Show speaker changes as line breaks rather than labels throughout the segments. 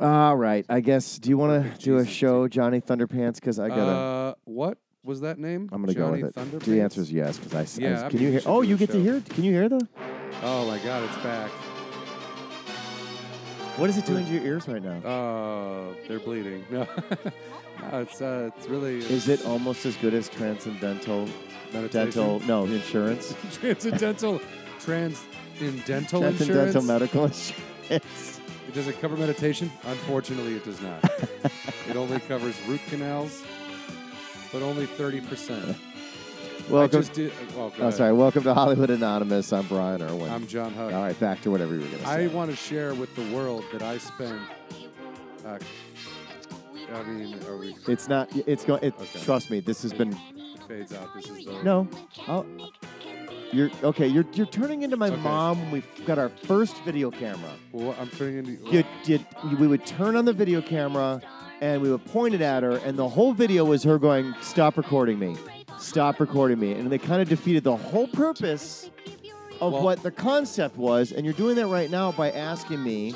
All right. I guess. Do you want to
Perfect
do a
Jesus,
show, Johnny Thunderpants? Because I gotta.
Uh, what was that name?
I'm gonna
Johnny
go with it.
Thunderpants?
The answer is yes. Because I, s- I
Yeah,
s-
I
Can
mean,
you
we
hear?
should
Oh,
do
you
a
get to
show.
hear. it? Can you hear the?
Oh my God, it's back.
What is it doing to your ears right now?
Oh, they're bleeding. No, no it's uh, it's really
Is it almost as good as transcendental?
meditation.
Dental? No, insurance.
transcendental transcendental insurance.
Transcendental medical insurance.
Does it cover meditation? Unfortunately, it does not. it only covers root canals, but only thirty percent.
Uh, Welcome.
I just did. Well, go
Oh,
ahead.
sorry. Uh, Welcome to Hollywood Anonymous. I'm Brian Irwin.
I'm John Huck.
All right, back to whatever you were going to
I
say.
want to share with the world that I spend. Uh, I mean, are we
it's not. It's going. It,
Okay.
Trust me. This has been.
fades out? This is uh, the
No. I'll, you're okay. You're you're turning into my
Okay.
mom. when We've got our first video camera.
Well, I'm turning into.
You, you, we would turn on the video camera, and we would point it at her, and the whole video was her going, "Stop recording me, stop recording me," and they kind of defeated the whole purpose of
Well-
what the concept was. And you're doing that right now by asking me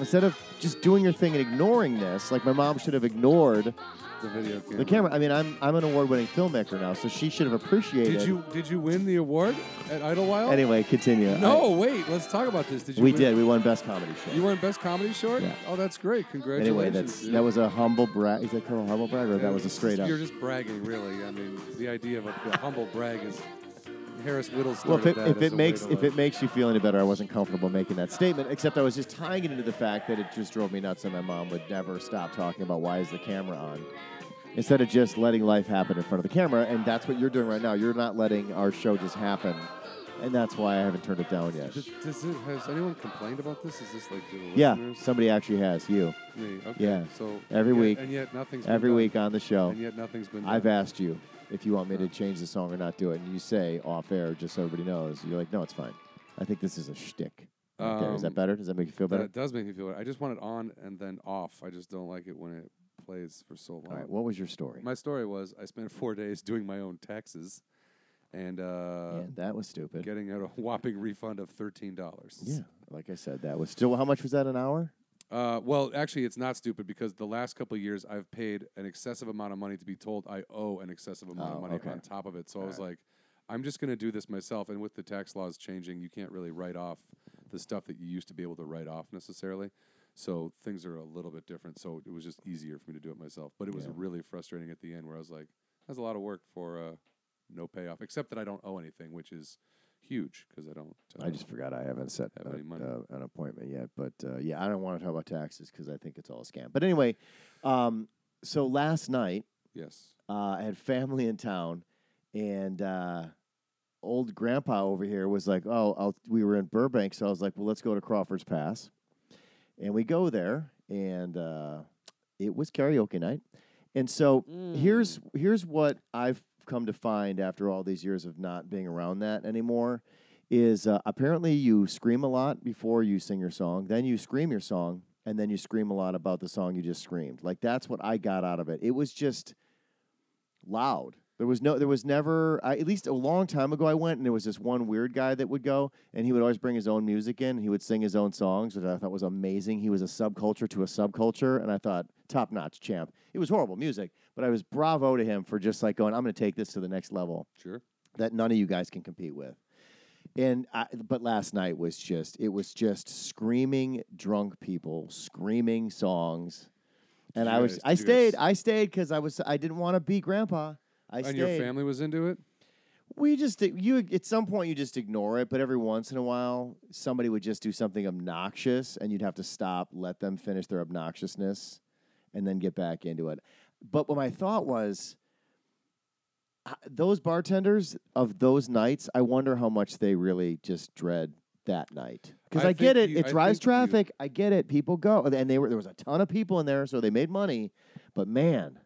instead of just doing your thing and ignoring this, like my mom should have ignored
the video camera.
the camera. I mean, I'm I'm an award-winning filmmaker now, so she should have appreciated.
Did you did you win the award at Idlewild?
Anyway, continue.
No, wait. Let's talk about this. Did
I-
you?
we
win?
did. We won best comedy show.
You won best comedy short.
Yeah.
Oh, that's great. Congratulations.
Anyway, that's
dude.
that was a humble brag. Is that called a humble brag, or
Yeah,
that was a
it's-
straight up?
You're just bragging, really. I mean, the idea of a, the humble brag is Harris Whittle started
Well, if it,
that
if
as
it
a
makes
way to, uh,
if it makes you feel any better, I wasn't comfortable making that statement. Except I was just tying it into the fact that it just drove me nuts, and my mom would never stop talking about why is the camera on, instead of just letting life happen in front of the camera. And that's what you're doing right now. You're not letting our show just happen, and that's why I haven't turned it down yet.
Does, does it, has anyone complained about this? Is this like to the
Yeah,
listeners?
somebody actually has you
Me. Okay.
Yeah.
So
Every
yeah,
week.
And yet nothing's been
every
done.
week on the show.
And yet nothing's been.
I've
done.
asked you if you want me to change the song or not do it, and you say off air, just so everybody knows. You're like, no, it's fine. I think this is a shtick. Okay, is
Um,
that better? Does that make you feel better?
That does make me feel better. I just want it on and then off. I just don't like it when it plays for so long.
All right, what was your story?
My story was I spent four days doing my own taxes, and uh,
Yeah, that was stupid.
getting a whopping refund of thirteen dollars.
yeah, like I said, that was still. How much was that an hour?
Uh, well, actually, it's not stupid because the last couple of years I've paid an excessive amount of money to be told I owe an excessive amount
Oh,
of money
okay.
on top of it. So I was like, I'm just going to do this myself. And with the tax laws changing, you can't really write off the stuff that you used to be able to write off necessarily. So things are a little bit different. So it was just easier for me to do it myself. But it was
Yeah.
really frustrating at the end where I was like, that's a lot of work for uh, no payoff, except that I don't owe anything, which is huge because I don't. Uh,
I just forgot. I haven't set
Have
a-
any money.
uh, an appointment yet, but uh, yeah, I don't want to talk about taxes because I think it's all a scam. But anyway, um, so last night
Yes.
uh, I had family in town, and uh, old grandpa over here was like, "Oh, I'll, we were in Burbank, so I was like, well, let's go to Crawford's Pass," and we go there, and uh, it was karaoke night, and so here's here's what I've come to find after all these years of not being around that anymore is uh, apparently you scream a lot before you sing your song, then you scream your song, and then you scream a lot about the song you just screamed. Like that's what I got out of it. It was just loud. There was no, there was never. I, at least a long time ago, I went and there was this one weird guy that would go, and he would always bring his own music in. And he would sing his own songs, which I thought was amazing. He was a subculture to a subculture, and I thought top notch champ. It was horrible music, but I was bravo to him for just like going, I'm going to take this to the next level
Sure.
that none of you guys can compete with. And I, but last night was just it was just screaming drunk people screaming songs, and I was
Jeez,
I
dude.
stayed I stayed because I was I didn't want to be grandpa. I
and
stayed.
your family was into it?
We just you at some point you just ignore it, but every once in a while somebody would just do something obnoxious, and you'd have to stop, let them finish their obnoxiousness, and then get back into it. But what my thought was, I- those bartenders of those nights, I wonder how much they really just dread that night because
I
I, get it.
think you-
it
I
drives
think you-
traffic. I get it. People go, and they were there was a ton of people in there, so they made money. But man,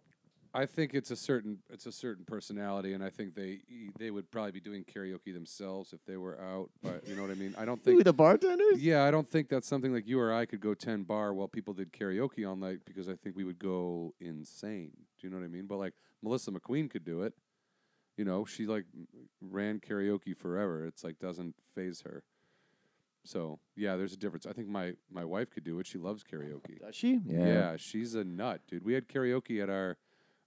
I think it's a certain it's a certain personality, and I think they e, they would probably be doing karaoke themselves if they were out. But you know what I mean. I don't
who
think.
the bartenders?
Yeah, I don't think that's something like you or I could go ten bar while people did karaoke all night because I think we would go insane. Do you know what I mean? But like Melissa McQueen could do it. You know, she like m- ran karaoke forever. It's like doesn't phase her. So yeah, there's a difference. I think my my wife could do it. She loves karaoke.
Does she?
Yeah. she's a nut, dude. We had karaoke at our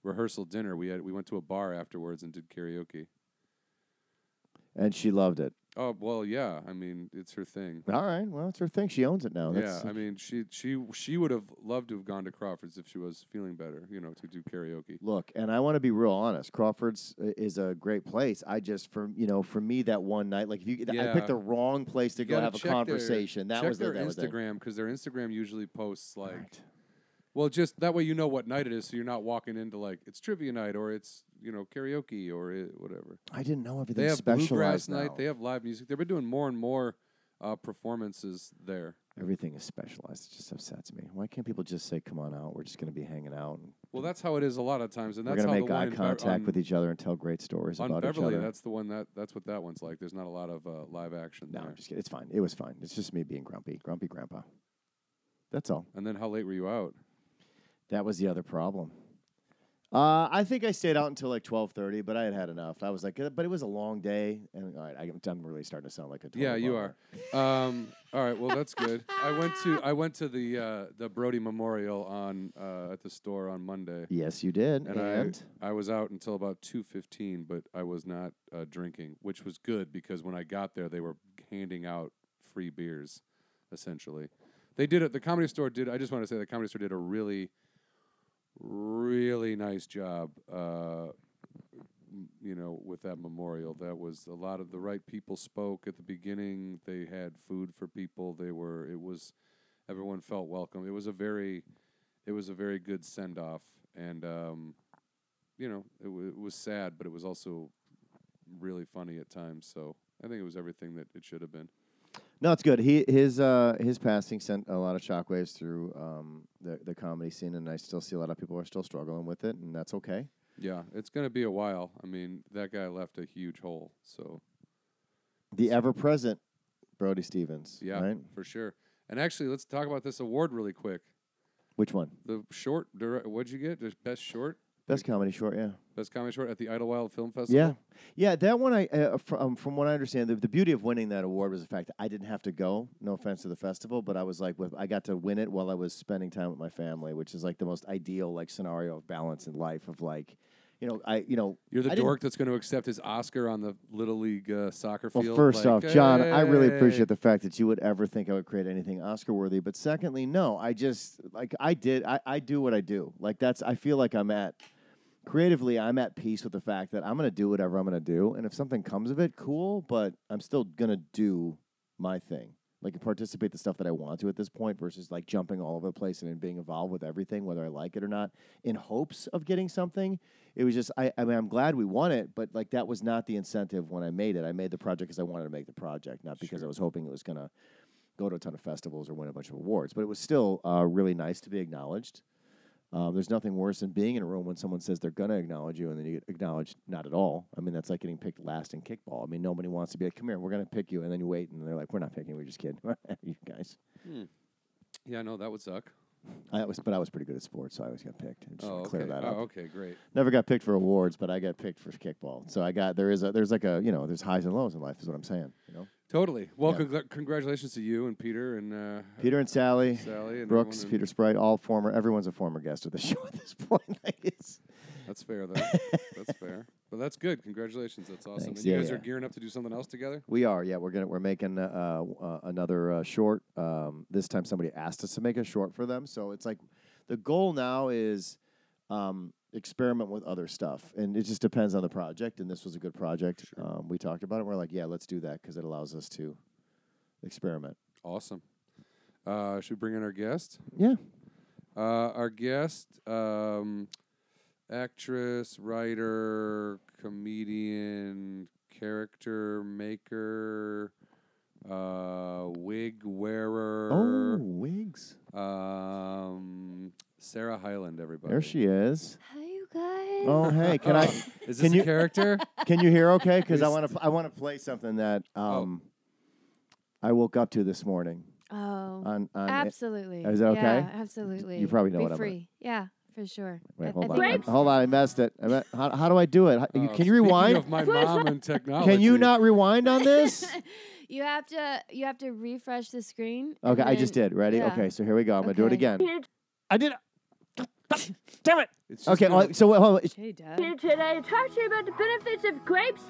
rehearsal dinner. We had we went to a bar afterwards and did karaoke.
And she loved it.
Oh well, yeah. I mean, it's her thing.
All right. Well, it's her thing. She owns it now.
yeah,
That's,
I mean, she she she would have loved to have gone to Crawford's if she was feeling better, you know, to do karaoke.
Look, and I want to be real honest. Crawford's i- is a great place. I just for you know for me that one night, like if you, I
Yeah.
picked the wrong place to
You
go
gotta
have a
check their-
conversation. that
check
was
their
the, that was the-
Instagram because their Instagram usually posts like,
Right.
well, just that way you know what night it is, so you're not walking into like it's trivia night or it's you know karaoke or it, whatever.
I didn't know everything.
They have bluegrass
specialized
night.
now.
They have live music. They've been doing more and more uh, performances there.
everything is specialized. It just upsets me. Why can't people just say, "Come on out. We're just going to be hanging out. And
Well, that's how it is a lot of times, and
we're
that's
going
how
to
the
make
one
eye
in Bev-
contact
on-
with each other and tell great stories
on
about
Beverly.
each other."
That's the one that that's what that one's like. There's not a lot of uh, live action
No,
there.
I'm just kidding. It's fine. It was fine. It's just me being grumpy, grumpy grandpa. That's all.
And then how late were you out?
That was the other problem. Uh, I think I stayed out until like twelve thirty, but I had had enough. I was like, "Uh, but it was a long day, and all right, I, I'm really starting to sound like a total
Yeah, you
bummer.
are. Um, all right, well that's good. I went to I went to the uh, the Brody Memorial on uh, at the store on Monday,
Yes, you did,
and,
and,
I I was out until about two fifteen, but I was not uh, drinking, which was good because when I got there, they were handing out free beers, essentially. They did it. The comedy store did. I just want to say the comedy store did a really, really nice job. Uh, m- you know, with that memorial, that was a lot of the right people spoke at the beginning. They had food for people. They were. It was. Everyone felt welcome. It was a very, it was a very good send off, and um, you know, it, w- it was sad, but it was also really funny at times. So I think it was everything that it should have been.
no, it's good. He his uh, his passing sent a lot of shockwaves through um, the the comedy scene, and I still see a lot of people are still struggling with it, and that's okay.
Yeah, it's going to be a while. I mean, that guy left a huge hole. So,
The ever present Brody Stevens,
yeah,
right?
for sure. And actually, let's talk about this award really quick.
Which one?
The short, direct, what'd you get? The best short,
Best comedy short, yeah.
best comedy short at the Idlewild Film Festival.
Yeah, yeah. That one, I uh, from from what I understand, the, the beauty of winning that award was the fact that I didn't have to go. No offense to the festival, but I was like, with, I got to win it while I was spending time with my family, which is like the most ideal like scenario of balance in life. Of like, you know, I you know,
You're the
I didn't-
dork that's going to accept his Oscar on the Little League uh, soccer
Well,
field.
first
like,
off, John, I really
"Hey."
appreciate the fact that you would ever think I would create anything Oscar worthy. But secondly, no, I just like I did. I, I do what I do. Like that's I feel like I'm at creatively. I'm at peace with the fact that I'm gonna do whatever I'm gonna do, and if something comes of it, cool. But I'm still gonna do my thing. Like participate the stuff that I want to at this point versus like jumping all over the place and being involved with everything, whether I like it or not, in hopes of getting something it was just I, I mean I'm glad we won it, but like that was not the incentive when I made it. I made the project because I wanted to make the project, not because I
Sure.
was hoping it was gonna go to a ton of festivals or win a bunch of awards. But it was still uh, really nice to be acknowledged. Um, there's nothing worse than being in a room when someone says they're gonna acknowledge you and then you get acknowledged not at all. I mean that's like getting picked last in kickball. I mean nobody wants to be like, come here, we're gonna pick you, and then you wait and they're like, we're not picking, we're just kidding, you guys.
Yeah, no, that would suck.
I was, but I was pretty good at sports, so I always got picked. I just
oh,
wanna
okay.
clear that
oh,
up.
okay, great.
never got picked for awards, but I got picked for kickball. So I got there is a there's like a you know there's highs and lows in life is what I'm saying. You know,
Totally. Well,
Yeah.
congr- congratulations to you and Peter and uh,
Peter and Sally,
Sally and
Brooks,
everyone
Peter Sprite, all former. Everyone's a former guest of the show at this point. Like it's,
in- That's fair though. that's fair. But that's good. Congratulations. That's awesome.
Thanks.
And you
Yeah,
guys are
yeah.
gearing up to do something else together.
we are, yeah, we're gonna we're making uh, uh, another uh, short. Um, this time somebody asked us to make a short for them, so it's like the goal now is. Um, experiment with other stuff and it just depends on the project and this was a good project
Sure.
um, we talked about it we're like yeah let's do that because it allows us to experiment
Awesome. Uh, should we bring in our guest?
yeah
Uh, our guest, um, actress, writer, comedian, character maker, uh, wig
Oh,
wearer.
wigs.
Um, Sarah Hyland, everybody.
There she is.
Hi, you guys.
Oh, hey, can I?
Is this
can
a
you-
character?
Can you hear okay? Because I
Who's- Oh.
want to. I want to play something that um, I woke up to this morning.
Oh,
On on.
absolutely.
uh, is that okay?
Yeah, absolutely.
probably know
Be
what I'm on.
free. Yeah, for sure. I-
Wait, hold
I
on.
think
I-
I'm-
hold on, I messed it. I me- how, how do I do it? How- you- can
Oh, speaking
you rewind?
Of my mom and technology.
Can you not rewind on this?
You have to you have to refresh the screen. and
Okay, I just
then-
did. Ready?
yeah.
Okay, so here we go. I'm gonna do it
Okay.
again.
I did. Damn it!
It's just
Okay,
gonna-
well, so wait, hold on.
Hey, Dad.
here today to talk to you about the benefits of grapes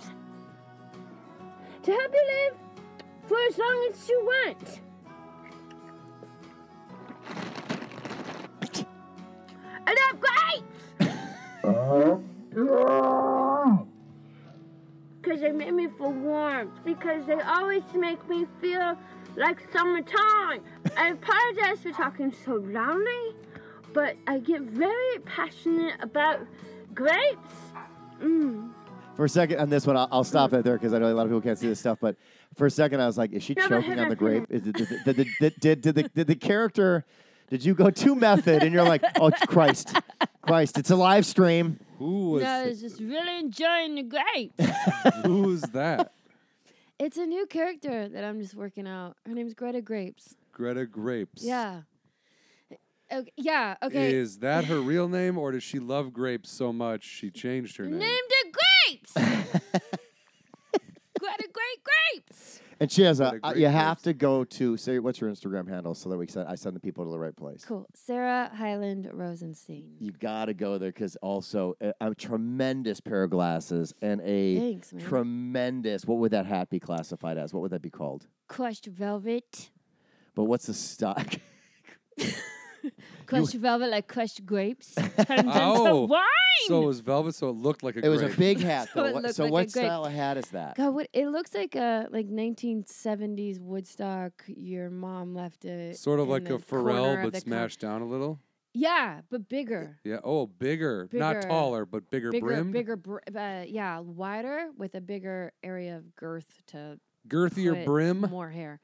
to help you live for as long as you want. I love grapes! Because they make me feel warm. Because they always make me feel like summertime. I apologize for talking so loudly, but I get very passionate about grapes. Mm.
For a second on this one, I'll, I'll stop it there because I know a lot of people can't see this stuff. But for a second, I was like, "Is she
No, no,
choking
no,
on the
no,
grape? Is it, did, did, did, did, did, did the, did the character? Did you go to method?" And you're like, "Oh Christ, Christ! It's a live stream."
who was
No, I was just really enjoying the grapes.
who's that?
it's a new character that I'm just working out. Her name's Greta Grapes.
Greta Grapes.
Yeah. Okay, yeah. Okay.
Is that her real name, or does she love grapes so much she changed her name?
Named it grapes. Greta Great Grapes.
And she has
What
a.
a
uh,
great
you
place.
have to go to say what's your Instagram handle so that we send I send the people to the right place.
Cool. Sarah Highland Rosenstein.
You got to go there because also uh, a tremendous pair of glasses and a
Thanks, man.
tremendous. What would that hat be classified as? What would that be called?
Crushed velvet.
But what's the stock?
Crushed velvet like crushed grapes. Turned
Oh.
into wine.
So it was velvet, so it looked like a
it was a
grape.
big hat.
So
though.
it
What-
looked
so
like a
what
grape.
style of hat is that?
God, what it looks like a like 1970s Woodstock. Your mom left it.
Sort of
in
like
the
a Pharrell,
corner of
but
the car-
smashed down a little.
Yeah, but bigger,
Yeah. Oh, bigger, not
Bigger.
taller, but bigger,
bigger,
brim,
bigger. Br- uh, yeah, wider with a bigger area of girth to
girthier
put
brim,
more hair.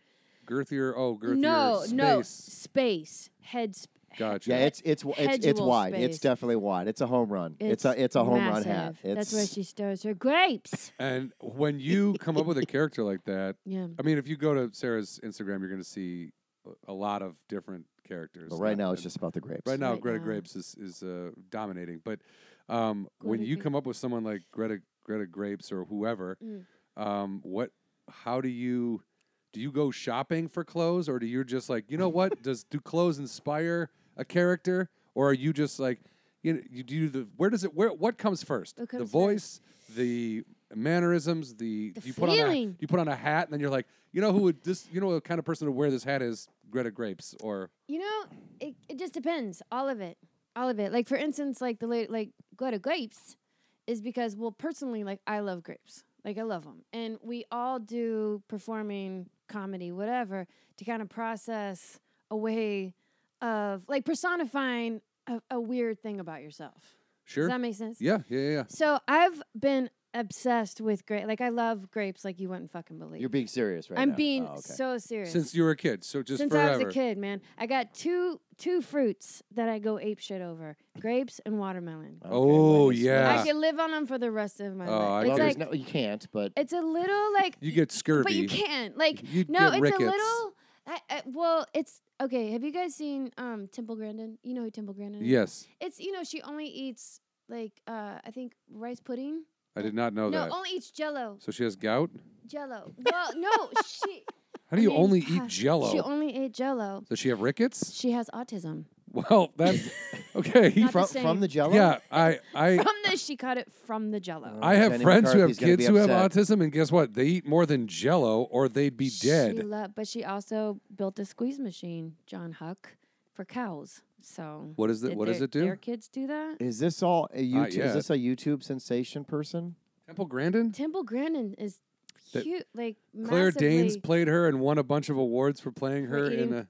girthier. Oh, girthier
no,
space.
no space. Head. Sp- he-
Gotcha.
yeah, it's it's w- it's, it's
Hedgerow
wide. It's
space.
definitely wide. It's a home run. It's, a it's a home run hat.
massive.
It's
That's where she stores her grapes.
and when you come up with a character like that,
Yeah.
I mean, if you go to Sarah's Instagram, you're going to see a- a lot of different characters.
but right
Not-
now it's
and-
just about the grapes.
Right now,
Right
Greta
now.
Grapes is is uh, dominating. But um, when
Greta
you
Gra-
come up with someone like Greta Greta Grapes or whoever,
Mm.
um, what? How do you? Do you go shopping for clothes, or do you just like you know what? Does do clothes inspire a character, or are you just like you know you do the where does it where what comes first?
What
the
comes first?
voice, the mannerisms, the,
The
do you put on a,
feeling.
do you put on a hat, and then you're like you know who would this you know the kind of person to wear this hat is Greta Grapes or
You know, it, it just depends. All of it. All of it. Like for instance, like the late like go to grapes is because well personally like I love grapes. Like I love them. And we all do performing comedy whatever to kind of process a way of like personifying a, a weird thing about yourself.
sure
Does that make sense?
yeah yeah yeah, yeah.
So I've been obsessed with grape. Like I love grapes like you wouldn't fucking believe.
You're being serious right
I'm
now.
being
Oh, okay.
so serious
Since you were a kid, so just
since
forever.
I was a kid, man. I got two two fruits that I go ape shit over: grapes and watermelon.
Okay,
Oh,
ladies,
yeah.
ladies.
I could live on them for the rest of my
Oh, I
life.
Well,
It's
there's
like
no, you can't, but
it's a little like,
You get scurvy.
but you can't. Like
You'd
no,
get
it's
rickets.
a little. I, I, well, it's okay. Have you guys seen um Temple Grandin? You know who Temple Grandin is?
Yes,
It's you know she only eats like uh I think rice pudding.
I did not know
no,
Oh,
oh
that.
only eats Jello.
So she has gout.
Jello. Well, no, she
How do you
I mean,
only
uh,
eat Jello?
she only ate Jello.
Does she have rickets?
She has autism.
Well, that's okay.
Not
from,
the same.
from the Jello.
yeah, I, I,
from the she caught it from the jello.
Uh,
I have
Jenny
friends who have
McCarthy's gonna be
kids who have
upset.
autism, and guess what? They eat more than Jello, or they'd be
She
dead.
lo- but she also built a squeeze machine, John Huck, for cows. So
What is it?
did
What does
their-
it do?
Their kids do that.
Is this all a YouTube?
yet.
Is this a YouTube sensation person?
Temple Grandin.
Temple Grandin is
That-
cute, like
Claire Danes
massively
played her and won a bunch of awards for playing
For
her in
eating-
the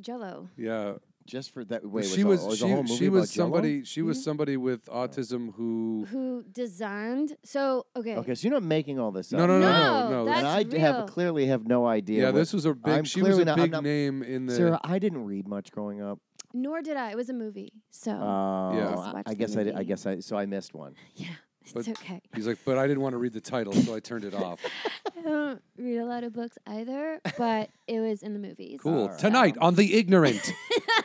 Jello.
yeah.
Just for that. Wait,
she
was,
was,
all- was
she,
the whole movie
she was
about Jell-O? Oh.
somebody she
Hmm?
was somebody with autism who
Who designed? So okay,
Okay, so you're not making all this
No,
up.
no, no,
no,
no,
that's
and I d- have
real.
clearly have no idea.
Yeah,
what-
this was a big.
I'm
she was
clearly
a
not- I'm
big
not-
name in the.
Sarah, I didn't read much growing up.
Nor did I. It was a movie, so
Uh,
Oh,
Yeah.
Just
I-
watch
I
the
guess I, did, I
movie.
guess I so I missed one.
yeah,
but-
it's okay.
He's like, but I didn't want to read the title, so I turned it off.
I don't read a lot of books either, but it was in the movies.
Cool.
Alright.
Tonight on the ignorant,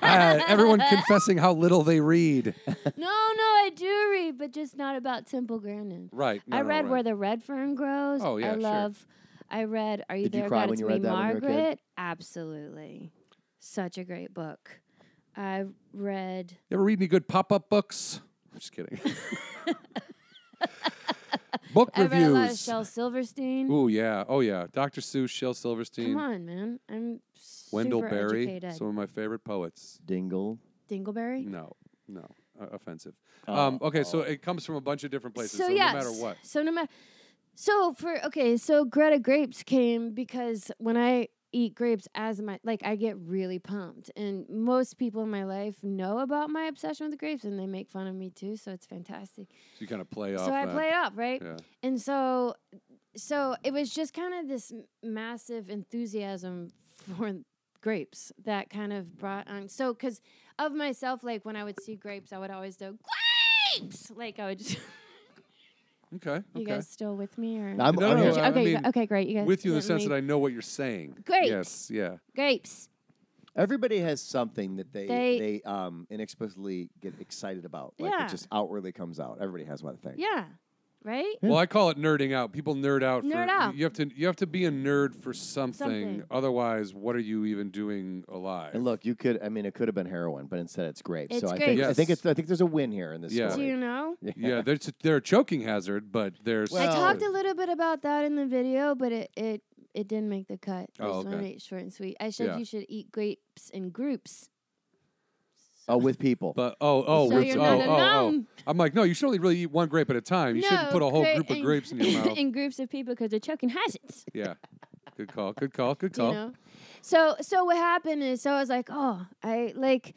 uh, everyone confessing how little they read.
No, no, I do read, but just not about Temple Grandin.
Right.
I read Where the Red Fern Grows.
Oh, yeah,
I
sure.
love I read Are You
Did you
There,
cry
God,
when
It's
you
Me,
read that when you were a
Margaret?
kid?
Absolutely. Such a great book. I read
You ever read any good pop up books? I'm just kidding. Book
I read a lot of
reviews.
Shel Silverstein.
Ooh yeah, oh yeah. Dr. Seuss, Shel Silverstein,
Come on, man. I'm
Wendell
super
Berry,
educated.
some of my favorite poets.
Dingle.
Dingleberry.
No, no, uh, offensive.
Oh,
um, okay, so
oh.
it comes from a bunch of different places. So, no matter
yes.
what,
So no matter. So for okay, so Greta grapes came because when I eat grapes as my like I get really pumped, and most people in my life know about my obsession with grapes, and they make fun of me too. So it's fantastic.
so you kind of play off.
so I
that.
play it up, right?
Yeah.
And so, so it was just kind of this m- massive enthusiasm for grapes that kind of brought on. So, because of myself, like when I would see grapes, I would always do grapes. Like I would. Just
Okay.
You
okay.
guys still with me or?
I'm,
No,
I'm
no,
here.
no, I- I
okay, you
mean,
gu- okay, great. You guys
With you in the sense that I know what you're saying.
Grapes.
Yes. Yeah.
grapes.
Everybody has something that they they,
They-
um inexplicably get excited about. Like
Yeah.
it just outwardly comes out. Everybody has one thing.
Yeah, right.
Well, I call it nerding out. People nerd out. for,
Nerd out.
You have to. You have to be a nerd for something.
Something.
Otherwise, what are you even doing alive?
And look, you could I mean it could have been heroin, but instead it's grapes. so
It's
I think I
grapes.
think it's I think there's a win here in this
Yeah.
Do
story.
you know?
yeah, there's a, they're a choking hazard, but there's.
Well-
I talked a little bit about that in the video, but it it, it didn't make the cut. I
Oh,
just want
okay.
to make it short and sweet. I said
Yeah.
you should eat grapes in groups.
Oh, with people.
But oh oh
So
whoops,
you're
oh
not
oh oh!
alone.
I'm like no, you should only really eat one grape at a time. You shouldn't put a whole
gra-
group of grapes in your mouth.
in groups of people because they're choking hazards.
yeah, good call, good call, good
You
call.
know. So so what happened is so I was like, oh, I like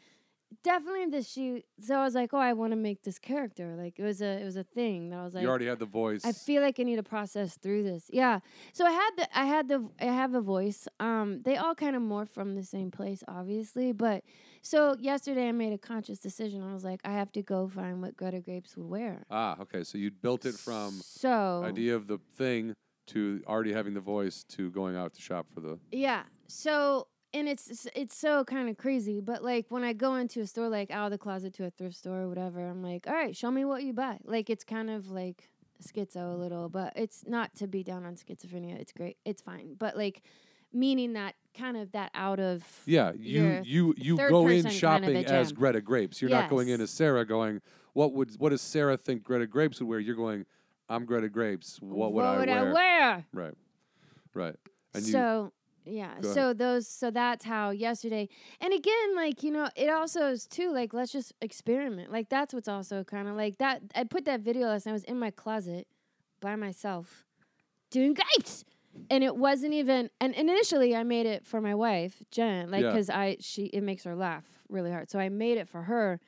definitely this she. So I was like, oh, I want to make this character. Like it was a it was a thing that I was like.
you already had the voice.
I feel like I need to process through this. Yeah. So I had the I had the I have a voice. Um they all kind of morph from the same place obviously, but so yesterday I made a conscious decision. I was like I have to go find what Greta Grapes would wear.
ah, okay. So you built it from
so
idea of the thing to already having the voice to going out to shop for the.
Yeah. So and it's it's- it's so kind of crazy, but like when I go into a store, like out of the closet to a thrift store or whatever, I'm like, all right, show me what you buy. Like it's kind of like schizo a little, but it's not to be down on schizophrenia. It's great. It's fine. But like meaning that kind of that out of
Yeah, you
You're
you you
third
go in
person kind of
shopping
a
as
gem.
Greta Grapes. You're not going in
Yes.
as Sarah. Going, what would what does Sarah think Greta Grapes would wear? You're going, I'm Greta Grapes. What would, I, wear? Right, right. And you,
so yeah,
Go ahead.
so those so that's how yesterday. And again, like you know, it also is too like let's just experiment. Like that's what's also kind of like that. I put that video last night. I was in my closet by myself doing grapes. And it wasn't even. And initially, I made it for my wife, Jen, like
Yeah.
because I she it makes her laugh really hard. So I made it for her,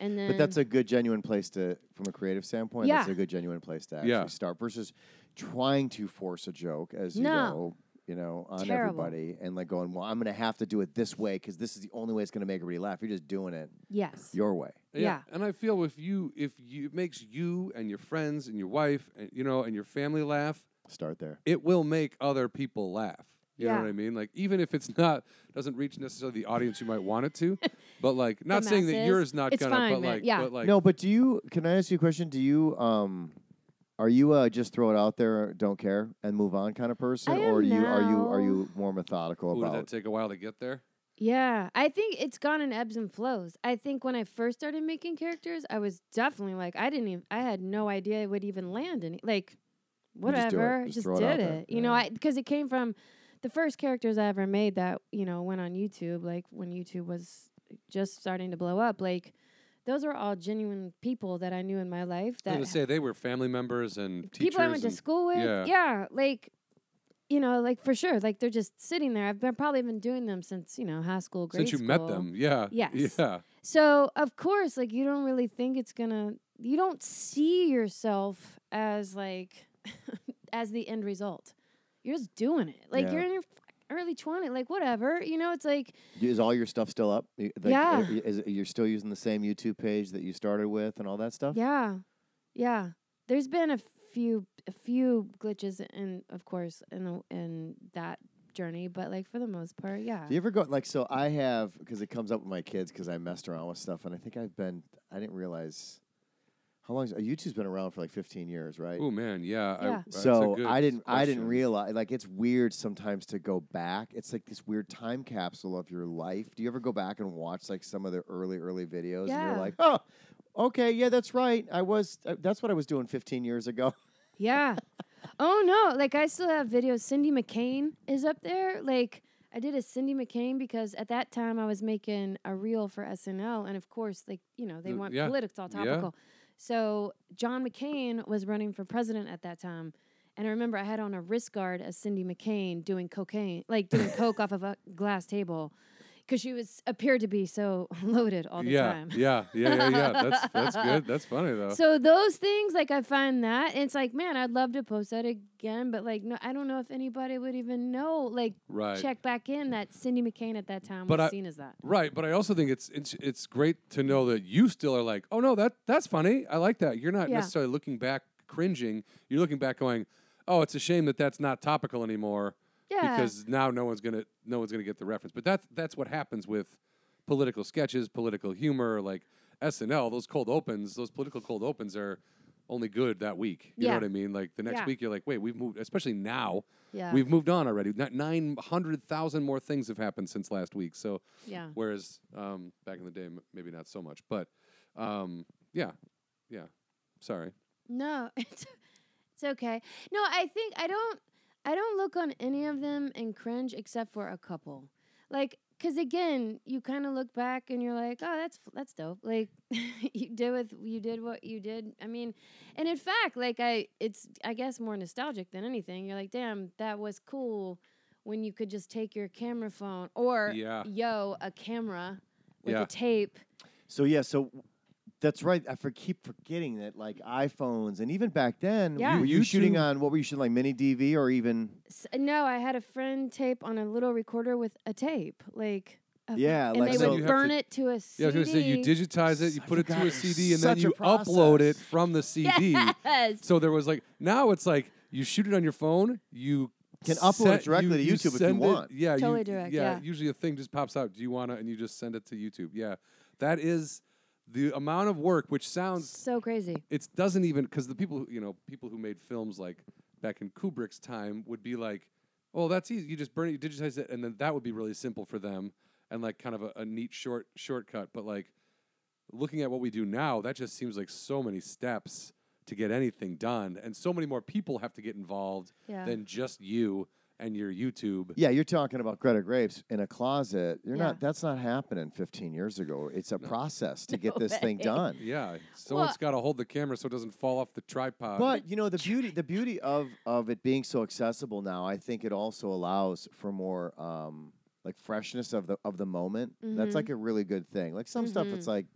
and then
But that's a good, genuine place to, from a creative standpoint, that's
Yeah.
a good, genuine place to actually
Yeah.
start versus trying to force a joke, as you
No.
know, you know, on
Terrible.
everybody and like going, well, I'm going to have to do it this way because this is the only way it's going to make everybody laugh. You're just doing it
yes,
your way.
Yeah.
And I feel if you if you it makes you and your friends and your wife and you know and your family laugh,
Start there.
it will make other people laugh. You know
Yeah.
what I mean? Like even if it's not doesn't reach necessarily the audience you might want it to, but like not saying that
masses.
yours not
It's
gonna,
fine,
but
man.
like
Yeah.
but like
no, but do you, can I ask you a question? Do you, um, are you uh, just throw it out there, don't care, and move on kind of person,
am
or do you are you are
now.
you more methodical
Ooh, did that
about?
take a while to get there?
Yeah, I think it's gone in ebbs and flows. I think when I first started making characters, I was definitely like, I didn't even, I had no idea it would even land any, like,
do it.
whatever,
Just
just,
throw it out
did
there.
it. You know,
Yeah.
I because it came from the first characters I ever made that you know went on YouTube, like when YouTube was just starting to blow up, like. Those are all genuine people that I knew in my life
I was gonna
that
say they were family members and teachers.
people I went to
and-
school with.
yeah.
Yeah. like you know, like for sure, like they're just sitting there. I've been probably been doing them since you know high school, grade
since you
school.
met them, yeah,
Yes.
yeah,
So of course, like you don't really think it's gonna. You don't see yourself as like as the end result. You're just doing it. Like
Yeah.
you're in your f- early twenty. Like whatever. You know, it's like
Is all your stuff still up? Y- Like,
Yeah.
i- Is, you're still using the same YouTube page that you started with and all that stuff?
yeah, yeah. There's been a few a few glitches in, of course, in the, in that journey, but like for the most part, yeah.
Do you ever go like so? I have because it comes up with my kids because I messed around with stuff, and I think I've been I didn't realize How long? YouTube's been around for like 15 years, right?
Oh man, yeah. I,
Yeah.
that's a
so
good
I didn't. I didn't
question.
realize. Like it's weird sometimes to go back. It's like this weird time capsule of your life. Do you ever go back and watch like some of the early, early videos? And
Yeah.
you're like, oh, okay, yeah, that's right. I was. Uh, that's what I was doing 15 years ago.
Yeah. oh no, like I still have videos. Cindy McCain is up there. Like I did a Cindy McCain because at that time I was making a reel for SNL, and of course, like you know, they
Mm,
want
yeah.
politics all
Yeah.
topical. So John McCain was running for president at that time. And I remember I had on a wrist guard as Cindy McCain doing cocaine, like doing coke off of a glass table, because she was appeared to be so loaded all the
yeah,
time.
yeah, yeah, yeah, yeah. That's that's good. That's funny though.
So those things, like I find that and it's like, man, I'd love to post that again, but like, no, I don't know if anybody would even know. Like,
right.
check back in that Cindy McCain at that time
But
was
I-
seen as that.
Right, but I also think it's, it's it's great to know that you still are like, oh no, that that's funny. I like that. You're not
Yeah.
necessarily looking back cringing. You're looking back going, oh, it's a shame that that's not topical anymore
Yeah,
because now no one's gonna no one's gonna get the reference. But that's that's what happens with political sketches, political humor, like SNL. Those cold opens, those political cold opens are only good that week. You
Yeah.
know what I mean? Like the next
Yeah.
week, you're like, wait, we've moved. Especially now,
yeah,
we've moved on already. Nine hundred thousand more things have happened since last week. So.
yeah.
Whereas um, back in the day, m- maybe not so much. But um, yeah, yeah. Sorry.
No, it's it's okay. No, I think I don't I don't look on any of them and cringe except for a couple. Like cuz again, you kind of look back and you're like, "Oh, that's that's dope." Like you did with you did what you did. I mean, and in fact, like I it's I guess more nostalgic than anything. You're like, "Damn, that was cool." When you could just take your camera phone or
Yeah.
yo, a camera with
Yeah.
a tape.
So yeah, so that's right. I for, keep forgetting that like iPhones and even back then,
Yeah.
you, were you shooting
YouTube.
on what were you shooting like mini DV or even
S- no, I had a friend tape on a little recorder with a tape, like a-
Yeah,
and
like
they
so-
would
You
have
burn
to-
it to a CD.
Yeah, I was gonna say you digitize it, you
I
put it to
forgot.
a CD, and then
Such a
you upload it
process.
from the CD.
Yes.
So there was like now it's like you shoot it on your phone, you
Can upload it
set-
directly to YouTube if you
send it-
want.
yeah, you-
Totally direct, yeah.
Usually a thing just pops out. Do you wanna? And you just send it to YouTube. Yeah, that is the amount of work, which sounds
so crazy.
it doesn't even because the people who you know people who made films like back in Kubrick's time would be like, oh, that's easy. You just burn it, you digitize it, and then that would be really simple for them and like kind of a, a neat short shortcut. But like looking at what we do now, that just seems like so many steps to get anything done, and so many more people have to get involved
Yeah.
than just you and your YouTube.
Yeah, you're talking about Greta Grapes in a closet. You're
Yeah.
not. That's not happening 15 years ago. It's a process to get this thing
way.
done.
Yeah, someone's got to hold the camera so it doesn't fall off the tripod.
But you know the beauty, the beauty of of it being so accessible now. I think it also allows for more um, like freshness of the of the moment.
Mhm.
That's like a really good thing. Like some stuff,
Mhm.
it's like,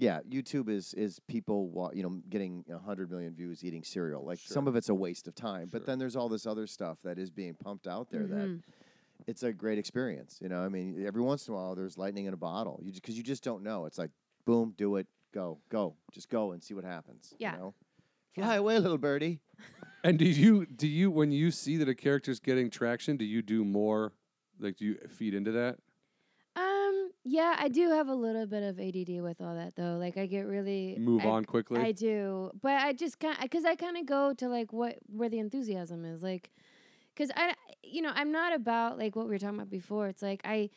yeah, YouTube is is people wa- you know getting a hundred million views eating cereal. Like some
Sure.
of it's a waste of time. But
Sure.
then there's all this other stuff that is being pumped out there that
Mhm.
it's a great experience. You know, I mean, every once in a while there's lightning in a bottle. You because you just don't know. It's like boom, do it, go, go, just go and see what happens.
Yeah.
You know?
Yeah.
Fly away, little birdie.
And do you do you when you see that a character's getting traction, do you do more? Like, do you feed into that?
Um, yeah, I do have a little bit of ADD with all that though. Like I get really
Move
I-
on quickly.
I do, but I just kind because I kind of go to like what where the enthusiasm is, like because I you know I'm not about like what we were talking about before. It's like I,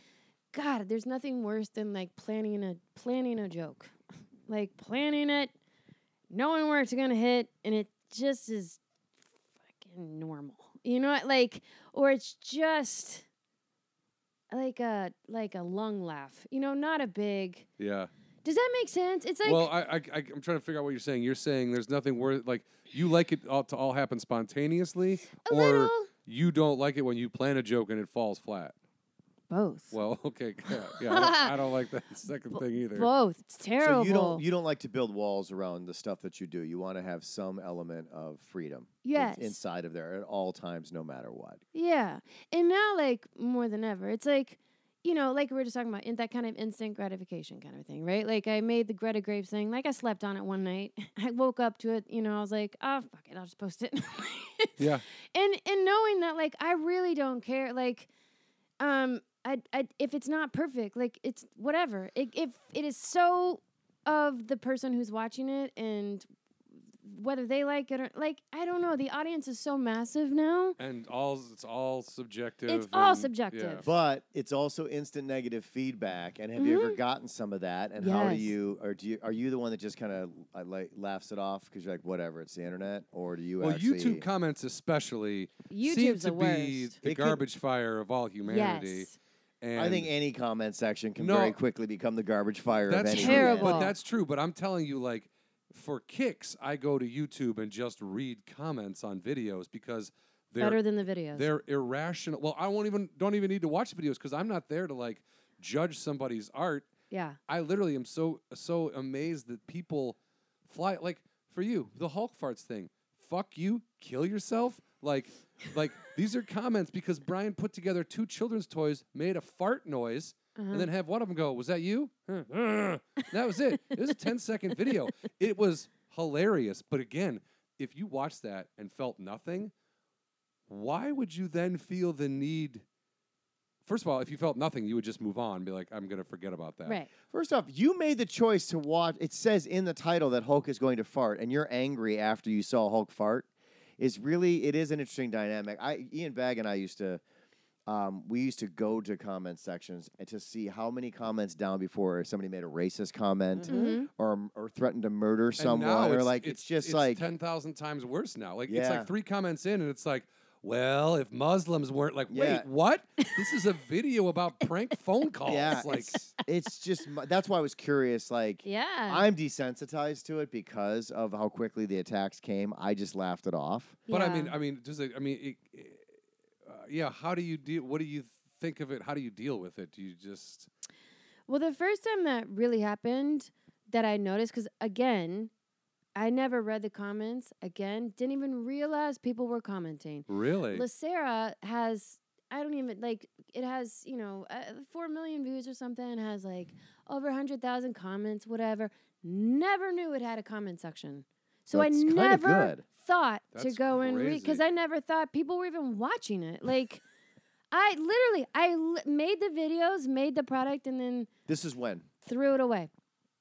God, there's nothing worse than like planning a planning a joke, like planning it, knowing where it's gonna hit, and it just is fucking normal. You know what? Like or it's just like a like a lung laugh. You know, not a big.
yeah.
Does that make sense? It's like
well, I, I I I'm trying to figure out what you're saying. You're saying there's nothing worth like you like it all to all happen spontaneously,
a
or
little
you don't like it when you plan a joke and it falls flat.
both.
Well, okay, yeah, yeah I, don't, I don't like that second thing either.
Both. It's terrible.
So you don't you don't like to build walls around the stuff that you do. You want to have some element of freedom. in-
yes.
inside of there at all times, no matter what.
yeah. And now, like more than ever, it's like, you know, like we were just talking about, in that kind of instant gratification kind of thing, right? Like I made the Greta Graves thing. Like I slept on it one night. I woke up to it. You know, I was like, oh fuck it, I'll just post it.
Yeah.
And and knowing that, like, I really don't care. Like, um, I, I if it's not perfect, like it's whatever. It if it is so of the person who's watching it and whether they like it or like I don't know. The audience is so massive now.
And all it's all subjective.
all
and-
subjective.
yeah.
But it's also instant negative feedback. And have you ever gotten some of that? And how do
Mm-hmm. Yes.
you, or do you, are you the one that just kind of like laughs it off because you're like, whatever, it's the internet, or do you
Well,
actually?
YouTube comments especially seem
YouTube's
to
the worst.
be
It
the
could-
garbage fire of all humanity.
Yes.
And
I think any comment section can
No.
very quickly become the garbage fire
that's
of any
true,
Terrible.
but that's true. But I'm telling you, like for kicks, I go to YouTube and just read comments on videos because they're
Better than the videos.
they're irrational. Well, I won't even don't even need to watch videos because I'm not there to like judge somebody's art.
yeah.
I literally am so so amazed that people fly like for you the Hulk farts thing. Fuck you, kill yourself. Like, like these are comments because Brian put together two children's toys, made a fart noise,
uh-huh.
and then have one of them go, "Was that you?" Huh, uh." that was it. It was a 10 second video. It was hilarious. But again, if you watched that and felt nothing, why would you then feel the need? First of all, if you felt nothing, you would just move on, and be like, "I'm gonna forget about that."
Right.
First off, you made the choice to watch. It says in the title that Hulk is going to fart, and you're angry after you saw Hulk fart. Is really it is an interesting dynamic. I Ian Bag and I used to, um, we used to go to comment sections and to see how many comments down before somebody made a racist comment
Mm-hmm.
or or threatened to murder
And
someone
now
or like it's, just like
ten thousand times worse now. Like it's
Yeah.
like three comments in, and it's like, well, if Muslims weren't like, wait,
Yeah.
what? this is a video about prank phone calls.
yeah,
like
it's, it's just mu- that's why I was curious like.
Yeah.
I'm desensitized to it because of how quickly the attacks came. I just laughed it off.
But I
Yeah.
mean, I mean, just like, I mean, it, uh, yeah. How do you deal? What do you think of it? How do you deal with it? Do you just
Well, the first time that really happened that I noticed, because again, I never read the comments again, didn't even realize people were commenting.
really?
Lacera has, I don't even, like, it has, you know, uh, 4 million views or something, has like over 100,000 comments, whatever. Never knew it had a comment section. So
That's
I
kinda
never
good.
thought to
That's
go and read, because
crazy.
I never thought people were even watching it. Like, I literally, I li- made the videos, made the product, and then
This is when.
threw it away.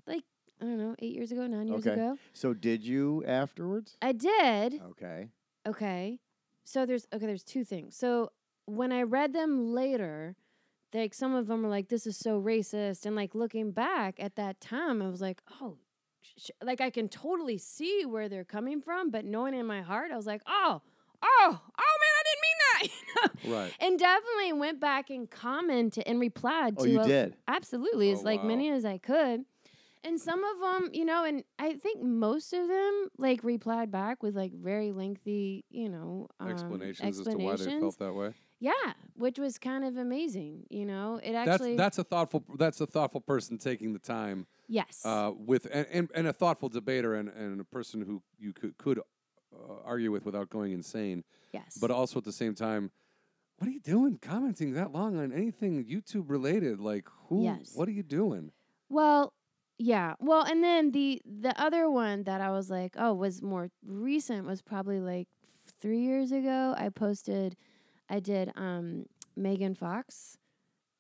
Like, I don't know, eight years ago, nine years
Okay.
ago.
So did you afterwards?
I did.
Okay.
Okay. So there's okay, there's two things. So when I read them later, like some of them were like, this is so racist. And like looking back at that time, I was like, oh, sh-. like I can totally see where they're coming from. But knowing in my heart, I was like, oh, oh, oh man, I didn't mean that. you know?
Right.
And definitely went back and commented and replied
Oh,
to
you
a-
did.
Absolutely, as
Oh,
like
wow.
many as I could. And some of them, you know, and I think most of them like replied back with like very lengthy, you know, um,
explanations, as to why they
explanations.
felt that way.
Yeah, which was kind of amazing. You know, it
That's
actually
that's a thoughtful that's a thoughtful person taking the time
yes,
uh, with and, and, and a thoughtful debater and, and a person who you could could uh, argue with without going insane,
yes,
but also at the same time, what are you doing commenting that long on anything YouTube related? Like who?
Yes.
What are you doing?
Well, yeah. Well, and then the the other one that I was like, oh, was more recent was probably like three years ago. I posted, I did um Megan Fox.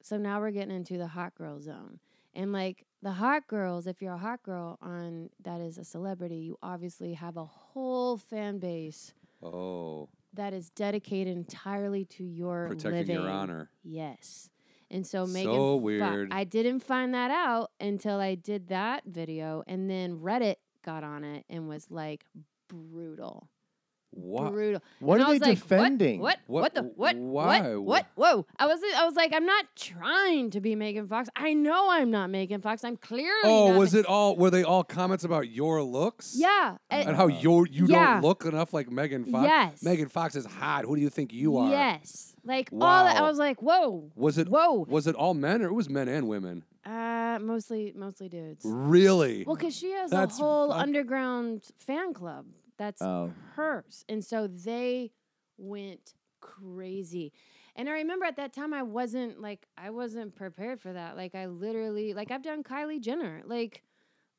So now we're getting into the hot girl zone. And like the hot girls, if you're a hot girl on that is a celebrity, you obviously have a whole fan base
Oh,
that is dedicated entirely to your
protecting your
living.
honor.
Yes. And so Megan
So
Fox-
weird.
I didn't find that out until I did that video and then Reddit got on it and was like brutal.
What?
Brutal.
What
And I
are they
was like,
defending?
What?
What-
What, what the what?
why?
What? What? Whoa. I was I was like, I'm not trying to be Megan Fox. I know I'm not Megan Fox. I'm clearly
Oh,
not
was
Ma-
it all? Were they all comments about your looks?
Yeah. I-
And how you're, you
yeah.
don't look enough like Megan Fox.
Yes.
Megan Fox is hot. Who do you think you are?
Yes. Like all that, I
Wow.
was like, whoa.
Was it
Whoa.
Was it all men or it was men and women?
Uh mostly mostly dudes.
Really?
Well, because she has
That's
a whole
fuck-
underground fan club that's
Oh.
hers. And so they went crazy. And I remember at that time I wasn't like I wasn't prepared for that. Like I literally like I've done Kylie Jenner, like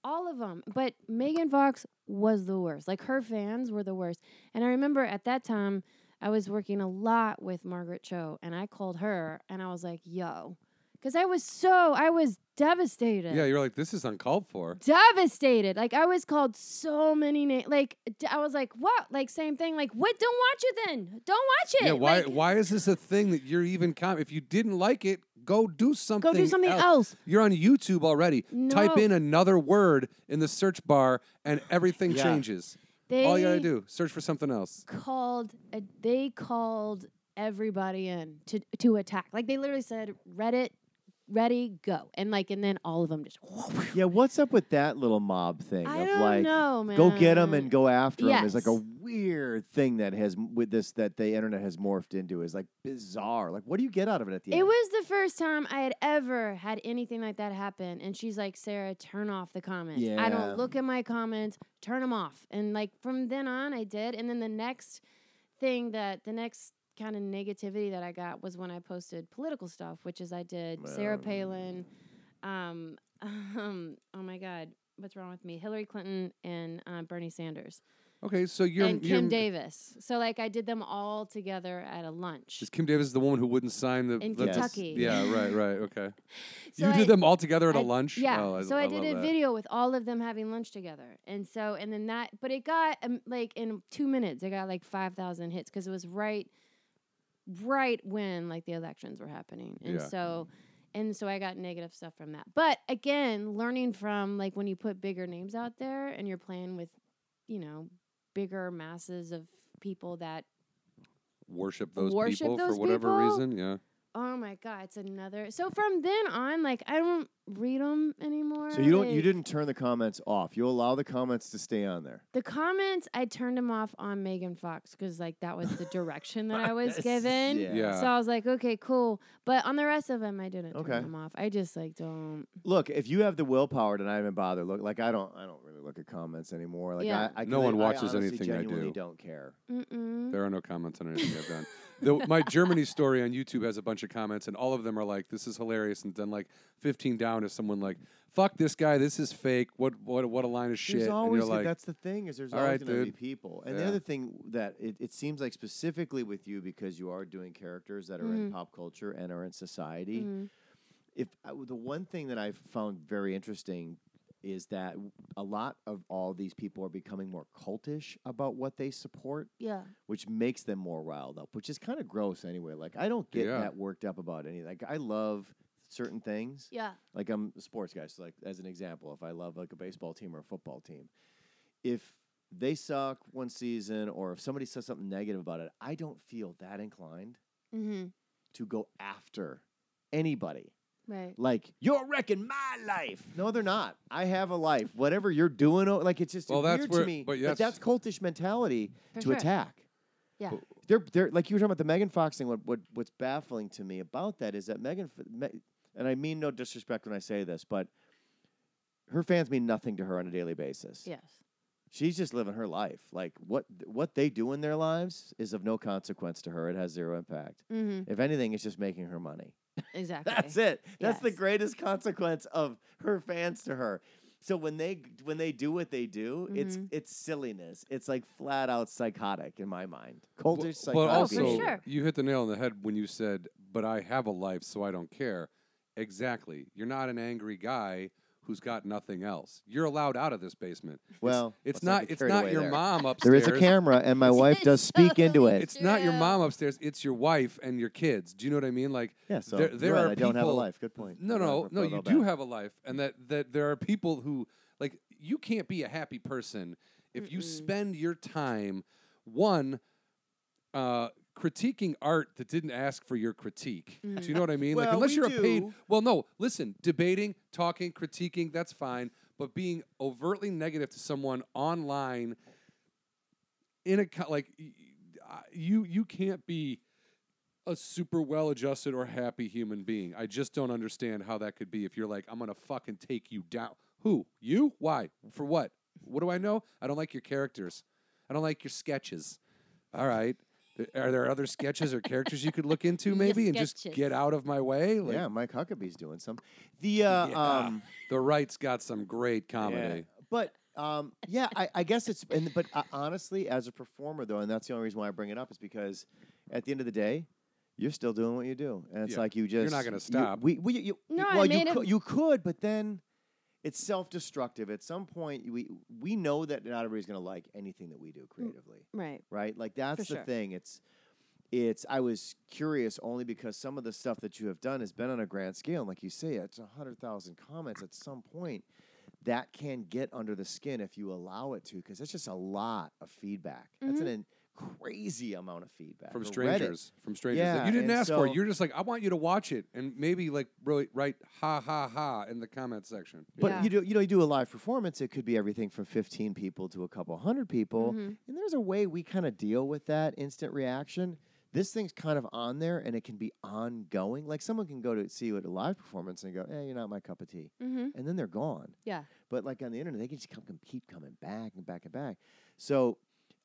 all of them. But Megan Fox was the worst. Like her fans were the worst. And I remember at that time I was working a lot with Margaret Cho and I called her and I was like, "Yo, because I was so I was devastated.
Yeah, you're like, this is uncalled for.
devastated. Like I was called so many names. Like d- I was like, what? Like same thing. Like what? Don't watch it then. Don't watch it.
Yeah, why?
Like,
why is this a thing that you're even? Com- if you didn't like it, go do something.
Go do something else.
You're on YouTube already. Type
No.
in another word in the search bar, and everything
Yeah.
changes.
They
All you gotta do search for something else.
called. A, they called everybody in to to attack. Like they literally said, Reddit, ready, go, and like, and then all of them just.
Yeah, what's up with that little mob thing
I
of
don't
like
know, man.
go get them and go after them is like a
Yes.
weird thing that has with this that the internet has morphed into is like bizarre. Like what do you get out of it at the
It
end?
was the first time I had ever had anything like that happen. And she's like, Sarah, turn off the comments. I
Yeah.
don't look at my comments, turn them off. And like from then on, I did. And then the next thing that the next kind of negativity that I got was when I posted political stuff, which is I did Sarah
Well.
Palin, um, um, oh my God, what's wrong with me? Hillary Clinton and uh, Bernie Sanders
Okay, so you're
and
you're-
Kim Davis. So like I did them all together at a lunch.
Is Kim Davis the woman who wouldn't sign the
In
the- the-
Kentucky.
Yeah, right, right, okay.
So
you
I-
did them all together at a
I-
lunch.
Yeah.
Oh,
so I, did
love
a
that.
video with all of them having lunch together, and so and then that, but it got um, like in two minutes, it got like five thousand hits because it was right, right when like the elections were happening, and
Yeah.
so. And so I got negative stuff from that. But again, learning from like when you put bigger names out there and you're playing with, you know, bigger masses of people that
Worship those
Worship
people
those
for whatever
people?
reason. Yeah.
oh my god, it's another. So from then on, like I don't read them anymore.
so you don't you
like-
didn't turn the comments off. You allow the comments to stay on there.
The comments, I turned them off on Megan Fox because, like, that was the direction that I was given.
Yeah.
Yeah.
So I was like, okay, cool. But on the rest of them, I didn't
Okay.
turn them off. I just, like, don't.
Look, if you have the willpower to not even bother, look like I don't I don't really look at comments anymore. Like
Yeah.
I, I
No
really-
one watches
honestly
anything I
genuinely
do.
don't care.
Mm-mm.
There are no comments on anything I've done. Though my Germany story on YouTube has a bunch of comments, and all of them are like, "This is hilarious," and then like 15 down is someone like, "Fuck this guy. This is fake. What what what a line of shit."
There's
and
always
you're like,
that's the thing is there's
"All
always
right,
going to be
dude."
people. And the
Yeah.
other thing that it, it seems like specifically with you because you are doing characters that are in pop culture and are in society.
Mhm.
If I, the one thing that I found very interesting is that a lot of all these people are becoming more cultish about what they support,
Yeah.
which makes them more riled up, which is kind of gross anyway. Like I don't get
Yeah.
that worked up about anything. Like I love certain things.
Yeah.
Like I'm a sports guy, so like as an example, if I love like a baseball team or a football team, if they suck one season or if somebody says something negative about it, I don't feel that inclined
Mm-hmm.
to go after anybody.
Right.
Like you're wrecking my life. No, they're not. I have a life. Whatever you're doing, oh, like it's just
Well, that's
weird to
where-
me.
but
that that's
that's-
cultish mentality
For
to
sure.
attack.
Yeah.
But-
They're they're like you were talking about the Megan Fox thing. What what what's baffling to me about that is that Megan, F- Me- and I mean no disrespect when I say this, but her fans mean nothing to her on a daily basis.
Yes.
She's just living her life. Like what what they do in their lives is of no consequence to her. It has zero impact.
Mm-hmm.
If anything, it's just making her money.
Exactly.
That's it. That's the
Yes.
greatest consequence of her fans to her. So when they when they do what they do, it's
Mhm.
it's silliness. It's like flat out psychotic in my mind. Cultish
Well, But
psychotic.
Oh, for
also,
sure.
you hit the nail on the head when you said, "But I have a life, so I don't care." Exactly. You're not an angry guy who's got nothing else. You're allowed out of this basement. It's-
Well,
it's,
let's not
not.
get
It's
carried
not
away
your
there.
mom
There
upstairs.
is a camera, and my wife does speak into it.
It's not your
Yeah.
mom upstairs. It's your wife and your kids. Do you know what I mean? Like,
yeah, so
there,
you're
there
right,
are
I don't have a
people-
life. Good point.
No,
I'm glad
no,
we're
no.
brought
You
all
do
back.
have a life, and that that there are people who like you can't be a happy person if you
Mm-mm.
spend your time one uh, critiquing art that didn't ask for your critique. Do you know what I mean? like
Mm. Well,
unless
we
you're a paid.
do.
Well, no. Listen, debating, talking, critiquing, that's fine. But being overtly negative to someone online in a co- like y- y- I- you you can't be a super well adjusted or happy human being. I just don't understand how that could be if you're like I'm going to fucking take you down. Who? You? Why? For what? What do I know? I don't like your characters. I don't like your sketches. All right. Th- Are there other sketches or characters you could look into
Your
maybe and just
sketches.
get out of my way? Like,
Yeah, Mike Huckabee's doing some. The uh,
Yeah.
um,
The right's got some great
Yeah.
comedy.
But um, yeah, I, I guess it's. And, but uh, honestly, as a performer, though, and that's the only reason why I bring it up is because at the end of the day, You're still doing what you do, and it's
Yeah.
like you just
You're not gonna
you-
stop.
we, we, you,
No, I
well,
made
you
a-
could, you could, but then it's self-destructive. At some point, we we know that not everybody's gonna like anything that we do creatively
Right.
right? Like that's the
sure.
thing. It's it's I was curious only because some of the stuff that you have done has been on a grand scale. And like you say, it's a hundred thousand comments at some point. That can get under the skin if you allow it to, because that's just a lot of feedback. That's an in- crazy amount of feedback
from
Or Reddit.
strangers, from strangers that
Yeah,
you didn't
and
ask for.
so-
You're just like, I want you to watch it, and maybe like really write ha ha ha in the comment section.
But
Yeah.
you do, you know, you do a live performance. It could be everything from fifteen people to a couple hundred
Mm-hmm.
people, and there's a way we kind of deal with that instant reaction. This thing's kind of on there, and it can be ongoing. Like someone can go to see you at a live performance and go, "Eh, you're not my cup of tea,"
Mm-hmm.
and then they're gone.
Yeah.
But like on the internet, they can just come, come- keep coming back and back and back. So,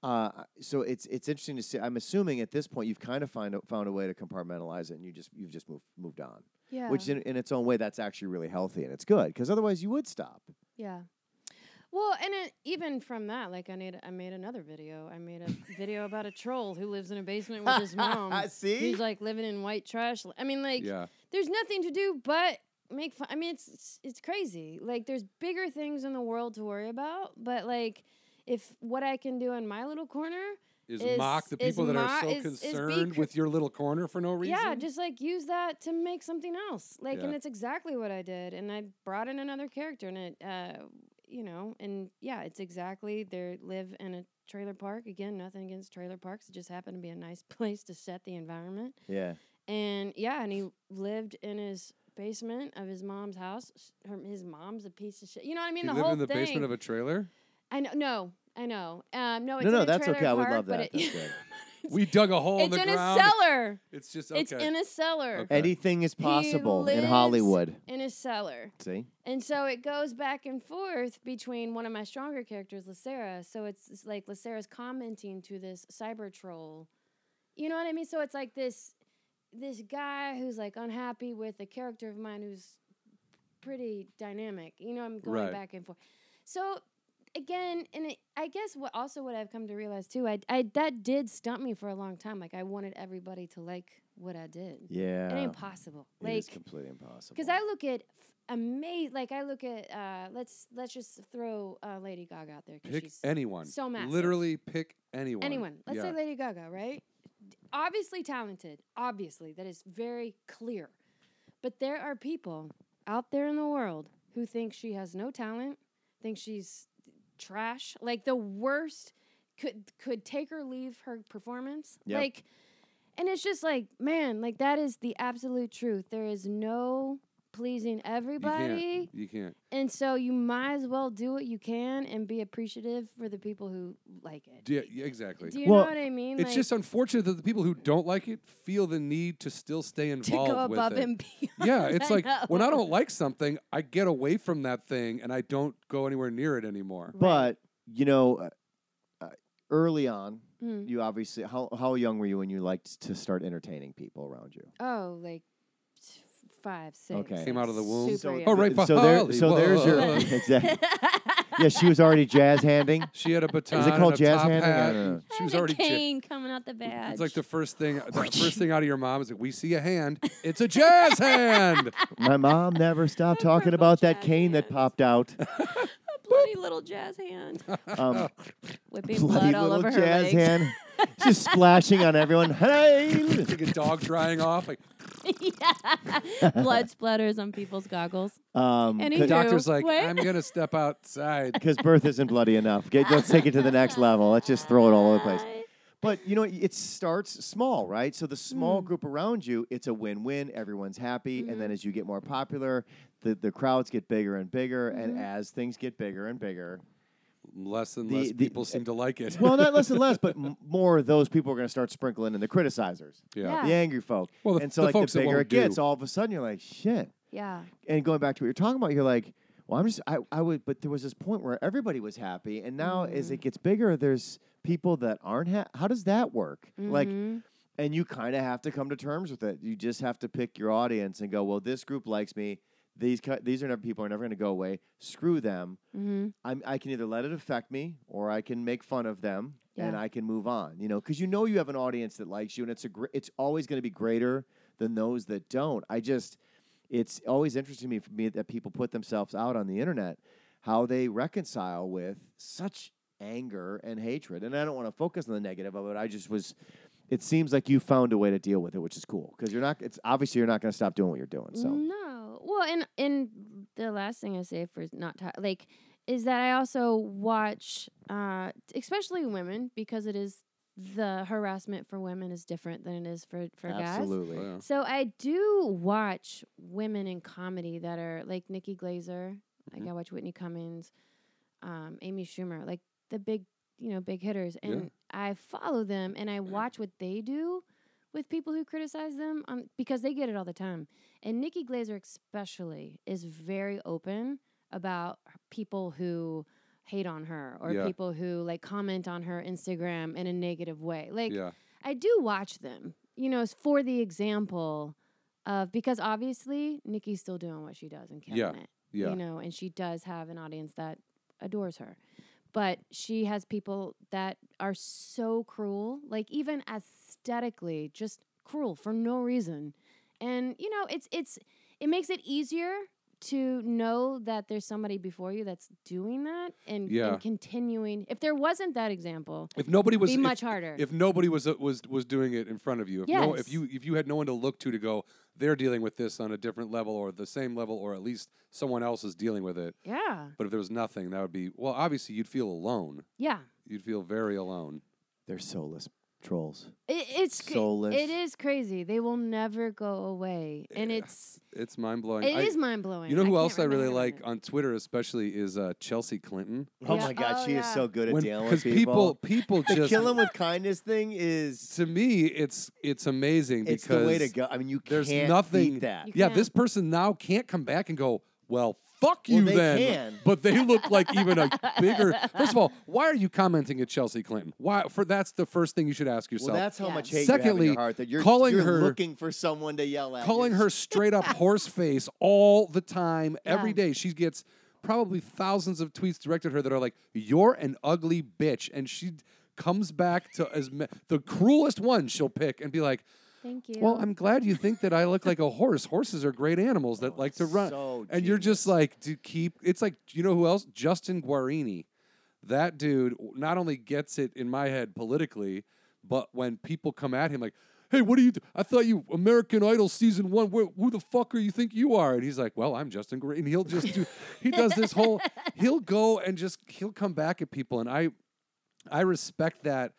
uh, so it's it's interesting to see. I'm assuming at this point you've kind of find a, found a way to compartmentalize it, and you just you've just moved moved on,
Yeah.
which in, in its own way that's actually really healthy and it's good because otherwise you would stop.
Yeah. Well, and it, even from that, like I made, I made another video. I made a video about a troll who lives in a basement with his mom.
See?
He's like living in white trash. I mean, like,
yeah,
there's nothing to do but make fun. I mean, it's, it's it's crazy. Like, there's bigger things in the world to worry about. But like, if what I can do in my little corner,
is,
Is-
mock the
is
people that
mo-
are so
is- is be
concerned
cr-
with your little corner for no reason.
yeah, just like use that to make something else. Like, and
Yeah.
it's exactly what I did. And I brought in another character, and it, uh, you know, and yeah, it's exactly they live in a trailer park. Again, nothing against trailer parks. It just happened to be a nice place to set the environment.
Yeah.
And yeah, and he lived in his basement of his mom's house. S- Her, his mom's a piece of shit. You know what I mean?
you
the
live
whole
in the
thing.
basement of a trailer.
I know. No, I know. Um, no, it's
no,
in
no,
a
that's
trailer
okay. I would
park,
love
but
that. That's
It,
good.
We dug a hole in
it's
the
in
ground.
a cellar.
It's just okay.
It's in a cellar.
Okay.
Anything is possible in
lives-
Hollywood.
In a cellar.
See?
And so it goes back and forth between one of my stronger characters, Lacera. So it's, it's like Lacera's commenting to this cyber troll. You know what I mean? So it's like this this guy who's like unhappy with a character of mine who's pretty dynamic. You know, I'm going
Right.
back and forth. So again, and it, I guess what also what I've come to realize too, I, I that did stump me for a long time. Like I wanted everybody to like what I did.
Yeah.
It ain't possible. Like
it is completely impossible.
because I look at amazing, like I look at uh, let's let's just throw uh, Lady Gaga out there. 'cause
pick
she's
anyone.
so massive.
Literally pick anyone.
anyone. Let's
yeah.
say Lady Gaga, right? D- Obviously talented. Obviously, that is very clear. But there are people out there in the world who think she has no talent, think she's trash, like the worst. Could could take or leave her performance,
Yep.
like, and it's just like, man, like that is the absolute truth. There is no pleasing
you
everybody.
can't. You can't.
And so you might as well do what you can and be appreciative for the people who like it.
Yeah, yeah, exactly.
Do you
Well,
know what I mean?
it's
Like,
just unfortunate that the people who don't like it feel the need to still stay
to
involved
go
with
above
it.
and beyond.
Yeah, it's
I
like
know.
when I don't like something, I get away from that thing and I don't go anywhere near it anymore.
But you know, uh, uh, early on,
Mm.
you obviously how how young were you when you liked to start entertaining people around you?
Oh, like s- five, six.
Okay.
Came out of the womb.
Super
So
young.
Oh, right,
th- so there,
Bahali,
so there's your
whoa.
exactly. Yeah, she was already jazz handing.
She had a baton.
it called
and a
jazz
top
handing? I
Hat.
don't
and
know.
She was
There's a
already. Ja-
cane coming out the badge.
it's like the first thing. The first thing out of your mom is like, "We see a hand. It's a jazz hand."
My mom never stopped talking
purple
about that
jazz
cane that
hands.
popped out.
a bloody little jazz hand
Um,
whipping
bloody
blood all
little
over her
jazz
legs.
hand, just splashing on everyone. Hey,
It's like a dog drying off. Like
yeah. blood splatters on people's goggles.
um,
And he
could-
did.
doctor's like,
Wait.
"I'm gonna step outside."
because birth isn't bloody enough. Get, let's take it to the next level. Let's just throw it all over the place. But you know, it starts small, right? So the small
Hmm.
group around you, it's a win-win. Everyone's happy, and
Mm-hmm.
then as you get more popular, the, the crowds get bigger and bigger,
Mm-hmm.
and as things get bigger and bigger,
Less and
The-
less
the-
people seem to like it.
well, not less and less, but m- more of those people are going to start sprinkling in the criticizers,
yeah.
Ah.
the angry folk.
Well, the-
and so
the
like
folks
the
that
bigger
won't
it gets,
do.
all of a sudden you're like, shit.
Yeah.
and going back to what you're talking about, you're like, well, I'm just, I, I would, but there was this point where everybody was happy, and now as it gets bigger, there's people that aren't happy. How does that work? Like,
Mhm.
and you kind of have to come to terms with it. You just have to pick your audience and go, well, this group likes me. These ki- these are never people are never going to go away. Screw them.
Mhm.
I'm, I can either let it affect me or I can make fun of them and
Yeah.
I can move on. You know, because you know you have an audience that likes you, and it's a gr- it's always going to be greater than those that don't. I just it's always interesting to me for me that people put themselves out on the internet how they reconcile with such anger and hatred. And I don't want to focus on the negative of it. I just was. It seems like you found a way to deal with it, which is cool because you're not. It's obviously you're not going to stop doing what you're doing.
Mm-hmm.
So
No. Well, and and the last thing I say for not ti like is that I also watch, uh, especially women, because it is the harassment for women is different than it is for for guys.
absolutely,
Oh, yeah.
So I do watch women in comedy that are like Nikki Glazer.
Mm-hmm.
Like I watch Whitney Cummings, um, Amy Schumer, like the big you know big hitters,
Yeah.
and I follow them and I watch what they do with people who criticize them um, because they get it all the time. And Nikki Glazer especially is very open about h- people who hate on her or
Yeah.
people who like comment on her Instagram in a negative way. Like
yeah.
I do watch them, you know, s- for the example of because obviously Nikki's still doing what she does and killing
Yeah,
it,
Yeah.
you know, and she does have an audience that adores her. But she has people that are so cruel, like even aesthetically, just cruel for no reason. And you know, it's it's it makes it easier to know that there's somebody before you that's doing that and,
Yeah.
and continuing. If there wasn't that example,
If nobody was
be
if-
much harder.
If nobody was uh, was was doing it in front of you, if no, if
Yes.
you if you had no one to look to to go, they're dealing with this on a different level or the same level or at least someone else is dealing with it.
yeah.
But if there was nothing, that would be well. Obviously, you'd feel alone.
Yeah.
You'd feel very alone.
they're soulless trolls.
It, it's cra-
Soulless.
It is crazy. They will never go away, and
Yeah.
it's
It's mind blowing.
it is mind blowing.
You know who else I really like on Twitter, especially, is uh, Chelsea Clinton.
Oh
Yeah.
my God,
Oh,
she is
yeah.
so good at
When-
dealing with
people people
the
just
kill him with kindness thing is
to me it's it's amazing
it's
because
the way to go. I mean, you
there's
can't
nothing
beat that.
You
yeah,
can't.
this person now can't come back and go, well, fuck
Well,
you
they
then.
can.
But they look like even a bigger. First of all, why are you commenting at Chelsea Clinton? Why? For that's the first thing you should ask
Well,
yourself.
that's how
Yeah.
much hate you have in
Secondly,
your heart that you're
calling
you're
her-
looking for someone to yell at.
Calling
you.
her straight up horse face all the time, every
Yeah.
day. She gets probably thousands of tweets directed at her that are like, "You're an ugly bitch," and she comes back to as ma- the cruelest one she'll pick and be like.
Thank you.
Well, I'm glad you think that I look like a horse. Horses are great animals that
Oh,
like to run.
so
and you're just like to keep. It's like you know who else? Justin Guarini. That dude not only gets it in my head politically, but when people come at him like, "Hey, what are you? Do- I thought you American Idol season one. Where, who the fuck are you think you are?" And he's like, "Well, I'm Justin Guarini." And he'll just do. he does this whole. He'll go and just he'll come back at people, and I I respect that.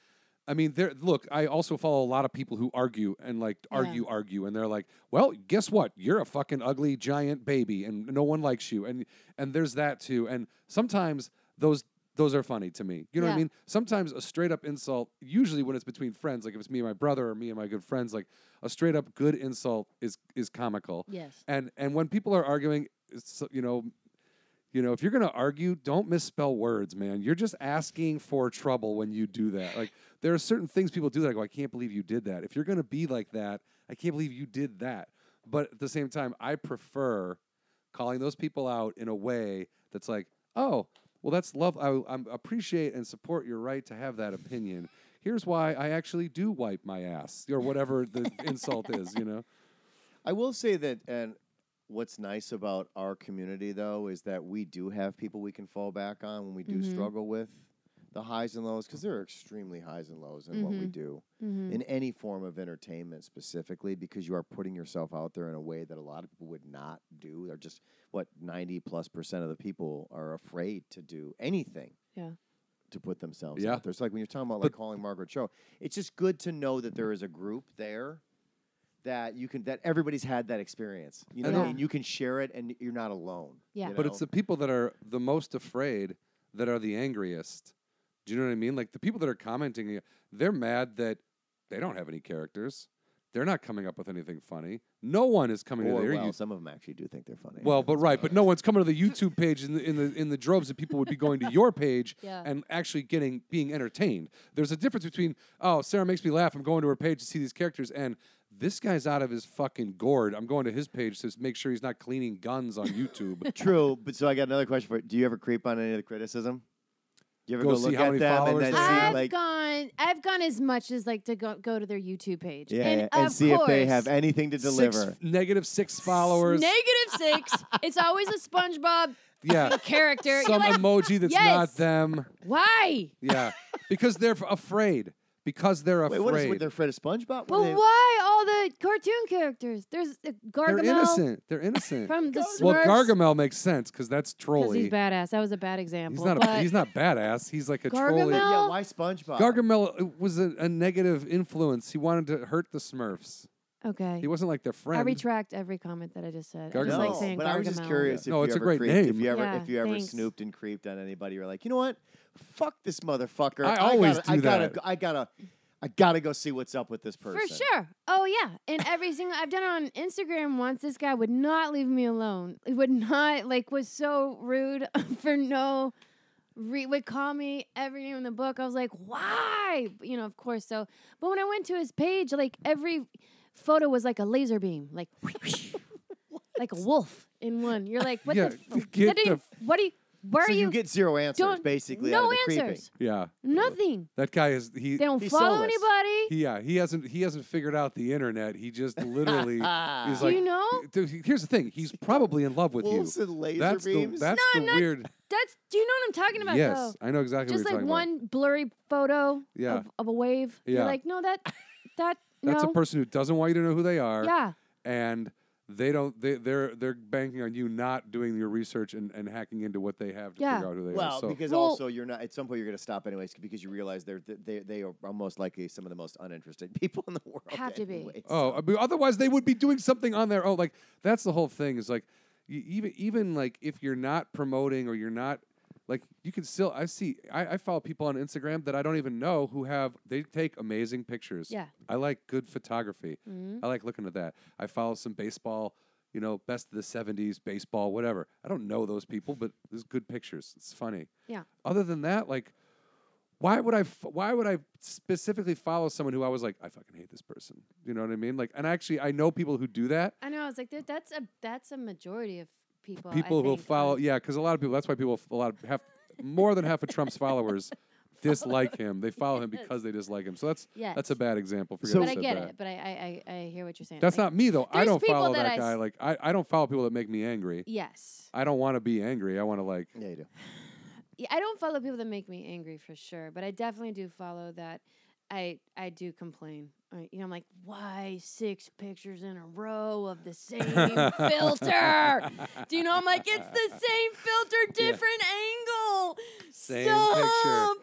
I mean, there. Look, I also follow a lot of people who argue and like
Yeah.
argue, argue, and they're like, "Well, guess what? You're a fucking ugly giant baby, and no one likes you." And and there's that too. And sometimes those those are funny to me. You know what I
Yeah.
mean? Sometimes a straight up insult, usually when it's between friends, like if it's me and my brother or me and my good friends, like a straight up good insult is is comical.
yes.
And and when people are arguing, it's, you know, you know, if you're going to argue, don't misspell words, man. You're just asking for trouble when you do that. Like there are certain things people do that I go, I can't believe you did that. If you're going to be like that, I can't believe you did that. But at the same time, I prefer calling those people out in a way that's like, oh, well, that's love. I I'm appreciate and support your right to have that opinion. Here's why I actually do wipe my ass or whatever the insult is, you know?
I will say that, and what's nice about our community though is that we do have people we can fall back on when we do
Mhm.
struggle with the highs and lows because there are extremely highs and lows in what we
Mhm.
do
Mm-hmm.
in any form of entertainment specifically because you are putting yourself out there in a way that a lot of people would not do. They're just what 90 plus percent of the people are afraid to do anything.
Yeah.
To put themselves
Yeah.
out there. It's like when you're talking about like
But-
calling Margaret Cho. It's just good to know that there is a group there that you can that everybody's had that experience. You know
And
what I
the-
mean? You can share it and you're not alone.
Yeah.
you
But it's
know?
the people that are the most afraid that are the angriest. Do you know what I mean? Like the people that are commenting, they're mad that they don't have any characters. They're not coming up with anything funny. No one is coming
or,
to their
well,
you-
some of them actually do think they're funny.
Well, but right, but no one's coming to the YouTube page in the in the in the droves that people would be going to your page
Yeah.
and actually getting being entertained. There's a difference between oh, Sarah makes me laugh. I'm going to her page to see these characters, and this guy's out of his fucking gourd. I'm going to his page to make sure he's not cleaning guns on YouTube.
True, but so I got another question for you. Do you ever creep on any of the criticism? Do you ever
Go
go,
see
look
how
at
many
them and
followers
then
they have?
see
I've
like
gone gone. I've gone as much as like to go, go to their YouTube page.
Yeah,
and,
yeah, and
of
see if they
course,
have anything to deliver.
Six, negative six followers.
Negative six. it's always a SpongeBob
yeah.
character. You're
Some
like,
emoji that's
Yes.
not them.
why?
Yeah. because they're f- afraid. Because they're
Wait,
afraid.
what is with their friend SpongeBob?
But
What are they-
why all the cartoon characters? There's uh,
They're
Gargamel
innocent. They're innocent.
from the
well,
Smurfs.
Gargamel makes sense because that's
Because
trolly.
he's badass. That was a bad example.
He's not a,
but
he's not badass. He's like a trolly.
Gargamel?
Yeah,
No.
why SpongeBob?
Gargamel was a, a negative influence. He wanted to hurt the Smurfs.
okay.
He wasn't like their friend.
I retract every comment that I just said. I just
No,
like
Gargamel.
saying
but
Gargamel.
I was just curious if
No,
you
it's a
ever
great
creeped, if
name.
you ever
Yeah,
if you ever
thanks.
snooped and creeped on anybody, you're like, you know what? Fuck this motherfucker.
I always
gotta, I
do
gotta,
that.
go- I gotta, I gotta go see what's up with this person.
For sure. Oh yeah. And every single I've done it on Instagram once, this guy would not leave me alone. He would not like was so rude for no re- would call me every name in the book. I was like, why? You know, of course. So but when I went to his page, like every photo was like a laser beam, like like a wolf in one. You're like, what
Yeah,
the f-
get
what do you,
the-
what do you where
So
are
you,
you,
get zero answers
don't-
basically. out of
no
the creeping.
answers.
yeah,
Nothing.
that guy is he.
They don't
He's
follow
soulless.
anybody.
he- yeah, he hasn't he hasn't figured out the internet. He just literally
Ah.
he's
Do
like.
you know?
"Dude, he- Here's the thing. He's probably in love with you.
Wolves and laser
That's the
beams.
that's the
No, I'm not
weird.
That's do you know what I'm talking about
Yes,
though?
I know exactly
just
what you're
like
talking
one blurry photo
Yeah.
of, of a wave. You're
Yeah.
like, no, that that
about. That's
no.
a person who doesn't want you to know who they are.
yeah.
and they don't they they're they're banking on you not doing your research and, and hacking into what they have to
Yeah.
figure out who they
Well,
are. So
because
Well-
also you're not at some point you're gonna stop anyways because you realize they're they they are most likely some of the most uninteresting people in the world.
Have to be.
anyways.
oh, I mean, otherwise they would be doing something on their own. Like that's the whole thing is like you, even even like if you're not promoting or you're not like you can still I see I, I follow people on Instagram that I don't even know who have they take amazing pictures.
Yeah.
I like good photography.
Mhm.
I like looking at that. I follow some baseball, you know, best of the 70s, baseball, whatever. I don't know those people, but there's good pictures. It's funny.
Yeah.
Other than that, like, why would I? F- why would I specifically follow someone who I was like, I fucking hate this person. You know what I mean? Like, and actually, I know people who do that.
I know. I was like, that, that's a that's a majority of people. I
people who
think, uh,
follow,
on-
yeah, because a lot of people. That's why people, f- a lot of half, more than half of Trump's followers dislike him. They follow him because they dislike him. So that's
Yes.
that's a bad example. Forget
So-
But I
said
get
that.
it. But I, I I I hear what you're saying.
That's
Like,
not me though. I
there's
don't
people
follow
that
that,
I
guy.
s-
Like I, I don't follow people that make me angry.
Yes.
I don't want to be angry. I want to like
Yeah, you do.
Yeah, I don't follow people that make me angry for sure, but I definitely do follow that. I I do complain. I, you know, I'm like, why six pictures in a row of the same filter? Do you know? I'm like, it's the same filter, different angle.
Same picture.
Stop.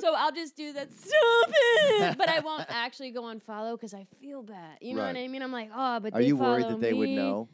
So I'll just do that. Stop it! But I won't actually go and follow because I feel bad. You know what
Right.
I mean? I'm like, oh, but
Are
they
you worried
follow
that they would
me."
know?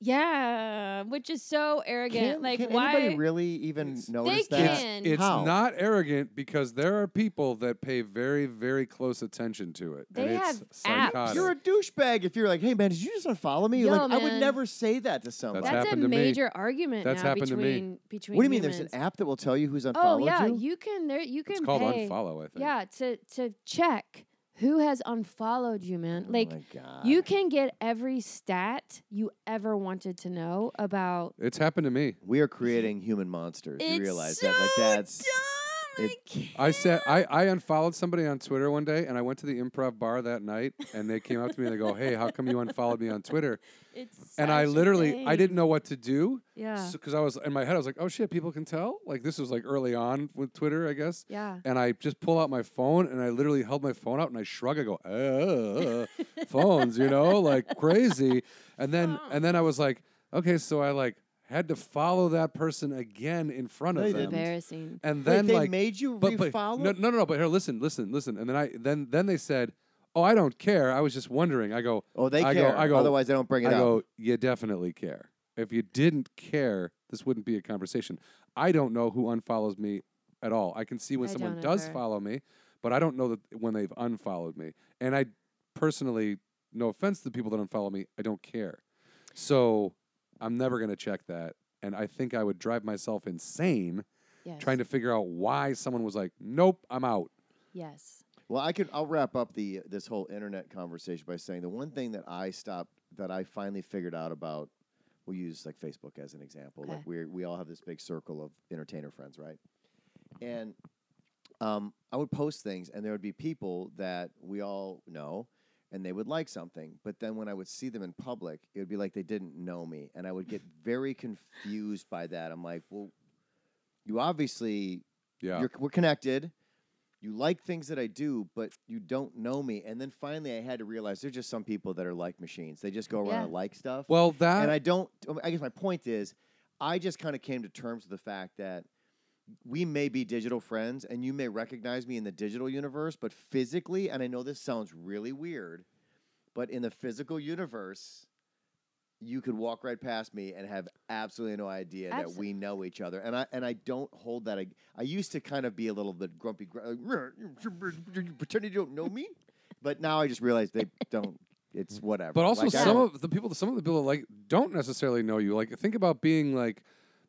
Yeah, which is so arrogant.
Can-
like,
can
why?
anybody really even
It's-
notice
They
that?
can.
It's
How?
not arrogant because there are people that pay very, very close attention to it.
They
and
have
it's
apps.
psychotic.
You're a douchebag if you're like, hey man, did you just unfollow me?
Yo,
like, I would
man.
never say that to someone.
That's
That's a
happened to me.
major argument
That's
now
happened to me.
between between
what do you mean? There's
humans.
an app that will tell you who's unfollowed
Oh yeah,
you.
can there you can
it's called
pay.
unfollow, I think.
Yeah, to to check who has unfollowed you, man. Like
oh my God.
you can get every stat you ever wanted to know about.
It's happened to me.
we are creating human monsters.
It's
you realize
so
that? Like that's
dumb.
it-
I said I, I unfollowed somebody on Twitter one day and I went to the improv bar that night and they came up to me and they go, Hey, how come you unfollowed me on Twitter?
it's
And I
such a
literally I
thing.
didn't know what to do.
Yeah.
because I was in my head, I was like, "Oh shit, people can tell." Like this was like early on with Twitter, I guess.
yeah.
And I just pull out my phone, and I literally held my phone out, and I shrug. I go, "Uh, phones," you know, like crazy. And then, and then I was like, "Okay," so I like had to follow that person again in front
No,
of
you
them.
didn't.
Embarrassing.
And
Wait,
then
they
like,
made you
but, but no,
refollow.
no, no, no. But here, listen, listen, listen. And then I then then they said, "Oh, I don't care. I was just wondering." I go,
oh, they
I go-
care.
I go-
Otherwise, they don't bring it
I
up.
go, you definitely care. If you didn't care, this wouldn't be a conversation. I don't know who unfollows me at all. I can see when
I
someone
don't
does
either.
follow me, but I don't know that when they've unfollowed me. And I personally, no offense to the people that unfollow me, I don't care. So I'm never going to check that. And I think I would drive myself insane
Yes.
trying to figure out why someone was like, nope, I'm out.
Yes.
Well, I could. I'll wrap up the this whole internet conversation by saying the one thing that I stopped that I finally figured out about. We'll use like Facebook as an example.
Okay.
Like we we all have this big circle of entertainer friends, right? And um, I would post things, and there would be people that we all know, and they would like something. But then when I would see them in public, it would be like they didn't know me, and I would get very confused by that. I'm like, well, you obviously
Yeah.
you're, we're connected. You like things that I do, but you don't know me. And then finally, I had to realize there's just some people that are like machines. They just go around
Yeah.
and like stuff.
well, that
and I don't. um, I guess my point is, I just kind of came to terms with the fact that we may be digital friends, and you may recognize me in the digital universe, but physically, and I know this sounds really weird, but in the physical universe. You could walk right past me and have absolutely no idea that
Absol-
we know each other, and I and I don't hold that. I, I used to kind of be a little bit grumpy, gr- like, "Rrr, you pretend you don't know me, but now I just realize they don't. It's whatever.
Mm. But also,
Like, I
some
don't-
of the people, some of the people like don't necessarily know you. Like, think about being like,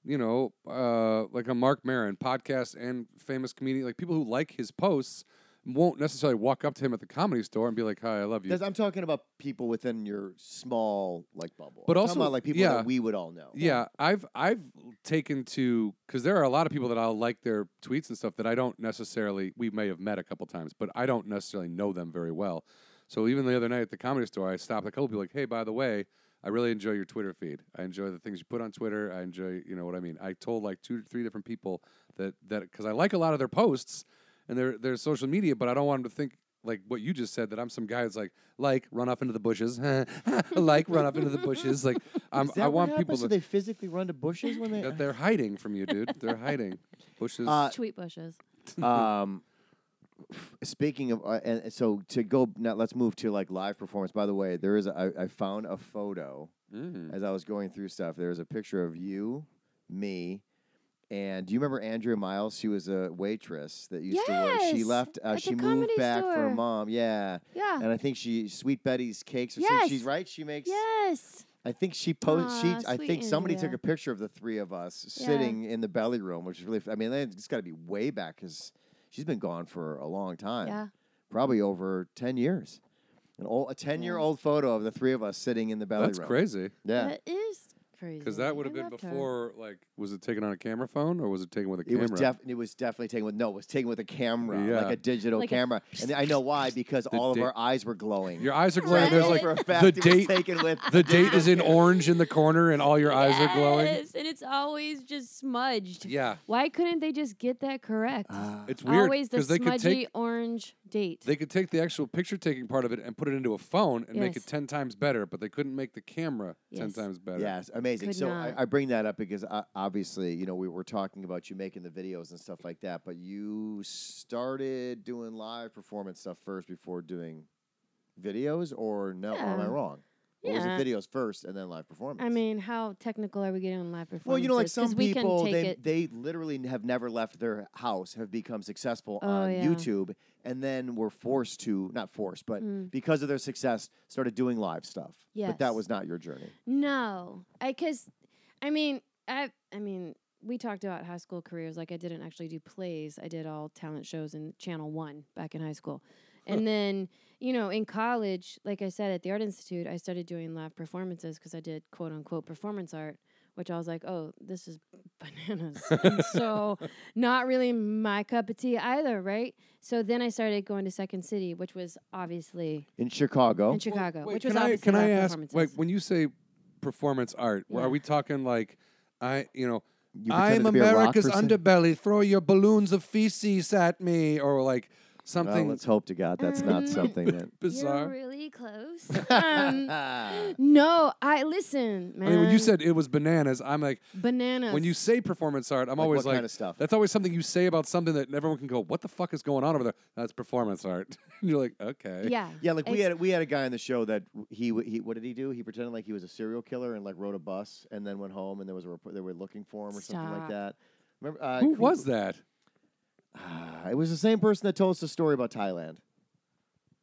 you know, uh, like a Mark Maron podcast and famous comedian. Like people who like his posts won't necessarily walk up to him at the comedy store and be like, "Hi, I love you."
Because I'm talking about people within your small like bubble.
But
I'm
also-
talking about like people
yeah.
that we would all know.
Yeah, I've I've taken to because there are a lot of people that I'll like their tweets and stuff that I don't necessarily. We may have met a couple times, but I don't necessarily know them very well. So even the other night at the comedy store, I stopped a couple people like, "Hey, by the way, I really enjoy your Twitter feed. I enjoy the things you put on Twitter. I enjoy, you know what I mean." I told like two, three different people that that because I like a lot of their posts and their their social media, but I don't want them to think. Like what you just said, that I'm some guy that's like, like run off into the bushes, like run off into the bushes, like I'm,
Is that
I
what
want people
happens?
to
So they physically run to bushes when
that
they.
Uh, they're hiding from you, dude. They're hiding. Bushes.
Uh,
Tweet bushes.
um, f- speaking of, uh, and and so to go now, let's move to like live performance. By the way, there is a, I, I found a photo
Mm.
as I was going through stuff. There was a picture of you, me. And do you remember Andrea Miles? She was a waitress that used to work. She
Yes,
left. Uh,
at the
she moved
comedy
back for her
store.
mom. Yeah,
Yeah.
and I think she Sweet Betty's cakes. Or something.
Yes.
she's right. She makes.
Yes.
I think she posted.
Aw,
She, I
sweet
think somebody took
Andrea.
a picture of the three of us
Yeah.
sitting in the belly room, which is really. I mean, it's got to be way back because she's been gone for a long time,
Yeah.
probably over ten years. An old, a ten-year-old photo of the three of us sitting in the belly
That's
room.
crazy.
Yeah,
That is crazy.
Because that would have
I
been
loved her.
before, like, was it taken on a camera phone or was it taken with a
it
camera?
was def- It was definitely taken with no. It was taken with a camera,
Yeah.
like a digital
Like a-
camera, and I know why because all of
di-
our eyes were glowing.
Your eyes are
I
glowing.
know
There's like
for a fact
the
it was
date-
taken with
the date is in orange in the corner and all your eyes are glowing.
Yes, and it's always just smudged.
Yeah.
Why couldn't they just get that correct?
Ah.
It's weird
always the
because they
smudgy
could take
orange date.
they could take the actual picture taking part of it and put it into a phone and make it
Yes.
ten times better, but they couldn't make the camera ten
Yes.
times better.
Yes, amazing.
Could
so I,
not.
I bring that up because uh, obviously, you know, we were talking about you making the videos and stuff like that, but you started doing live performance stuff first before doing videos, or no? Or am I
Yeah.
wrong? Or was
Yeah.
it videos first and then live performance?
I mean, how technical are we getting on live performances?
Well, you know, like some
'Cause we
people,
can take
they,
it.
they literally have never left their house, have become successful
Oh,
on
yeah.
YouTube, and then were forced to, not forced, but
Mm.
because of their success, started doing live stuff. But that
Yes.
was not your journey.
No, I because I mean, I I mean, we talked about high school careers. Like, I didn't actually do plays. I did all talent shows in Channel One back in high school, and then you know, in college, like I said at the Art Institute, I started doing live performances because I did quote unquote performance art. Which I was like, oh, this is bananas. and so, not really my cup of tea either, right? So then I started going to Second City, which was obviously
In Chicago.
in Chicago,
Oh, Wait,
which
can
was
I
obviously
can I
live
ask? Wait,
performances.
when you say performance art,
Yeah.
are we talking like I you know
You pretended
I'm
to be a rock
America's
person?
underbelly. Throw your balloons of feces at me, or like
Well,
something
Oh, let's hope to God that's not
Mm.
Um,
something that.
bizarre.
You're really close. um, no, I listen, man.
I mean, when you said it was bananas, I'm like,
bananas,
when you say performance art, I'm
Like
always
what
like,
kind of stuff?
that's always something you say about something that everyone can go, what the fuck is going on over there? That's performance art. and you're like, okay.
yeah,
yeah, like we
Ex-
had we had a guy on the show that w- he w- he what did he do? He pretended like he was a serial killer and like rode a bus and then went home and there was a report they were looking for him or something like
Stop.
that. Remember uh,
Who was that?
Ah, it was the same person that told us the story about Thailand.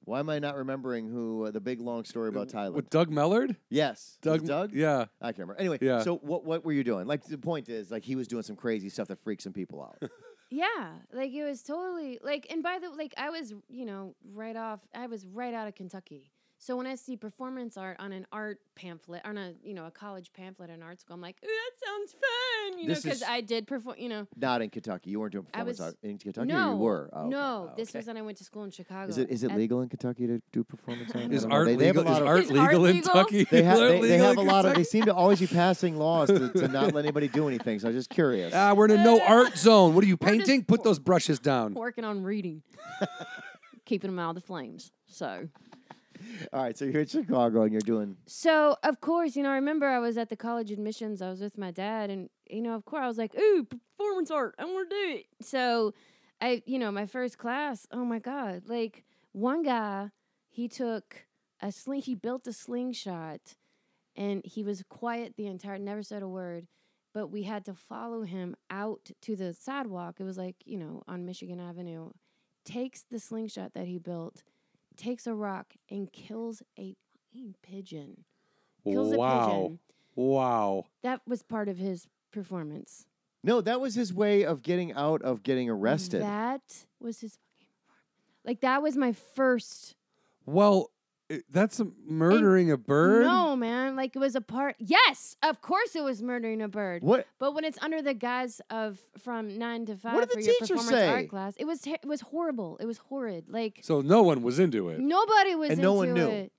Why am I not remembering who uh, the big long story about Thailand?
With Doug Mellard?
yes, It was
Uh, Doug?
Doug.
Yeah.
I can't remember. Anyway,
Yeah.
so what what were you doing? Like the point is, like he was doing some crazy stuff that freaked some people out.
yeah, like it was totally like. And by the like, I was you know right off. I was right out of Kentucky, So when I see performance art on an art pamphlet, on a you know a college pamphlet in art school, I'm like, "Ooh, that sounds fun, you know,
This
because
is-
I did perform, you know.
Not in Kentucky. You weren't doing
I
performance
was-
art in Kentucky. or
no,
you were. Oh, okay.
no,
Oh,
this
okay.
was when I went to school in Chicago.
Is it is it
At-
legal in Kentucky to do performance art? I
Is
don't know.
art
They- they have a
legal? Is
lot of-
art
Is art
legal in
legal?
Kentucky?
They, ha-
Is art
they, they
legal
have a
in
lot of. They
Kentucky?
seem to always be passing laws to, to not let anybody do anything. So I was just curious.
Ah, we're in a no art zone. What are you
We're just-
painting? Put those brushes down.
working on reading, keeping them out of the flames. So,
All right, so you're in Chicago and you're doing.
so of course, you know, I remember I was at the college admissions. I was with my dad, and you know, of course, I was like, "Ooh, performance art! I want to do it." So, I, you know, my first class. Oh my god! Like one guy, he took a sling. He built a slingshot, and he was quiet the entire. Never said a word. But we had to follow him out to the sidewalk. It was like, you know, on Michigan Avenue. Takes the slingshot that he built, takes a rock, and kills a fucking pigeon. Kills a
Wow.
pigeon.
Wow.
That was part of his performance.
No, that was his way of getting out of getting arrested.
That was his fucking performance. Like, that was my first.
Well, i- that's a- murdering a bird.
No, man. Like, it was a part. Yes, of course it was murdering a bird.
What
But when it's under the guise of from nine to five
did the
for your
teacher
performance
say?
art class, it was ter- it was horrible. It was horrid. Like
So no one was into it.
nobody was
And
into
no one knew.
it.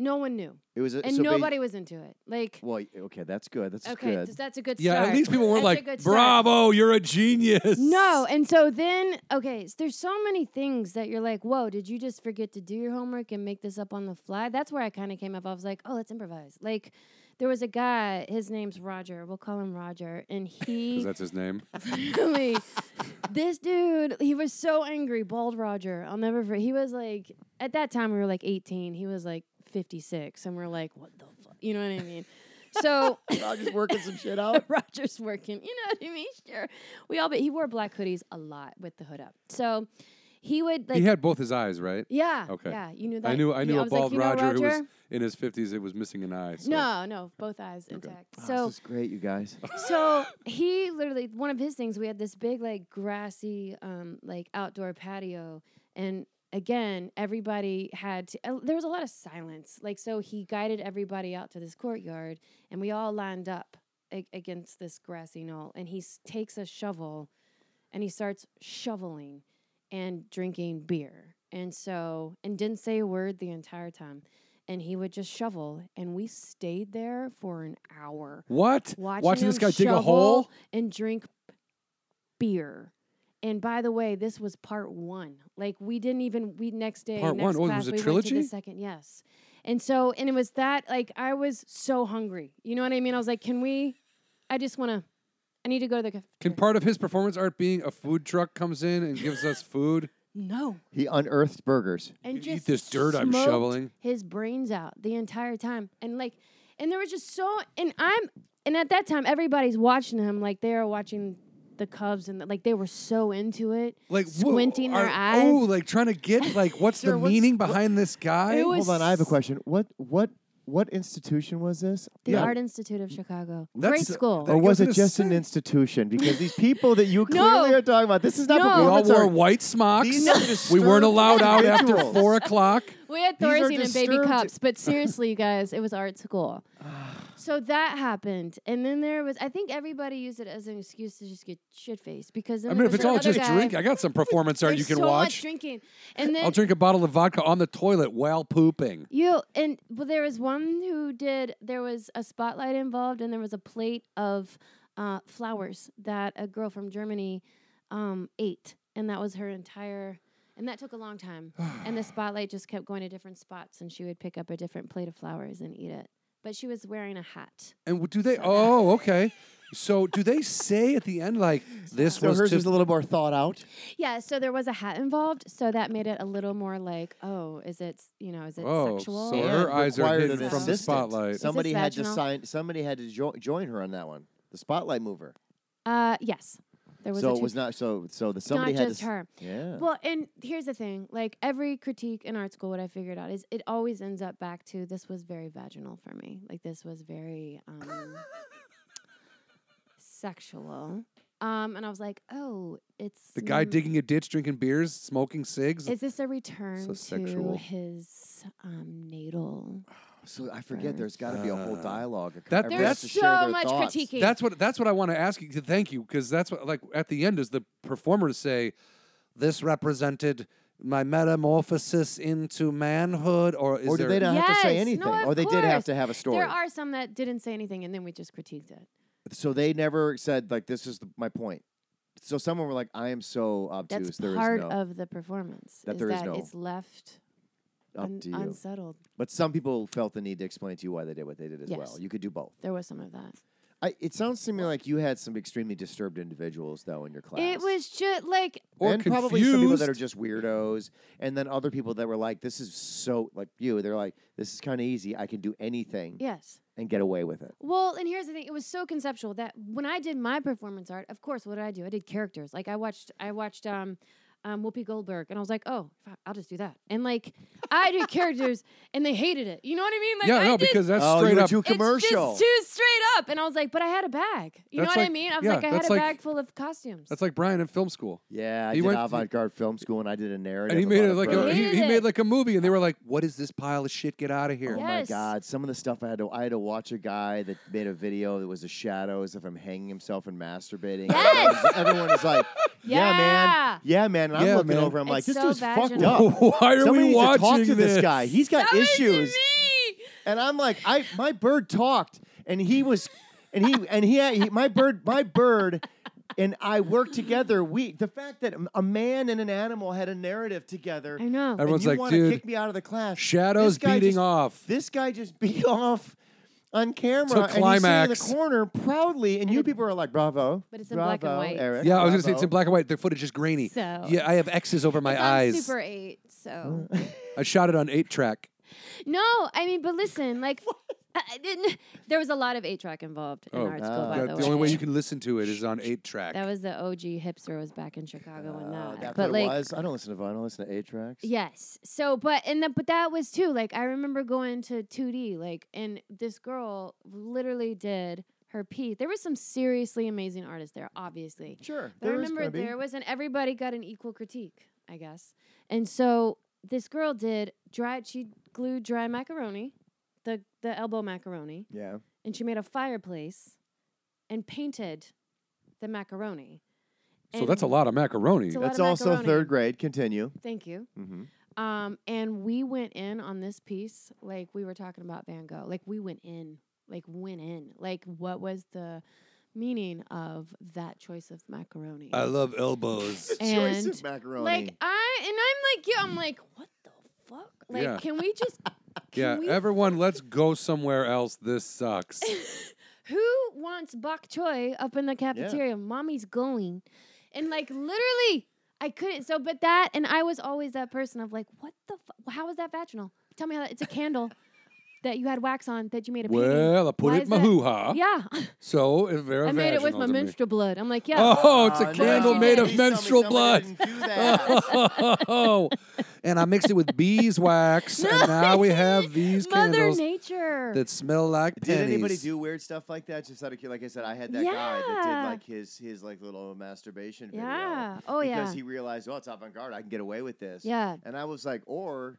No one knew,
it was. A,
and
so ba-
nobody was into it. Like
Well, y- okay, that's good. That's
okay,
good.
th- that's a good
Yeah,
start.
at least people weren't
That's a
like,
good start.
"Bravo, you're a genius."
No, and so then okay, s- there's so many things that you're like, whoa, did you just forget to do your homework and make this up on the fly? That's where I kind of came up. I was like, oh, let's improvise. Like, there was a guy, his name's Roger. We'll call him Roger, and he
because that's his name.
Really, this dude, he was so angry. Bald Roger, I'll never forget. He was like, at that time we were like 18. He was like 56, and we're like, what the fuck? You know what I mean? So
Roger's working some shit out.
Roger's working. You know what I mean? Sure. We all, but he wore black hoodies a lot with the hood up. So he would like,
he had both his eyes, right?
yeah,
Okay.
yeah. You knew that.
I knew. I
Yeah,
knew a
was like,
bald
"You know
Roger, who was in his fifties. It was missing an eye. So. Ah,
No, no, both eyes intact.
Wow,
So
Ah, this is great, you guys.
so he literally one of his things we had this big like grassy um like outdoor patio and again everybody had to, uh, there was a lot of silence like so he guided everybody out to this courtyard and we all lined up a- against this grassy knoll and he s- takes a shovel and he starts shoveling and drinking beer and so and didn't say a word the entire time and he would just shovel and we stayed there for an hour
What?
watching,
this
him
guy dig a
shovel
hole.
and drink beer. And by the way, this was part one. Like we didn't even we next day
Part one.
next
Oh, it was
class,
a
we Went
trilogy?
to the second, yes. And so and it was that like I was so hungry. You know what I mean? I was like, can we? I just want to. I need to go to the. caf-
Can part of his performance art being a food truck comes in and gives us food?
no.
He unearthed burgers.
and
You eat
just
this dirt I'm
smoked
shoveling.
His brains out the entire time, and like, and there was just so, and I'm, and at that time everybody's watching him like they are watching the Cubs, and like they were so into it.
Like whoa,
Squinting their
are-
eyes.
Oh, like trying to get like what's
Sir,
the
what's-
meaning behind this guy? Oh
It was-
Hold on, I have a question. What what what institution was this?
The
Yeah.
Art Institute of Chicago,
That's-
great school.
that-
or was
goes
it
to
just an
say.
institution? Because these people that you clearly are talking about, this is not
No.
we all
performance
wore
art.
white smocks.
These are
we
disturbed
weren't allowed out after
individuals.
four o'clock.
we had
These are
Thorazine and baby
disturbed-
cups, but seriously, you guys, it was art school. so that happened, and then there was. I think everybody used it as an excuse to just get shit faced because. Then
I
there
mean, if
was
it's all
another
just
guy-
drink, I got some performance art
there's
you can
so Much
watch.
drinking, and then
I'll drink a bottle of vodka on the toilet while pooping.
You and well, there was one who did. There was a spotlight involved, and there was a plate of uh, flowers that a girl from Germany um, ate, and that was her entire. And that took a long time. and the spotlight just kept going to different spots, and she would pick up a different plate of flowers and eat it. But she was wearing a hat.
And w- do they? Oh, okay. So do they say at the end like this
So
was
hers
to
was a little more thought out.
Yeah, so there was a hat involved, so that made it a little more like, oh, is it s- you know, is it
oh,
sexual?
so
And
her eyes are
required
hidden
an
from the
assistant.
spotlight.
Some-
Somebody had to
vaginal?
sign. Somebody had to jo- join her on that one. The spotlight mover.
Uh, yes, there was.
so
a
it
two-
was not. So so the
it's not
somebody had
just
to. s-
her.
Yeah.
Well, and here's the thing: like every critique in art school, what I figured out is it always ends up back to this was very vaginal for me. Like this was very um, sexual, Um, and I was like, oh, it's
The guy
mm,
digging a ditch, drinking beers, smoking cigs.
Is this a return to
sexual.
his um, natal?
So I forget. There's got to be a whole
Uh,
dialogue. a-
that-
everybody has
There's
to
That's-
share
so
their
much
thoughts.
critiquing.
That's what that's what I want to ask you. Thank you, because that's what like at the end is the performer to say, "This represented my metamorphosis into manhood," or is
Or
there?
did they not have to say
Yes, no,
anything?
of
or they did have
course.
to have a story.
There are some that didn't say anything, and then we just critiqued it.
so they never said like this is the, my point. So someone were like, I am so obtuse.
That's
there is
part
no
of the performance.
That
is
there is
that
no
it's left
up
un-
to you.
unsettled.
but some people felt the need to explain to you why they did what they did as
Yes.
well. You could do both.
There was some of that.
I, it sounds to me like you had some extremely disturbed individuals though in your class.
It was just like
or
and probably some people that are
confused?
just weirdos, and then other people that were like, "This is so like you." They're like, "This is kind of easy. I can do anything
yes.
and get away with it."
Well, and here's the thing: it was so conceptual that when I did my performance art, of course, what did I do? I did characters. Like I watched, I watched um, um, Whoopi Goldberg, and I was like, oh, fuck, I'll just do that. And like I did characters, and they hated it. You know what I mean? Like
yeah,
I
no,
did,
because that's
oh,
straight
you were
up.
too commercial.
It's just too straight up, and I was like, but I had a bag. You
That's
know what
like-
I mean? I was
yeah,
like, I had
that's
a
like-
bag full of costumes.
that's like Brian in film school,
yeah, I
He
did
went-
avant-garde film school, and I did a narrative.
and he made
about
it like
bird.
a, he,
Hated
he made
it.
like a movie, and they were like, "What is this pile of shit? Get out of here!"
Oh my
Yes.
god! Some of the stuff I had to I had to watch a guy that made a video that was the shadows of him hanging himself and masturbating.
Yes.
Everyone- Everyone was like, "Yeah, man, yeah, man." And I'm
Yeah,
looking
man.
over. I'm like,
It's
"This
so
dude's fucked
vaginal.
up."
Why are
Somebody
we
needs to
watching
talk to this, guy. He's got
That was
issues.
me.
And I'm like, I my bird talked, and he was, and he and he, had, he my bird my bird, and I worked together. We the fact that a man and an animal had a narrative together.
I know.
and
Everyone's
you
like,
wanna
"Dude,
kick me out of the class." This
Shadows
guy
beating
just-
off.
This guy just beat off. On camera,
To
and he's sitting in the
climax.
corner proudly, and you
it-
people are like, "Bravo!"
But it's in black and
bravo,
white.
Eric,
yeah, I was gonna say
bravo."
it's in black and white. Their footage is grainy.
So-
yeah, I have X's over my
It's on
eyes.
Super Eight, so
I shot it on eight track.
no, I mean, but listen, like. I I didn't. There was a lot of eight track involved in
Oh,
art school,
Ah.
by
Yeah,
the,
the
way.
only way you can listen to it is on eight track.
That was the OG hipster was back in Chicago and
Uh,
that.
that
But like
was. I don't listen to vinyl. I listen to eight tracks.
yes. So but and the, but that was too. Like I remember going to 2D like and this girl literally did her piece. There was some seriously amazing artists there, obviously.
sure.
But I remember there was an everybody got an equal critique, I guess. And so this girl did dry she glued dry macaroni, the the elbow macaroni,
Yeah.
and she made a fireplace and painted the macaroni.
so
And
that's a lot of macaroni.
It's a lot
That's
of
also
macaroni.
third grade. Continue.
Thank you.
Mm-hmm.
Um, and we went in on this piece like we were talking about Van Gogh. Like we went in, like went in. Like what was the meaning of that choice of macaroni?
I love elbows.
Choice
And,
of macaroni.
like I and I'm like you. I'm like what the fuck? Like
Yeah.
can we just? Can
yeah,
we,
everyone, let's go somewhere else. This sucks.
Who wants bok choy up in the cafeteria? Mommy's going, and like literally, I couldn't. So, but that, and I was always that person of like, what the? Fu- how is that vaginal? Tell me how that. It's a candle that you had wax on that you made a painting.
well, I put
Why
it
is
in my
that-
hoo ha.
Yeah,
So it's very
I made it with
vaginal
my
to me.
menstrual blood. I'm like, yeah.
Oh, it's a
Oh,
candle
no.
made of
Please tell me
menstrual
somebody
blood.
didn't do that.
and I mixed it with beeswax, and now we have these
oh, Mother
candles
Nature.
that smell like
Did
pennies.
anybody do weird stuff like that? Just out of curiosity, like I said, I had that guy that
Yeah.
did like his his like little masturbation video.
yeah. Oh yeah.
Because he realized, oh, it's avant garde. I can get away with this.
yeah.
And I was like, or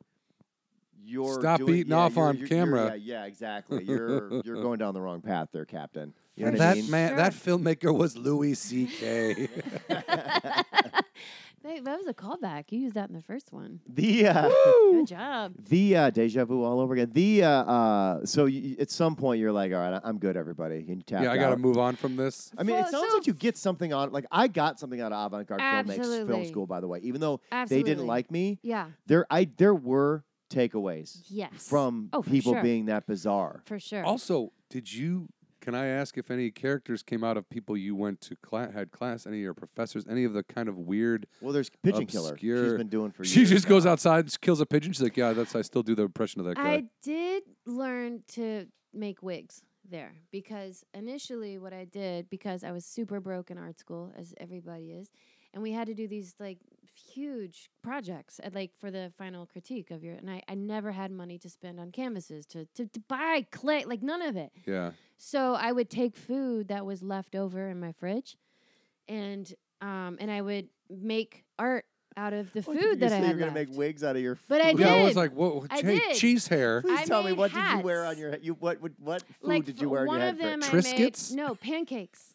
you're
Stop
doing-
eating
yeah,
off
you're-
on
you're- you're-
camera.
yeah, yeah, exactly. You're you're going down the wrong path, there, Captain. You know
For
what I
That
mean?
man, that filmmaker was Louis C.K.
That, that was a callback. You used that in the first one.
the uh,
Good job.
The uh, deja vu all over again. The uh, uh, so y at some point you're like, all right, I- I'm good, everybody. And you tap
yeah, I
got
gotta move on from this.
I mean, it
So-
sounds
so-
like you get something out. Like I got something out of avant-garde film, film
Absolutely.
school, by the way. Even though
Absolutely.
they didn't like me,
Yeah.
there I there were takeaways
Yes.
from
Oh, for
people
sure.
being that bizarre.
For sure.
Also, did you? Can I ask if any characters came out of people you went to cla had class? Any of your professors? Any of the kind of weird?
Well, there's Pigeon Killer. She's
Obscure.
been doing for
She
years
just goes
now.
outside, and kills a pigeon. She's like, "Yeah, that's." I still do the impression of that guy.
I did learn to make wigs there because initially what I did because I was super broke in art school as everybody is and we had to do these like huge projects at, like for the final critique of your and I, I never had money to spend on canvases to, to, to buy clay like none of it
yeah,
so I would take food that was left over in my fridge and um, and I would make art out of the
Oh,
food
you
that
say
I had
You're gonna
left.
make wigs out of your.
But I
food.
did.
Yeah, I was like, whoa,
I
hey,
did.
cheese hair.
Please
I
tell me
made
what did you wear on
hats.
your head? You what what what food
like
did
f-
you wear on
one
your head?
of
for-
them I
Triscuits?
made no pancakes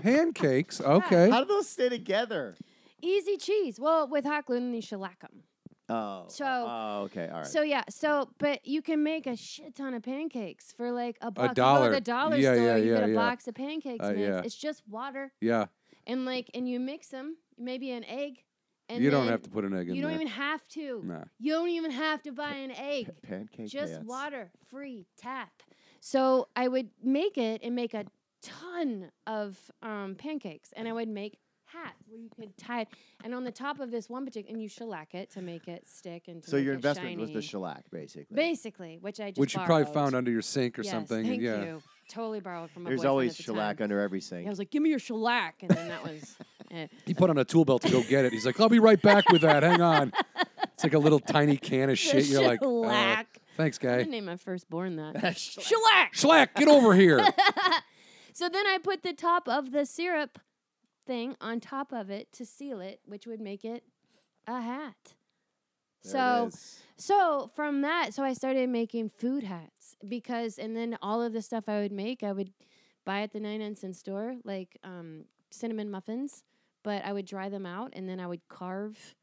Pancakes. Okay.
How do those stay together?
easy cheese well with hot glue and then you shellac them
Oh,
So-
oh, okay, all right.
so yeah so but you can make a shit ton of pancakes for like a buck You go
dollar.
to the dollar
Yeah,
store
yeah,
you
yeah,
get a
yeah.
box of pancakes
Uh,
mix.
yeah.
it's just water
Yeah.
and like and you mix them maybe an egg and
You don't
then
have to put an egg in
you don't
there.
even have to
Nah.
you don't even have to buy an egg
Pa- pancake
just
pants.
water free tap so i would make it and make a ton of um, pancakes and i would make hats where you could tie it and on the top of this one particular and you shellac it to make it stick and to
So
make
your
it
investment was the
shiny.
shellac, basically.
basically which i just
Which you probably
borrowed.
found under your sink or
yes,
something. and
thank
yeah.
you totally borrowed from my
There's
boyfriend
always
at the
shellac
time.
under every
Yeah, i
sink.
was like give me your shellac and then that was it.
He put on a tool belt to go get it. He's like, I'll be right back with that. Hang on. It's like a little tiny can of shit. You're like, uh,
shellac.
thanks,
i
guy.
named my firstborn that shellac
Schlack, get over here.
So then I put the top of the syrup thing on top of it to seal it, which would make it a hat.
There it
so
is.
so from that, so I started making food hats because and then all of the stuff I would make, I would buy at the 99 cent store like um, cinnamon muffins, but I would dry them out and then I would carve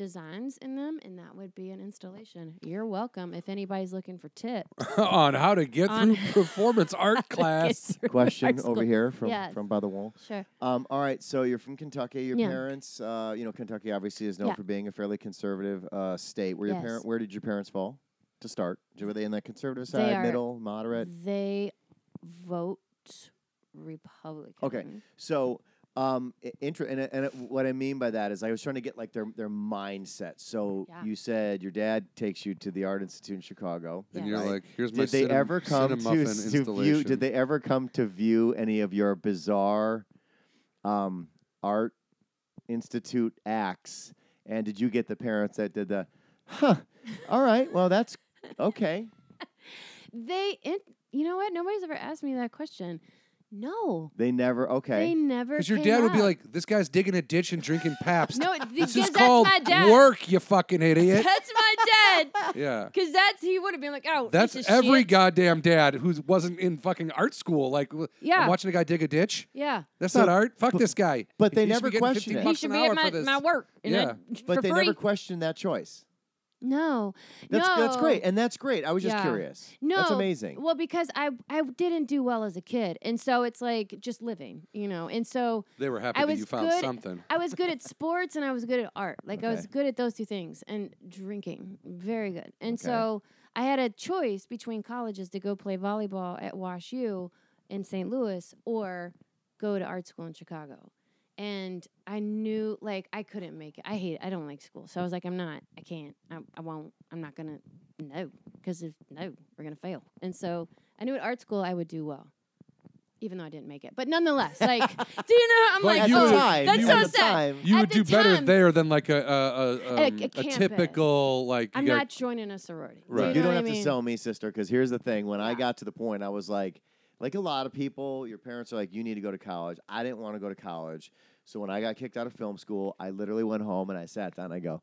designs in them and that would be an installation. You're welcome if anybody's looking for tips.
on how to get
On-
through performance art class.
question over here from
Yes.
from by the wall.
Sure.
Um, all right, so you're from Kentucky. Your
Yeah.
parents, uh, you know, Kentucky obviously is known
Yeah.
for being a fairly conservative uh, state. Where your
Yes.
parent, where did your parents fall to start? J- Were they in the conservative
They
side,
are-
middle, moderate?
They vote Republican.
So, um, i- inter- and, I- and I- what I mean by that is, I was trying to get like their their mindset. So
Yeah.
you said your dad takes you to the Art Institute in Chicago.
And
Yes.
you're
Right.
like, here's my
Did they
cinnam-
ever come to,
cinnamuffin
s- to view?
installation.
Did they ever come to view any of your bizarre um, art institute acts? And did you get the parents that did the? Huh. All right. Well, that's okay.
They, it, you know what? Nobody's ever asked me that question. No,
They never. Okay.
they never.
Because your
came
dad would be
up.
like, this guy's digging a ditch and drinking Pabst.
no,
this
because
is
that's
called
my dad.
work, you fucking idiot.
That's my dad.
yeah.
Because that's he would have been like, oh,
That's
piece of
every
shit.
goddamn dad who wasn't in fucking art school. Like, w-
Yeah.
I'm watching a guy dig a ditch.
Yeah,
That's
So-
not art. Fuck this guy.
but they
He should
never
be getting 50
question it.
he
bucks
should
an
be at
hour for
my,
this.
my work. And
Yeah.
I,
but
for
they
free.
never questioned that choice.
No,
That's
no,
that's great, and that's great. I was just
Yeah.
curious.
No,
that's amazing.
Well, because I I didn't do well as a kid, and so it's like just living, you know. And so
They were happy
I
that
was
you found
good-
something.
I was good at sports and I was good at art. Like I was
Okay.
good at those two things and drinking, very good. And
Okay.
so I had a choice between colleges to go play volleyball at Wash U in St. Louis or go to art school in Chicago. And I knew like I couldn't make it. I hate it. I don't like school. So I was like, I'm not. I can't. I, I won't. I'm not gonna. No, because if no, we're gonna fail. And so I knew at art school I would do well. Even though I didn't make it, but nonetheless, like, do you know? I'm
But
like,
at
you
oh,
the time,
that's
you
so
at the
sad.
time,
You
At
would
the
do better
time-
there than like a a, a,
A-
um,
a
a
campus.
typical like.
I'm
you
not joining a sorority. Do
Right.
You
You, know
don't
what
have
I
to
mean?
sell me, sister, because here's the thing. When I
Yeah.
got to the point, I was like, like a lot of people, your parents are like, you need to go to college. I didn't want to go to college. So when I got kicked out of film school, I literally went home and I sat down and I go,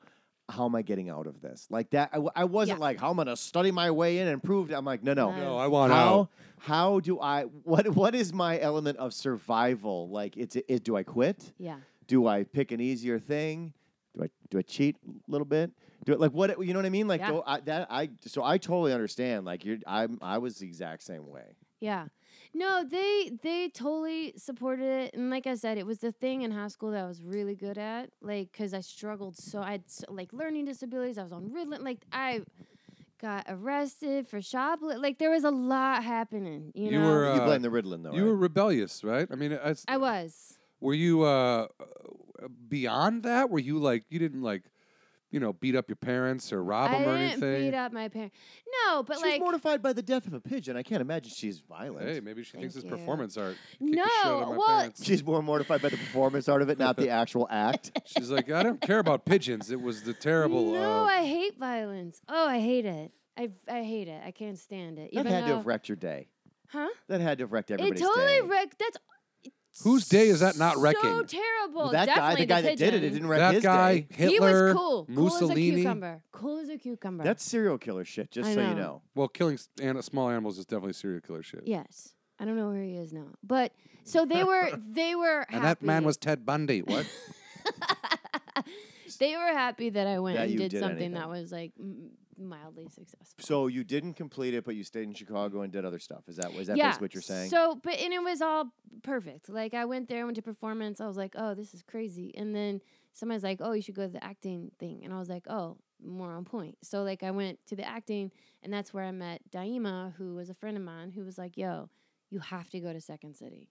how am I getting out of this? Like that. I, w- I wasn't
Yeah.
like, how am I going to study my way in and prove it?" I'm like, no, no.
No.
gotta, no, I want out.
How, how do I, what, what is my element of survival? Like, it's, it, do I quit?
Yeah.
do I pick an easier thing? Do I do I cheat a little bit? Do it like what you know what I mean? Like
Yeah.
though I, that I so I totally understand. Like you're I'm I was the exact same way.
Yeah. No, they they totally supported it, and like I said, it was the thing in high school that I was really good at. Like, cause I struggled so I had s like learning disabilities. I was on Ritalin. Like, I got arrested for shoplift. Like, there was a lot happening. You,
You
know,
were,
you
Uh,
blame the Ritalin though.
You
right?
were rebellious, right? I mean, it's,
I was.
were you uh, uh, beyond that? Were you like you didn't like, you know, beat up your parents or rob
I
them or
didn't
anything?
beat up my parents. No, but
she was
like
mortified by the death of a pigeon. I can't imagine she's violent.
Hey, maybe she thinks
Thank
it's
you.
performance art. Kick the shit
no.
out of my
Well,
parents.
She's more mortified by the performance art of it, not the actual act.
she's like, I don't care about pigeons. It was the terrible.
No,
uh,
I hate violence. Oh, I hate it. I I hate it. I can't stand it.
That
Even
had to
though-
have wrecked your day.
Huh?
That had to have wrecked everybody's
it
day.
totally wrecked. That's
Whose day is that not wrecking?
So terrible.
Well, that guy,
Definitely
the guy that did it, it
pigeon.
didn't wreck
that
his
guy,
day.
Hitler,
he was cool. Cool as a
Mussolini.
cucumber. Cool as a cucumber.
That's serial killer shit. Just
I
so you
know.
know.
well, killing s- an- small animals is definitely serial killer shit.
yes. I don't know where he is now, but so they were they were
And that man
happy.
was Ted Bundy. What?
they were happy that I went
That
and
you
did,
did
something
anything.
that was like m- mildly successful.
So you didn't complete it, but you stayed in Chicago and did other stuff. Is that was that
yeah.
basically what you're saying?
So, but and it was all perfect. Like I went there, went to performance. I was like, oh, this is crazy. And then somebody's like, oh, you should go to the acting thing. And I was like, oh, more on point. So like I went to the acting, and that's where I met Daima, who was a friend of mine, who was like, yo, you have to go to Second City.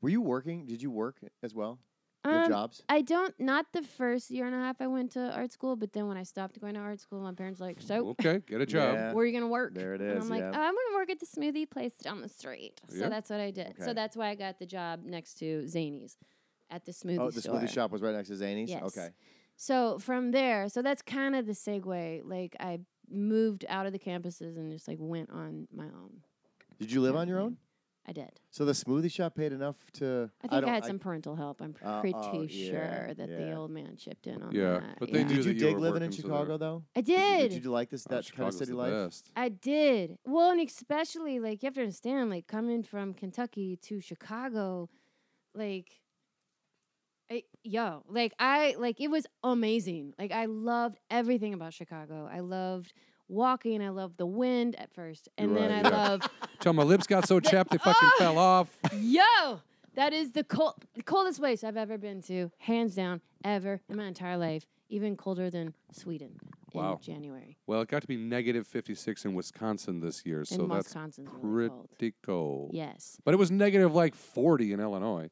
Were you working? Did you work as well? Your
Um,
jobs?
I don't. Not the first year and a half I went to art school, but then when I stopped going to art school, my parents were like, so
okay, get a job.
Yeah.
where are you gonna work?
There it
And
is.
I'm like,
yeah.
oh, I'm gonna work at the smoothie place down the street.
Yeah.
So that's what I did.
Okay.
So that's why I got the job next to Zany's at the smoothie
oh, the
store.
smoothie shop was right next to Zany's.
Yes.
Okay.
So from there, so that's kind of the segue. Like I moved out of the campuses and just like went on my own.
Did you live on your
Mhm.
own?
I did.
So the smoothie shop paid enough to.
I think I,
don't-
had some parental help. I'm
Uh, oh,
pretty
yeah,
sure that the
yeah.
old man chipped in on
Yeah,
that.
but they knew
Did you
that you
dig
were
living in
working, so they
Chicago though?
I
Did you,
did.
did you like this
Oh,
that kind of
Chicago's
city
the
life?
best.
I did. Well, and especially like you have to understand, like coming from Kentucky to Chicago, like, I, yo, like I like it was amazing. Like I loved everything about Chicago. I loved walking. I loved the wind at first, and
You're
then
right,
I
yeah.
loved
Till my lips got so chapped they fucking
Oh!
fell off.
yo. That is the cold, coldest place I've ever been to, hands down, ever in my entire life. Even colder than Sweden
Wow.
in January.
Well, it got to be negative 56 in Wisconsin this year, so
and
that's
Wisconsin's really cold.
pretty cold.
Yes.
But it was negative like 40 in Illinois.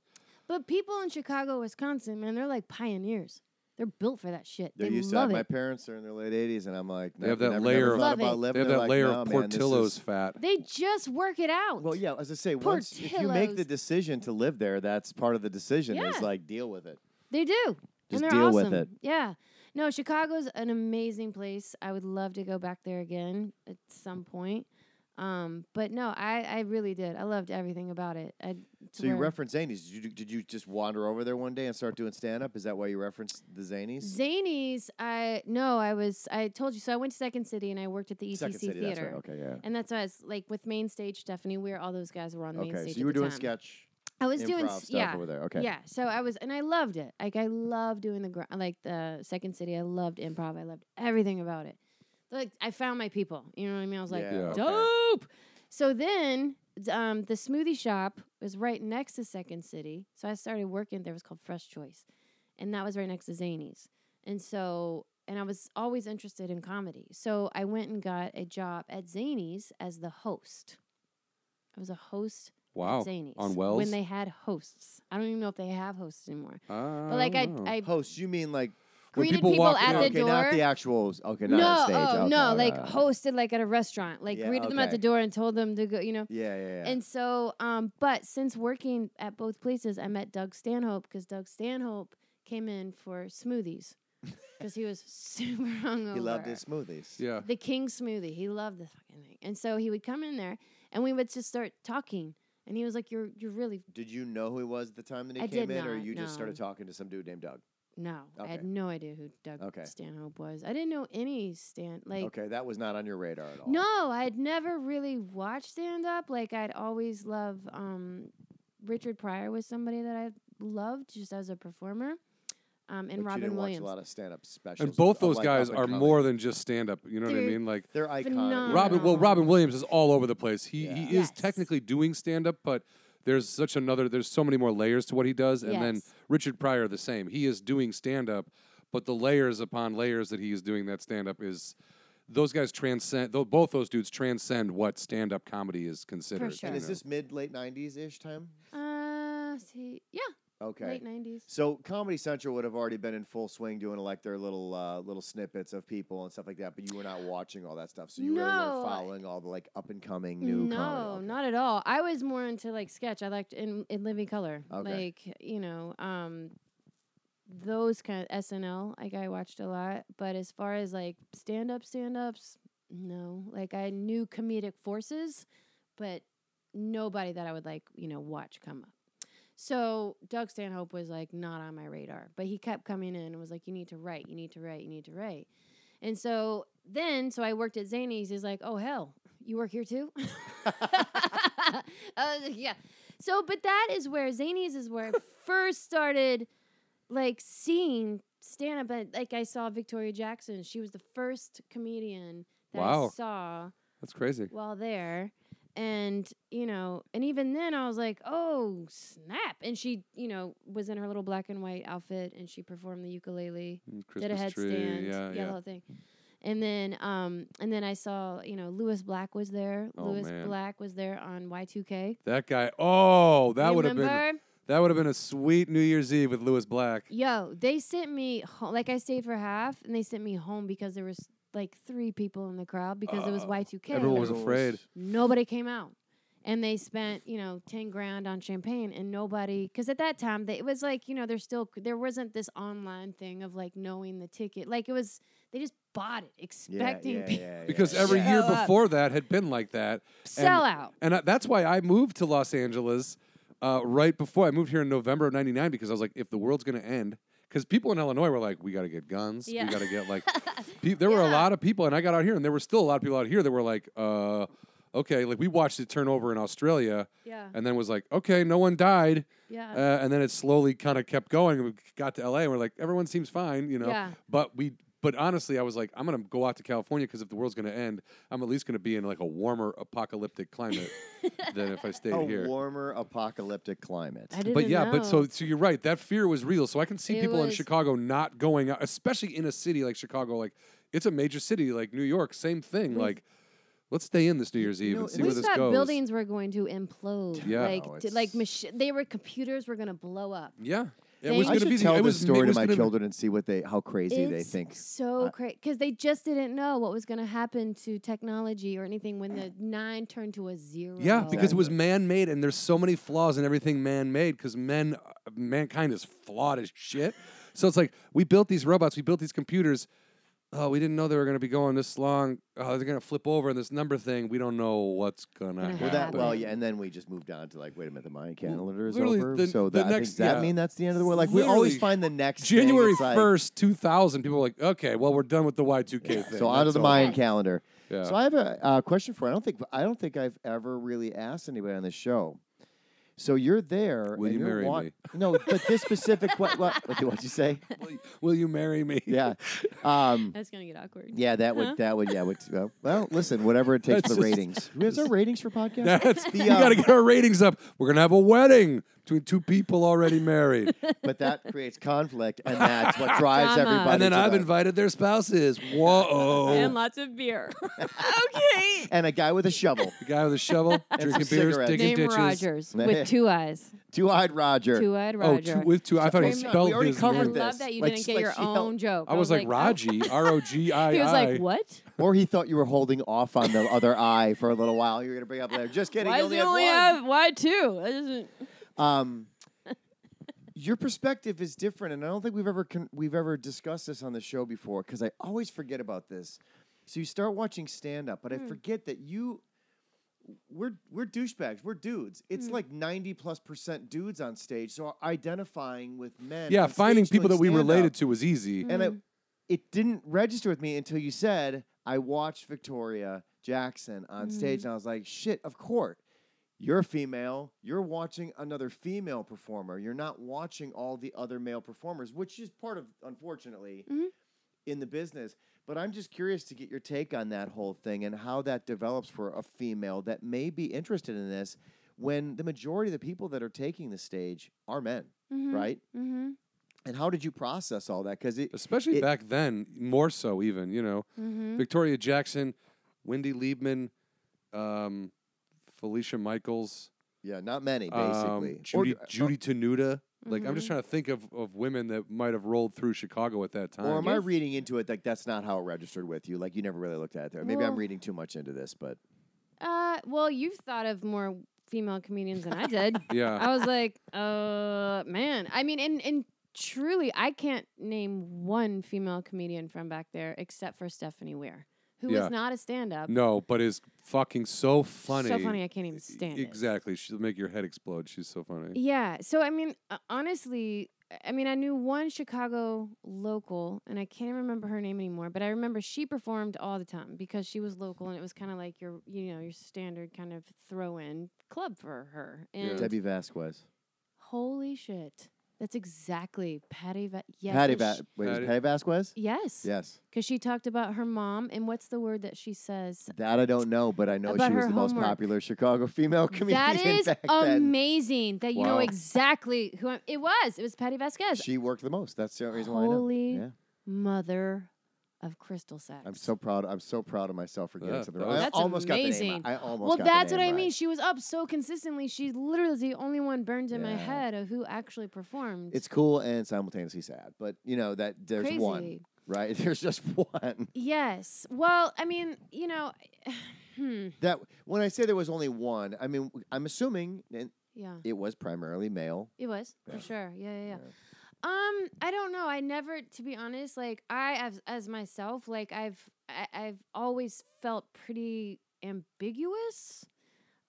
But people in Chicago, Wisconsin, man, they're like pioneers. They're built for that shit.
They're
they
used to
love
it. My
it.
parents are in their late 80s, and I'm like,
They have
never-
that
never-
layer
never
of-
thought
Love
about
it.
living.
They have
They're
that
like,
layer
"No,
of
man, this
Portillo's
is-
fat.
They just work it out.
Well, yeah, as I say, once if you make the
Portillo's.
decision to live there, that's part of the decision. Is
Yeah.
like deal with it.
They do.
Just
and they're
deal with
awesome.
it.
Yeah. No, Chicago's an amazing place. I would love to go back there again at some point. Um, but no, I, I really did. I loved everything about it. Uh, I, it's
So you
where-
reference Zanies. Did you did you just wander over there one day and start doing stand up? Is that why you referenced the Zanies?
Zanies, I no, I was I told you so I went to Second City and I worked at the ETC
Second City.
Theater.
That's right. Okay, yeah.
And that's why it's like with main stage Stephanie, we were all those guys were on main
Okay,
stage.
so you were
at the
doing
time.
sketch,
I was doing
improv
s-
stuff
yeah.
over there. Okay.
Yeah, so I was, and I loved it. Like I loved doing the gr- like the Second City. I loved improv. I loved everything about it. Like I found my people. You know what I mean? I was like,
Yeah, okay.
dope. So then, d- um, the smoothie shop was right next to Second City. So I started working there. It was called Fresh Choice, and that was right next to Zany's. And so, and I was always interested in comedy. So I went and got a job at Zany's as the host. I was a host
Wow.
Zanies
On Wells?
when they had hosts. I don't even know if they have hosts anymore.
I
But like I,
don't know.
I
Hosts, you mean like
When
greeted
people
people,
walked
at
in-
the
Oh, okay,
door.
not the actuals. Okay,
no,
not on stage.
oh
okay,
no,
okay,
like
okay.
hosted like at a restaurant, like
Yeah,
greeted them at
okay.
the door and told them to go. You know.
Yeah, yeah, yeah.
And so, um, but since working at both places, I met Doug Stanhope because Doug Stanhope came in for smoothies because he was super hungover.
he loved his smoothies.
yeah.
The King smoothie. He loved the fucking thing. And so he would come in there and we would just start talking. And he was like, You're you're really
Did you know who he was at the time that he
I
came
did
in, or
not,
you just
no.
started talking to some dude named Doug?
No, I had
Okay.
no idea who Doug
Okay.
Stanhope was. I didn't know any Stan. Like,
okay, that was not on your radar at all.
no, I had never really watched stand up. Like, I'd always love um, Richard Pryor was somebody that I loved just as a performer, um, and
but you
Robin
didn't
Williams.
watch a lot of stand-up specials.
And both
of,
those
like,
guys are
up-and-coming.
more than just stand up. You know what I
They're-
mean? Like
They're iconic.
Phenomenal.
Robin, well,
phenomenal.
Robin Williams is all over the place. He he
Yeah.
is
Mm-hmm. Yes.
technically doing stand up, but there's such another. There's so many more layers to what he does, and then
Yes.
Richard Pryor the same. He is doing stand up, but the layers upon layers that he is doing that stand up is. Those guys transcend. Though both those dudes transcend what stand-up comedy is considered.
sure.
And
you
is
know?
this mid late '90s ish time?
uh, see, yeah,
Okay.
late nineties.
So Comedy Central would have already been in full swing doing like their little uh, little snippets of people and stuff like that, but you were not watching all that stuff, so you really
No.
weren't following all the like up and coming new
No,
comedy. Okay.
not at all. I was more into like sketch. I liked in in living color,
Okay.
like you know, um, those kind of SNL. Like I watched a lot, but as far as like stand up, stand ups, no. Like I knew comedic forces, but nobody that I would like you know watch come up. So Doug Stanhope was like not on my radar, but he kept coming in and was like, "You need to write. You need to write. You need to write." And so then, so I worked at Zany's. He's like, "Oh hell, you work here too?" I was like, Uh, "Yeah." So, but that is where Zany's is where I first started, like seeing stand up. Like I saw Victoria Jackson. She was the first comedian that
Wow.
I saw
That's crazy.
while there. And, you know, and even then I was like, oh, snap. And she, you know, was in her little black and white outfit and she performed the ukulele,
Mm, Christmas
did a
tree.
headstand,
Yeah,
the
yeah.
whole thing. And then, um, and then I saw, you know, Lewis Black was there.
Oh,
Lewis
man.
Black was there on Y2K.
That guy. Oh, that
You
would have been
remember?
that would have been a sweet New Year's Eve with Lewis Black.
Yo, they sent me home. Like I stayed for half, and they sent me home because there was like three people in the crowd because it was
Oh,
Y2K.
everyone was afraid.
nobody came out and they spent you know 10 grand on champagne and nobody because at that time they, it was like you know there's still there wasn't this online thing of like knowing the ticket like it was they just bought it expecting
yeah,
people
yeah,
Because
yeah,
every
yeah.
year
Show up.
before that had been like that.
sell out
And I, that's why I moved to Los Angeles uh, right before I moved here in November of '99 because I was like, if the world's going to end, because people in Illinois were like, we got to get guns,
Yeah.
we got to get like, pe- there were a
Yeah.
lot of people, and I got out here, and there were still a lot of people out here that were like, uh, okay, like we watched it turn over in Australia,
yeah
and then was like, okay, no one died,
yeah
uh, and then it slowly kind of kept going, and we got to LA, and we're like, everyone seems fine, you know,
yeah
but we. But honestly, I was like, I'm gonna go out to California because if the world's gonna end, I'm at least gonna be in like a warmer apocalyptic climate than if I stayed
a
here.
warmer apocalyptic climate.
I didn't
But yeah, but
know.
so so you're right. That fear was real. So I can see
It
people in
was-
Chicago not going out, especially in a city like Chicago. Like it's a major city, like New York. Same thing.
We've-
like let's stay in this New Year's Eve
know,
and see
and
we
where this
thought
goes.
buildings were going to implode
Yeah. Oh,
like
No,
d- like
it's-
machi- they were computers were going to blow up
Yeah, it
Thank
was
you.
I
going
should
be
tell
it
this
was,
story
it
to
was
my
gonna-
children and see what they how crazy they
It's
think.
So
uh,
I-
crazy because they just didn't know what was going to happen to technology or anything when the nine turned to a zero.
Yeah, because it was
Exactly.
man-made, and there's so many flaws in everything man-made. Because men, mankind is flawed as shit. so it's like we built these robots, we built these computers. Oh, we didn't know they were going to be going this long. Oh, they're going to flip over in this number thing. We don't know what's going to
Gonna
happen.
Well, that, well,
happened.
yeah, and then we just moved on to like, wait a minute, the Mayan calendar is
literally,
over,
the-
so that,
the
I think,
next-
does that
yeah.
mean that's the end of the world? Like we always
Literally,
find the next thing,
January
it's like-
first, two thousand. People were like, okay, well, we're done with the Y two K thing.
So onto
That's
the
over.
Mayan
Right.
calendar.
Yeah.
So I have a uh, question for. you. I don't think I don't think I've ever really asked anybody on this show. So you're there.
Will
and
you
you're
marry
wa-
me?
No, but this specific. what, what, what what'd you say?
will, you, will you marry me?
Yeah. Um,
That's going to get awkward.
yeah, that
Huh?
would that would yeah. Would, well, well, listen, whatever it takes
That's
for the
just-
ratings. Who has our ratings for podcasts?
That's,
The,
we got
um,
to get our ratings up. We're gonna have a wedding between two people already married.
but that creates conflict, and that's what drives
Drama.
everybody.
and then
to
I've
the-
invited their spouses. Whoa.
lots of beer. okay.
and a guy with a shovel,
the guy with a shovel, drinking
some
beers,
cigarettes.
digging
Name
ditches.
Rogers with two eyes.
two-eyed Roger.
Two eyed
Oh,
Roger.
two, with two. I thought he
Wait a minute,
spelled
we already
his
I
covered
name.
that.
love
this.
that you
Like,
didn't get your
she helped-
own joke.
I was like,
oh.
Raji, R O G I I.
He was like, what?
Or he thought you were holding off on the other eye for a little while. You were gonna bring up later. Just kidding.
Why
you
does
only
he
had one.
only have, why two? That doesn't,
Um, your perspective is different, and I don't think we've ever con- we've ever discussed this on the show before because I always forget about this. So you start watching stand up, but I forget that you we're we're douchebags, we're dudes. It's like ninety plus percent dudes on stage, so identifying with men.
yeah,
on
finding
stage
people that
doing
we
stand-up.
related to was easy.
and
Mm-hmm.
I, it didn't register with me until you said I watched Victoria Jackson on stage,
Mm-hmm.
and I was like, "Shit, of course." You're a female. You're watching another female performer. You're not watching all the other male performers, which is part of, unfortunately,
Mhm.
in the business. But I'm just curious to get your take on that whole thing and how that develops for a female that may be interested in this when the majority of the people that are taking the stage are men, right?
Mm-hmm.
And how did you process all that? Because it,
Especially
It-
back then, more so even, you know.
Mm-hmm.
Victoria Jackson, Wendy Liebman, um, Felicia Michaels,
Yeah, not many,
um,
basically. Or-
Judy,
or,
Judy Tenuta. Like, I'm just
Mm-hmm.
trying to think of, of women that might have rolled through Chicago at that time.
or am I
You're-
reading into it like that's not how it registered with you? Like you never really looked at it there. Maybe I'm
Well-
reading too much into this, but
Uh, well, you've thought of more female comedians than I did.
yeah.
I was like, uh, man. I mean, and and truly, I can't name one female comedian from back there except for Stephanie Weir, who is
Yeah.
not a stand-up.
No, but is fucking so funny. E,
So funny, I can't even stand it.
Exactly. She'll make your head explode. She's so funny.
Yeah. So I mean, uh, honestly, I- I mean, I knew one Chicago local, and I can't remember her name anymore. But I remember she performed all the time because she was local, and it was kind of like your, you know, your standard kind of throw-in club for her.
Yeah.
And
Debbie Vasquez.
holy shit, that's exactly Patty. Va- yeah,
Patty,
'cause
Va-
she-
wait, was
Patty-
Patty Vasquez?
Yes.
Yes.
Because she talked about her mom, and what's the word that she says?
That I don't know, but I know
About
she was
her
the most
homework.
popular Chicago female comedian
That is
back then.
amazing that you
Wow.
know exactly who I'm, it was. It was Patty Vasquez.
She worked the most. That's the only reason why I know.
Holy
Yeah.
mother of crystal sex.
I'm so proud. I'm so proud of myself for getting
Yeah,
something.
that
right.
was-
I
That's
almost got the name.
amazing.
I almost
well,
got
that's
the
what
name
I mean.
right.
She was up so consistently. She's literally the only one burned in my
Yeah.
head of who actually performed.
It's cool and simultaneously sad, but you know that there's
crazy.
one, right? There's just one.
Yes. Well, I mean, you know, hmm.
That when I say there was only one, I mean I'm assuming and
Yeah.
it was primarily male.
It was
Yeah.
for sure. Yeah, yeah, yeah.
Yeah.
Um, I don't know. I never, to be honest, like I as as myself, like I've I, I've always felt pretty ambiguous.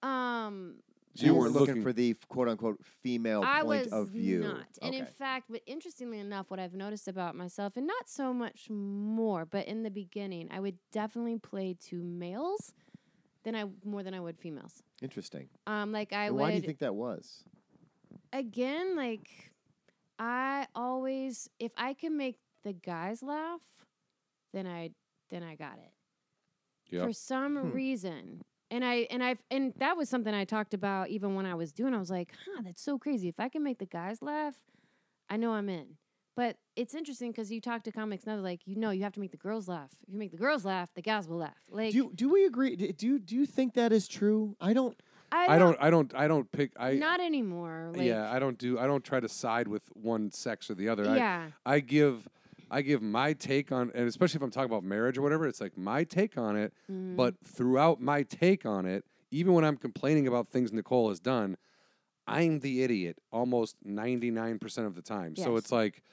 Um,
you were looking, for the quote unquote female
I
point
was
of view.
not. And in
Okay.
fact, but interestingly enough, what I've noticed about myself, and not so much more, but in the beginning, I would definitely play to males than I more than I would females.
Interesting.
Um, like I
And
would
why do you think that was?
again, like I always, if I can make the guys laugh, then I then I got it
Yeah.
for some
Hmm.
reason. And I and I and that was something I talked about even when I was doing. I was like, "Huh, that's so crazy. If I can make the guys laugh, I know I'm in." But it's interesting because you talk to comics now, they're like, "You know, you have to make the girls laugh. If you make the girls laugh, the guys will laugh." Like,
Do you, do we agree? Do do you- do you think that is true? I don't.
I,
I don't. I don't. I don't pick. I.
not anymore. Like,
yeah. I don't do. I don't try to side with one sex or the other. I,
yeah,
I give I give my take on and especially if I'm talking about marriage or whatever, it's like my take on it,
Mhm.
but throughout my take on it, even when I'm complaining about things Nicole has done, I'm the idiot almost 99% of the time. So
Yes.
it's like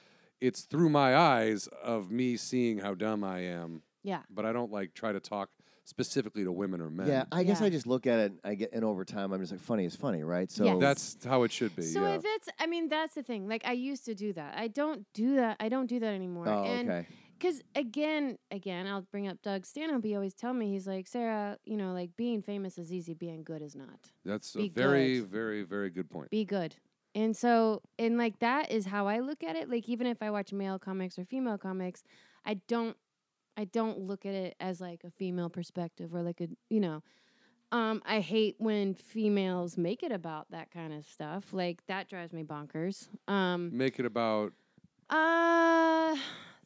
it's through my eyes of me seeing how dumb I am,
yeah.
but I don't like try to talk specifically to women or men.
Yeah, I guess
Yeah.
I just look at it. I get, and over time, I'm just like, funny is funny, right? So
Yes.
That's how it should be.
So
yeah.
if it's, I mean, that's the thing. Like I used to do that. I don't do that. I don't do that anymore.
Oh,
and
okay.
Because again, again, I'll bring up Doug Stanhope. He always tell me he's like Sarah. You know, like being famous is easy. Being good is not.
That's a
be
very,
good.
very, very good point.
Be good. And so, and like that is how I look at it. Like even if I watch male comics or female comics, I don't, I don't look at it as like a female perspective or like a, you know, um, I hate when females make it about that kind of stuff. Like that drives me bonkers. Um,
Make it about
Uh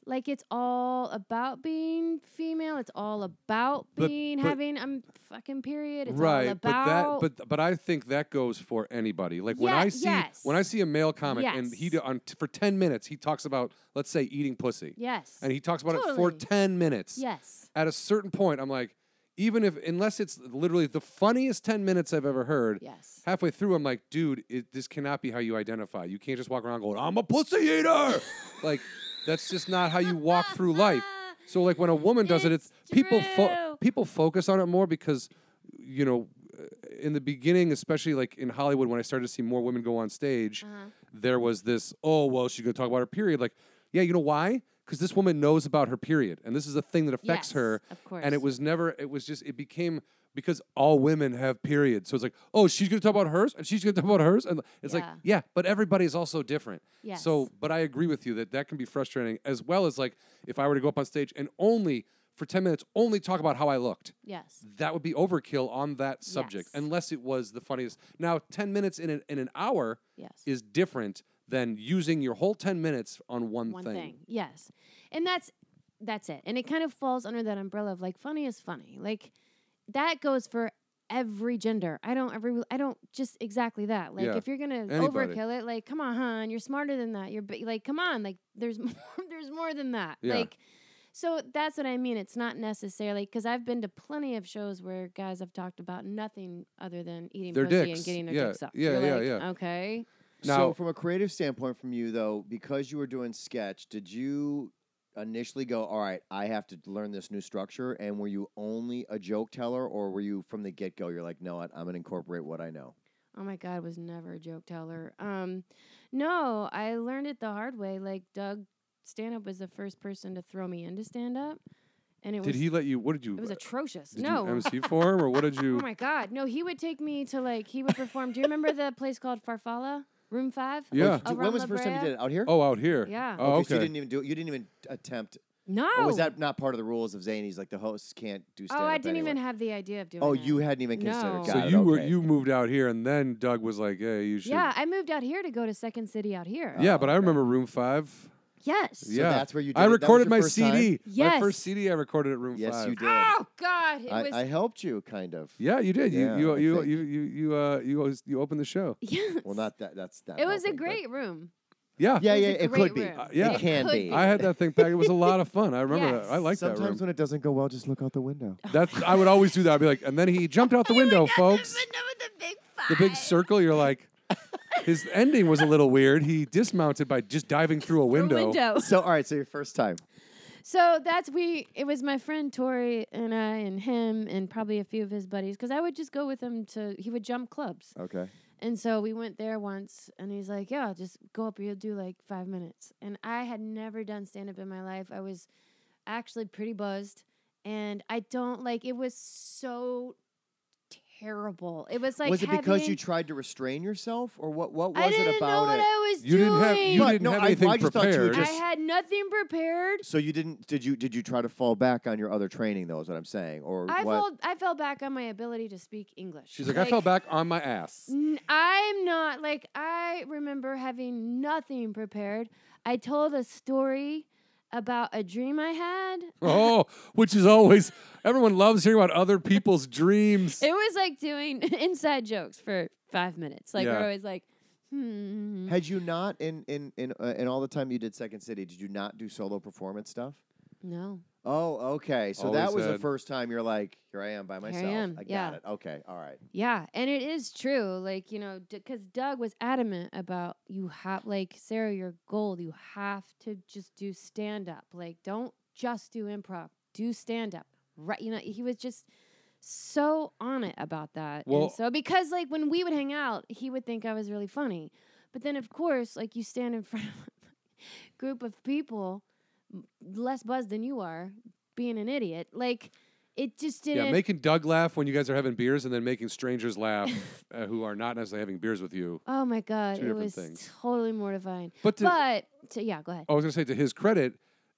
like it's all about being female. It's all about
But-
being
but-
having um fucking period. It's
right,
all about
but that, but but I think that goes for anybody. Like when
Yeah,
I see when I
yes.
see a male comic and he
Yes.
d- on t- for ten minutes he talks about let's say eating pussy,
yes.
and he talks about it for
Totally.
ten minutes.
yes.
At a certain point, I'm like, even if unless it's literally the funniest ten minutes I've ever heard.
Yes.
Halfway through, I'm like, dude, it, this cannot be how you identify. You can't just walk around going, I'm a pussy eater. like, that's just not how you walk through life. So like when a woman does it, it's
It's
people fo-
true.
people focus on it more because you know uh, in the beginning, especially like in Hollywood, when I started to see more women go on stage,
Uh-huh.
there was this oh well she's going to talk about her period. Like yeah, you know why? Because this woman knows about her period, and this is a thing that affects
Yes,
her.
of course.
And it was never. It was just. It became because all women have periods. So it's like oh she's going to talk about hers, and she's going to talk about hers, and it's like
Yeah.
yeah, but everybody's also different.
Yes.
So, but I agree with you that that can be frustrating, as well as like if I were to go up on stage and only for 10 minutes only talk about how I looked,
yes.
that would be overkill on that subject,
Yes.
unless it was the funniest. Now, 10 minutes in an, in an hour
Yes.
is different than using your whole 10 minutes on one,
One thing. Yes. And that's that's it. And it kind of falls under that umbrella of like funny is funny. Like that goes for every gender. I don't every I don't just exactly that. Like
Yeah.
if you're gonna
Anybody.
overkill it, like come on, hon, you're smarter than that. You're bi- like come on, like there's more, there's more than that.
Yeah.
Like so that's what I mean. It's not necessarily because I've been to plenty of shows where guys have talked about nothing other than eating
Their
pussy
dicks.
and getting their
Yeah.
dick sucked.
Yeah,
You're
yeah,
like,
yeah.
Okay.
so
Now-
from a creative standpoint, from you though, because you were doing sketch, did you initially go, all right, I have to learn this new structure? And were you only a joke teller, or were you from the get go? You're like, no, I- I'm gonna incorporate what I know.
Oh my God, was never a joke teller. Um, no, I learned it the hard way. Like Doug stand up was the first person to throw me into stand up. And it
Did
was
he let you? What did you?
it was atrocious.
did
no.
you MC for him, or what did
oh
you?
my God. No, he would take me to like he would perform. Do you remember the place called Farfalla? Room five?
yeah.
Oh, d- when
Around
was
La
the first time you
Brea?
did it? Out here?
Oh, out here.
Yeah.
Oh,
so You
okay.
didn't even do it. You didn't even attempt.
No.
Or was that not part of the rules of Zanies? Like the hosts can't do stand
oh, I didn't even have the idea of doing
Oh,
it.
you hadn't even considered.
No.
Got
So
it,
you were
okay.
you moved out here, and then Doug was like, "Hey, you should."
Yeah, I moved out here to go to Second City out here.
Yeah,
Oh,
but I
okay.
remember Room Five.
Yes.
So
yeah,
that's where you. Did it.
I
That was
recorded
your
my
first time?
CD. My
Yes.
first CD I recorded at Room
Yes,
Five.
you did.
Oh God. It
I,
was
I helped you, kind of.
Yeah, you did.
Yeah,
you
I
you you,
think.
you you you uh you always, you opened the show.
yes.
Well, not that. That's not.
it was a
helping, but-
great room.
Yeah.
Yeah,
It was
yeah,
a
it
great
could be.
room.
Uh, yeah.
It can
could
be.
be.
I had that thing back. It was a lot of fun. I remember that. I
Yes.
like that room.
Sometimes when it doesn't go well, just look out the window.
That's I would always do that. I'd be like, and then he jumped
Oh
out the window, folks. The big circle. You're like, his ending was a little weird. He dismounted by just diving through a window.
window.
So, all right. So your first time.
So that's we. It was my friend Tori and I and him and probably a few of his buddies because I would just go with him to. He would jump clubs,
Okay.
and so we went there once. And he's like, "Yeah, just go up. You'll do like five minutes." And I had never done stand up in my life. I was actually pretty buzzed, and I don't like. It was so terrible. It was like
was it because you
having-
tried to restrain yourself, or what? What was
I didn't
it about
know what
it?
I was
You
doing.
didn't have you
But
didn't
no,
have
I-
anything
I just thought you were
prepared.
just-
I had nothing prepared.
So you didn't? Did you? Did you try to fall back on your other training? Though is what I'm saying. Or
I
what?
fell, I fell back on my ability to speak English.
She's like, I fell back on my ass.
N- I'm not like I remember having nothing prepared. I told a story about a dream I had.
Oh, which is always everyone loves hearing about other people's dreams.
It was like doing inside jokes for five minutes. Like
Yeah.
we're always like, hmm.
Had you not in in in uh, in all the time you did Second City? Did you not do solo performance stuff?
No.
Oh, okay. So that
Always
was the
had-
first time you're like, here I am by
I
myself.
am,
got
yeah.
it. Okay. All right.
Yeah, and it is true. Like you know, because Doug was adamant about you have like Sarah, your goal. You have to just do stand up. Like don't just do improv. Do stand up. Right. You know, he was just so on it about that.
Well-
and so because like when we would hang out, he would think I was really funny. But then of course, like you stand in front of a group of people m- less buzzed than you are, being an idiot. Like it just didn't.
Yeah, making Doug laugh when you guys are having beers, and then making strangers laugh uh, who are not necessarily having beers with you.
Oh my god,
Two
it
different
was
things.
totally mortifying.
But, to,
but to, yeah, go ahead.
I was gonna say to his credit,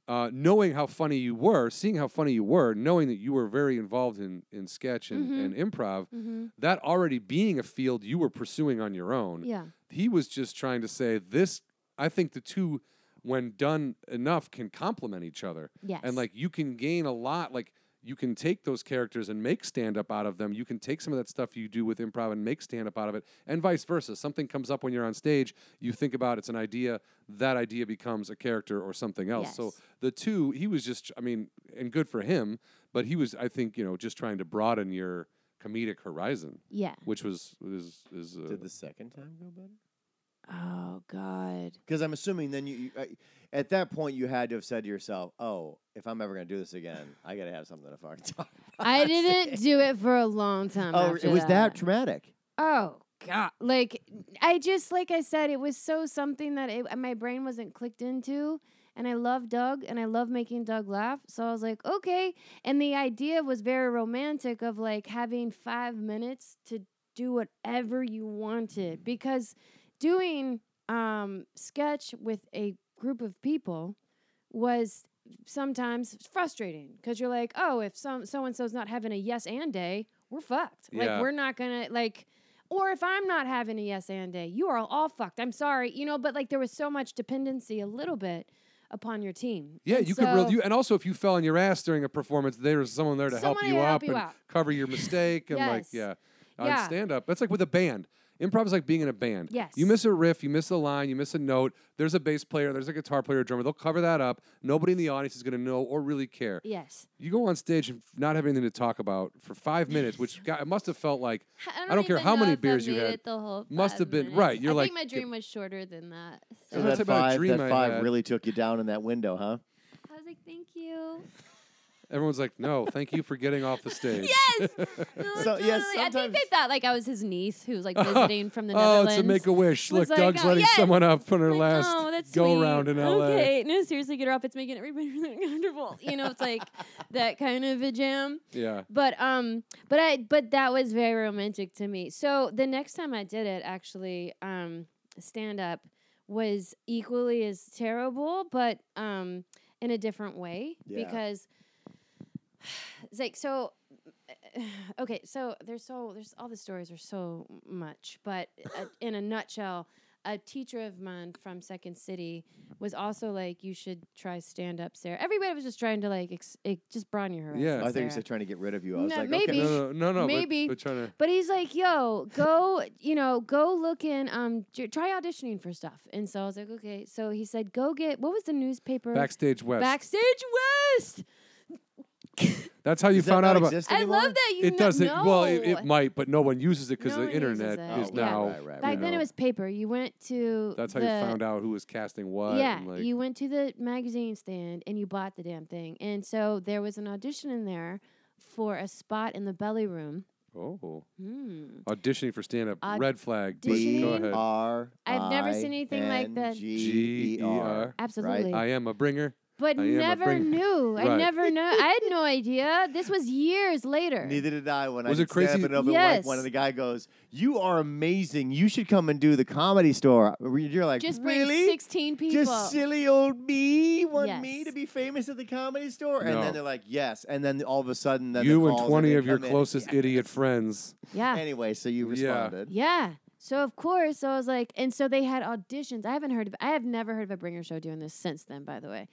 uh, knowing how funny you were, seeing how funny you were, knowing that you were very involved in in sketch and,
Mhm.
and improv,
Mm-hmm.
that already being a field you were pursuing on your own,
Yeah,
he was just trying to say this. I think the two, when done enough, can complement each other,
yes.
and like you can gain a lot, like. You can take those characters and make stand up out of them. You can take some of that stuff you do with improv and make stand up out of it, and vice versa. Something comes up when you're on stage, you think about it's an idea, that idea becomes a character or something else. So
Yes.
the two he was just i mean and good for him but he was i think you know just trying to broaden your comedic horizon
yeah.
which was is is uh,
Did the second time go better?
Oh god.
Because I'm assuming then you, you uh, at that point you had to have said to yourself, "Oh, if I'm ever going to do this again, I got to have something to fucking talk." About.
I didn't do it for a long time.
Oh,
after
it was that
that
traumatic.
Oh god. Like I just like I said, it was so something that it, my brain wasn't clicked into. And I love Doug, and I love making Doug laugh. So I was like, okay. And the idea was very romantic of like having five minutes to do whatever you wanted because doing um, sketch with a group of people was sometimes frustrating because you're like, oh, if some so and so's not having a yes and day, we're fucked.
Yeah.
Like we're not gonna like, or if I'm not having a yes and day, you are all fucked. I'm sorry, you know. But like there was so much dependency a little bit upon your team.
yeah
And
you could real
so-
you and also if you fell on your ass during a performance there's someone there to help
Someone
you
to help
up
you
and
out.
cover your mistake and like
Yes.
yeah
Yeah.
on stand up that's like with a band improv is like being in a band
Yes.
you miss a riff you miss a line you miss a note there's a bass player there's a guitar player a drummer they'll cover that up nobody in the audience is going to know or really care
Yes.
you go on stage and not have anything to talk about for five minutes which got, it must have felt like
I
don't care
even
how
know
many
if I
beers you
made
had.
it the whole
Must
five
have been-
minutes.
right, you're
I
like,
think my
get-
dream was shorter than that.
So
That's
that
about a
five,
dream
that
I
five
had.
really took you down, and that window, huh?
I was like, thank you.
Everyone's like, no, thank you for getting off the stage.
Yes. No,
So, yeah,
I think
sometimes-
they thought like I was his niece who was like visiting from the
Oh,
Netherlands.
it's a make a wish.
was
Look,
like,
Doug's
oh,
letting
yes.
someone up on her
Like,
last
oh, that's
go
sweet.
round in LA.
Okay, no, seriously, get her up. It's making everybody really uncomfortable. You know, it's like that kind of a jam.
Yeah.
But um, but I but that was very romantic to me. So the next time I did it, actually, um, stand up was equally as terrible, but um, in a different way
Yeah.
because it's like so. Okay, so there's so there's all the stories are so much, but uh, in a nutshell, a teacher of mine from Second City was also like, "You should try stand up, Sarah." Everybody was just trying to like ex- ex- just broaden your horizons.
Yeah.
I think you
Sarah.
said trying to get rid of you. I was
No,
like,
maybe.
okay.
No, no, no, no. but-
Maybe.
But, trying to.
But he's like, "Yo, go, you know, go look in, um, j- try auditioning for stuff." And so I was like, "Okay." So he said, "Go get what was the newspaper?"
Backstage West.
Backstage West.
That's how you
Does that
found
not
out about
exist
I
anymore?
love that you.
it.
kno-
Doesn't.
know.
Well, it, it might, but no one uses it because
No
the
one uses
internet
Oh,
it.
is
right,
yeah.
now.
right, right,
Back
right.
then
know.
it was paper. You went to.
That's how you found out who was casting what.
yeah,
and, like,
you went to the magazine stand and you bought the damn thing. And so there was an audition in there for a spot in the belly room.
oh,
Hmm.
auditioning for stand up.
Aud-
Red flag. But go
Auditioning.
ahead.
E
E
R.
I've never seen anything like that.
G E R.
Absolutely.
I am a bringer.
But
I am a
never
bringer.
knew. I
Right.
never know. I had no idea. This was years later.
Neither did I when
Was
I
it
did stand
crazy-
up in an open mic,
Yes.
One of the guy goes, "You are amazing. You should come and do the comedy store." You're like,
Just bring
really?
16 people.
Just silly old me want me
Yes.
to be famous at the comedy store, and
No.
then they're like, "Yes," and then all of a sudden, then the
You and
calls
twenty
they
of your
come in.
closest idiot friends.
yeah.
Anyway, so you
Yeah.
responded.
Yeah. So of course, so I was like, and so they had auditions. I haven't heard of, I have never heard of a bringer show doing this since then, by the way.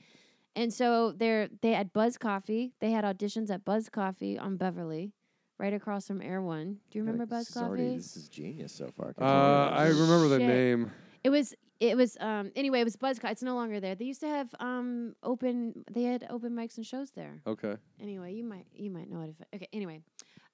And so they're they had Buzz Coffee. They had auditions at Buzz Coffee on Beverly, right across from Air One. Do you remember
Like,
Buzz
this is already-
Coffee?
this is genius so far.
Uh, I remember the
Shit.
name.
It was it was um anyway, it was Buzz Coffee. It's no longer there. They used to have um open they had open mics and shows there.
Okay.
Anyway, you might you might know it if okay, anyway.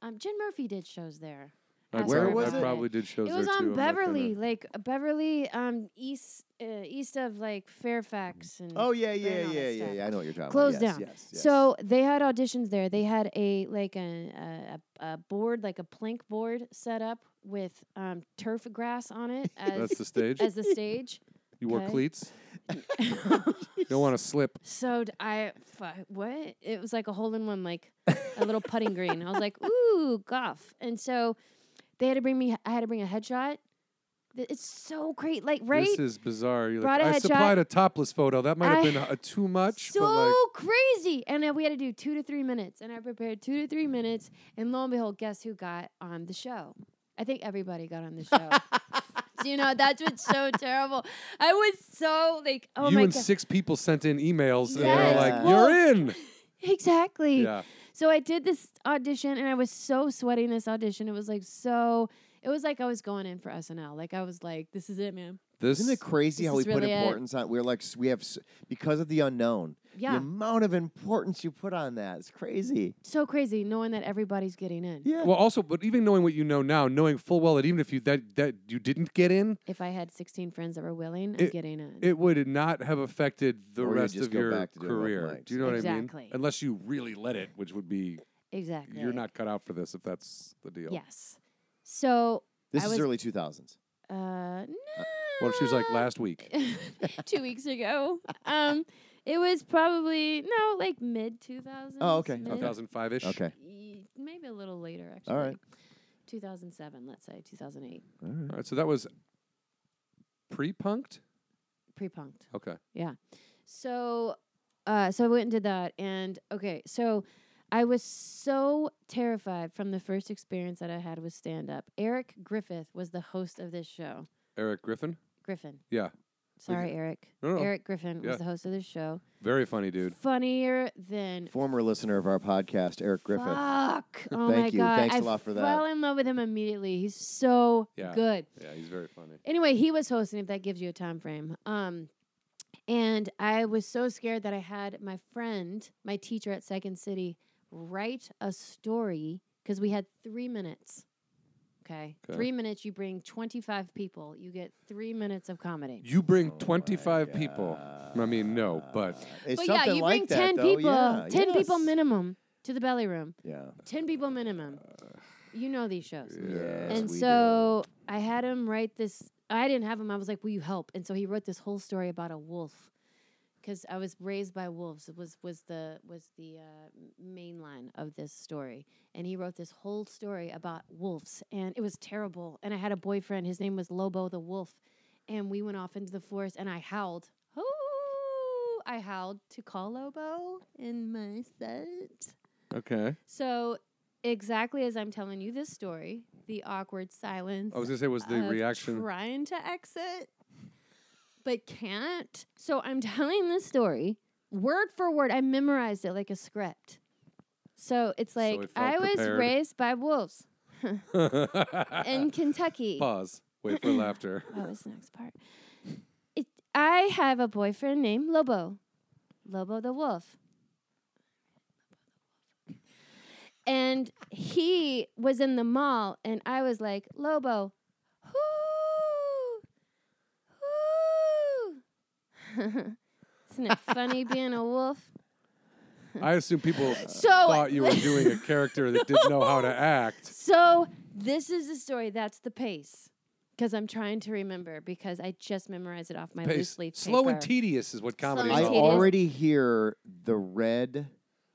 Um Jen Murphy did shows there.
I
Where
probably,
was
I
it?
probably did shows
It was
there
on
too. I'm not gonna-
Beverly, like uh, Beverly, um, east uh, east of like Fairfax and.
Oh yeah, yeah,
Ran all
yeah,
that
yeah,
stuff.
yeah. I know what you're talking
Closed
about. Yes,
down.
Yes, yes.
So they had auditions there. They had a like a, a, a board, like a plank board, set up with um, turf grass on it as
That's the stage.
as the stage.
You wore
Okay.
cleats. you don't want to slip.
So d- I fu- what? It was like a hole in one, like a little putting green. I was like, ooh, golf. And so they had to bring me. I had to bring a headshot. Th- It's so great, like right.
This is bizarre. You're
Brought
like,
a
I
headshot.
supplied a topless photo. That might have
I-
been uh, too much.
so
but like,
crazy. And then we had to do two to three minutes. And I prepared two to three minutes. And lo and behold, guess who got on the show? I think everybody got on the show. Do you know, that's what's so terrible. I was so like, oh
you
my
and
God.
six people sent in emails, and
Yes.
they're like,
Well-
"You're in."
exactly.
Yeah.
So I did this audition and I was so sweating this audition. It was like so, it was like I was going in for SNL. Like I was like, this is it, man.
This
Isn't it crazy
This
how we
is
put
really it.
importance on? We're like s- we have s- because of the unknown. The
Yeah.
amount of importance you put on that is crazy.
So crazy knowing that everybody's getting in.
Yeah.
Well, also, but even knowing what you know now, knowing full well that even if you that that you didn't get in,
If I had 16 friends that were willing, I'm
It-
getting in.
it would not have affected the
Or you'd
rest
just
of
go
your
back to doing open
career.
mics.
Do you know what I
Exactly.
mean? Unless you really let it, which would be
exactly.
you're not cut out for this if that's the deal.
Yes. So
This
I
is
was-
early two thousands.
uh, no.
What if she was like last week?
two weeks ago? Um, it was probably no, like mid two thousand.
Oh, okay,
Mid,
okay.
2005 ish.
Okay.
y- Maybe a little later, actually.
All right.
Two thousand seven, let's say two thousand eight,
All right.
All right. So that was pre-punked.
pre-punked.
Okay.
So, uh, so I went and did that, and okay, so I was so terrified from the first experience that I had with stand-up. Eric Griffith was the host of this show.
Eric Griffin.
Griffin.
Yeah.
Sorry, Eric.
No,
Oh.
no.
Eric Griffin
Yeah.
was the host of this show.
Very funny, dude.
Funnier than
Former listener of our podcast, Eric Griffith.
fuck. Oh
Thank
my
you.
god!
Thanks
I
a lot for that.
Fell in love with him immediately. He's so
Yeah.
good.
Yeah, he's very funny.
Anyway, he was hosting. If that gives you a time frame. Um, and I was so scared that I had my friend, my teacher at Second City, write a story because we had three minutes Okay.
'Kay.
Three minutes, you bring 25 people. You get three minutes of comedy.
You bring
Oh my
25 people. I mean, no, but
It's
but yeah,
something
you
like
bring
that,
10
though.
people,
Yeah,
10 people
yes.
minimum to the belly room.
Yeah.
10 people minimum. You know these shows.
Yes,
and
we
so I had him write this. I didn't have him. I was like, "Will you help?" And so he wrote this whole story about a wolf, because I was raised by wolves. It was was the was the uh, m- main line of this story. And he wrote this whole story about wolves, and it was terrible. And I had a boyfriend. His name was Lobo the Wolf, and we went off into the forest, and I howled. "Hoo!" I howled to call Lobo in my scent.
okay.
So, exactly as I'm telling you this story, the awkward silence.
I was gonna say, was Oh, the
of
reaction?
trying to exit, but can't. So I'm telling this story word for word. I memorized it like a script. So it's
So
like
it felt
I was
prepared.
raised by wolves in Kentucky.
Pause. Wait for laughter.
What was Oh, the next part? It, I have a boyfriend named Lobo. Lobo the wolf. And he was in the mall, and I was like, Lobo, whoo, whoo. Isn't it funny being a wolf?
I assume people
So-
thought you were doing a character that didn't know how to act.
So this is the story. That's the pace. Because I'm trying to remember because I just memorized it off my
Pace.
loose leaf
Slow and
paper.
tedious is what comedy
and
I
is all
tedious.
about.
already hear the red.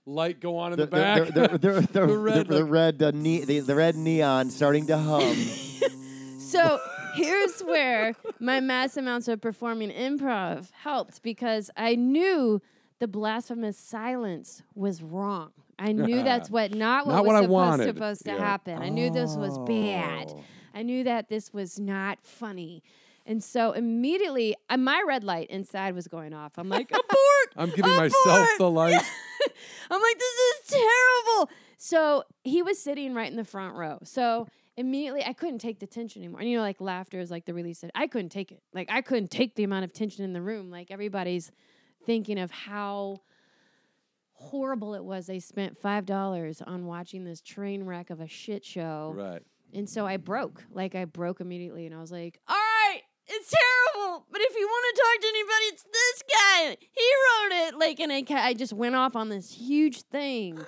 Light go on in
The,
the, back.
the, the, the, the,
The red,
the, the red, uh, ne- the, the red neon starting to hum.
So here's where my mass amounts of performing improv helped because I knew the blasphemous silence was wrong. I knew that's what not what
Not
was
what I
supposed,
wanted.
supposed to
Yeah.
happen. I knew this was bad.
Oh.
I knew that this was not funny. And so immediately uh, my red light inside was going off. I'm like, abort!
I'm giving myself
Abort!
the light.
I'm like, this is terrible. So he was sitting right in the front row. So immediately I couldn't take the tension anymore. And you know, like laughter is like the release. Of, I couldn't take it. Like I couldn't take the amount of tension in the room. Like everybody's thinking of how horrible it was. They spent five dollars on watching this train wreck of a shit show.
Right.
And so I broke. Like I broke immediately and I was like, all right, it's terrible. But if you want to talk to anybody, it's this guy. He wrote it. Like, and I, ca- I just went off on this huge thing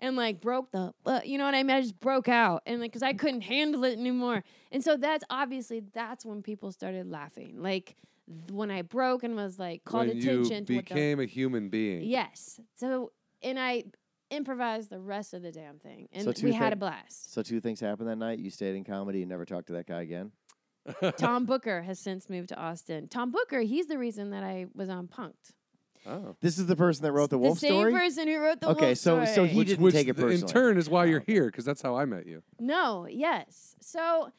and like broke the, uh, you know what I mean? I just broke out and like, cause I couldn't handle it anymore. And so that's obviously, that's when people started laughing. Like th- when I broke and was like, called
when
attention
you
to what the
became a human being.
Yes. So, and I improvised the rest of the damn thing and
So two
we had a
thing-
blast.
So two things happened that night. You stayed in comedy and never talked to that guy again.
Tom Booker has since moved to Austin. Tom Booker, he's the reason that I was on Punked.
Oh.
This is the person that wrote the wolf
same
story.
person who wrote the
Okay,
wolf
so- so
story.
He
which,
didn't
which
take it
th- in
personally. Oh,
turn is why you're
okay.
here, because that's how I met you.
no, yes. So,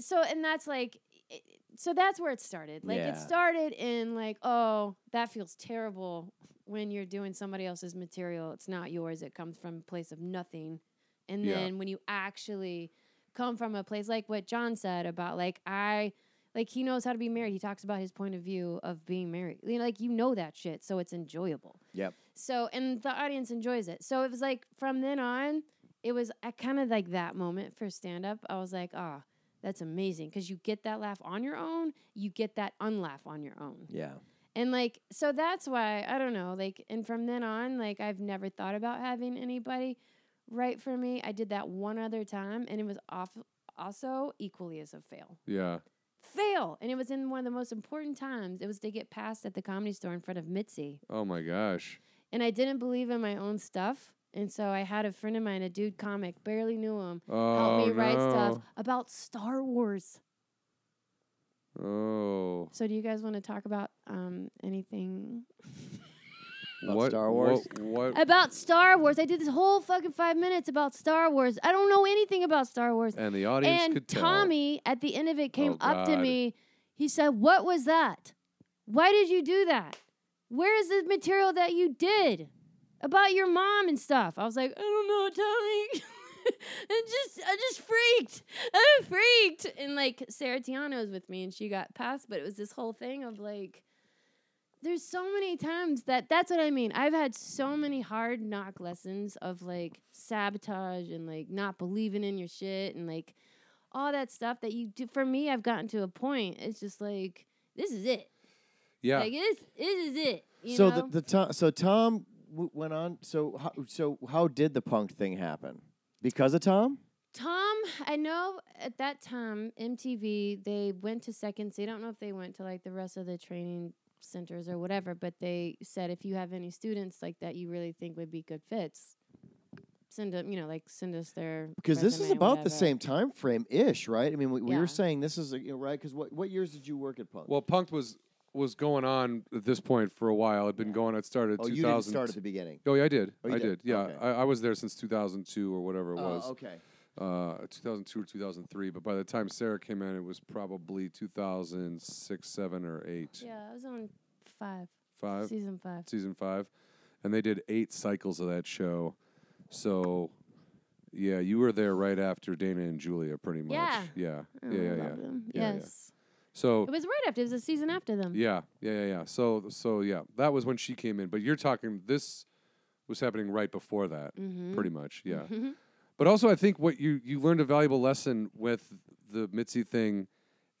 so and that's like, i- so that's where it started. Like
Yeah.
it started in like, oh, that feels terrible when you're doing somebody else's material. It's not yours. It comes from a place of nothing. And
Yeah.
then when you actually come from a place like what John said about like I like he knows how to be married. He talks about his point of view of being married. You know, like you know that shit, so it's enjoyable.
Yep.
So and the audience enjoys it. So it was like from then on, it was I kind of like that moment for stand up. I was like, ah, that's amazing because you get that laugh on your own, you get that unlaugh on your own.
Yeah.
And like, so that's why I don't know. Like, and from then on, like, I've never thought about having anybody write for me. I did that one other time, and it was off, also equally as a fail.
Yeah.
Fail, and it was in one of the most important times. It was to get passed at the comedy store in front of Mitzi,
Oh my gosh.
and I didn't believe in my own stuff. And so I had a friend of mine, a dude comic, barely knew him,
Oh
help me
no.
write stuff about Star Wars.
Oh.
So, do you guys want to talk about um, anything
About
what,
Star Wars?
What? what
about Star Wars. I did this whole fucking five minutes about Star Wars. I don't know anything about Star Wars.
and the audience
And
could tell.
Tommy, at the end of it, came
Oh,
up to
God.
me. He said, What was that? Why did you do that? Where is the material that you did about your mom and stuff? I was like, I don't know, Tommy. I just I just freaked. I freaked. And like Sarah Tiano was with me and she got passed, but it was this whole thing of like there's so many times that that's what I mean. I've had so many hard knock lessons of like sabotage and like not believing in your shit and like all that stuff that you do. For me, I've gotten to a point. It's just like this is it.
Yeah.
Like this, this is it. You
so
know?
the, the Tom, so Tom w- went on. So how, so how did the punk thing happen? Because of Tom?
Tom, I know at that time MTV they went to seconds. They don't know if they went to like the rest of the training centers or whatever, but they said if you have any students like that you really think would be good fits, send them. You know, like send us their
Because this is
resume or
about the
whatever.
same time frame ish, right? I mean, we, we
Yeah.
were saying this is a, you know, right. Because what what years did you work at punk?
Well, Punked was was going on at this point for a while. It'd been going. It started.
oh,
2000.
you didn't start at the beginning.
Oh yeah, I did.
Oh, you
I
did?
did. Yeah,
Okay.
I, I was there since 2002 or whatever it
Oh,
was.
okay.
Uh, 2002 or 2003. But by the time Sarah came in, it was probably 2006, seven, or eight.
Yeah, I was on five,
Five.
season five.
season five, and they did eight cycles of that show. So, yeah, you were there right after Dana and Julia, pretty much.
Yeah. Oh,
yeah,
I
yeah,
don't know
yeah.
about
yeah.
them.
Yeah, yeah.
yes,
So,
it was right after. It was a season after them.
yeah, yeah, yeah, yeah. So, so yeah, that was when she came in. But you're talking this was happening right before that,
Mm-hmm.
pretty much. Yeah.
Mhm.
But also, I think what you you learned a valuable lesson with the Mitzi thing,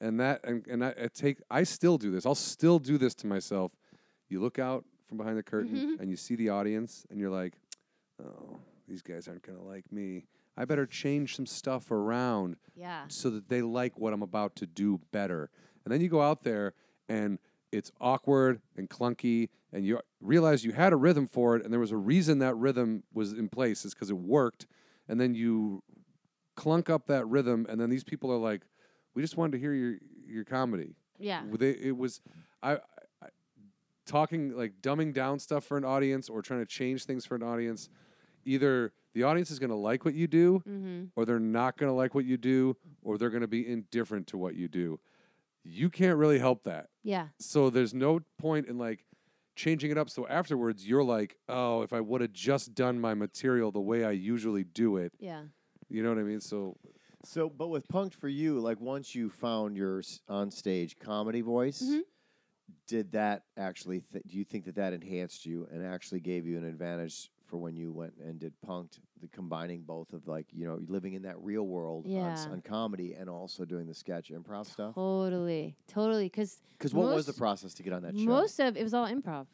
and that and, and I, I take I still do this. I'll still do this to myself. You look out from behind the curtain
Mhm.
and you see the audience, and you're like, "Oh, these guys aren't gonna like me. I better change some stuff around
Yeah.
so that they like what I'm about to do better." And then you go out there and it's awkward and clunky, and you realize you had a rhythm for it, and there was a reason that rhythm was in place is because it worked and then you clunk up that rhythm, and then these people are like, "We just wanted to hear your your comedy."
Yeah.
They, it was I, I talking like dumbing down stuff for an audience or trying to change things for an audience. Either the audience is going to like what you do,
Mm-hmm.
or they're not going to like what you do, or they're going to be indifferent to what you do. You can't really help that.
Yeah.
So there's no point in like changing it up. So afterwards, you're like, oh, if I would have just done my material the way I usually do it,
Yeah.
you know what I mean? So
So, but with punked for you, like once you found your s- onstage comedy voice,
Mhm.
did that actually? Th- do you think that that enhanced you and actually gave you an advantage for when you went and did punked? The combining both of like you know living in that real world on, s-
Yeah.
on comedy and also doing the sketch improv stuff.
Totally. Totally. Because
Because what was the
Most-
process to get on that show?
Most of it was all improv.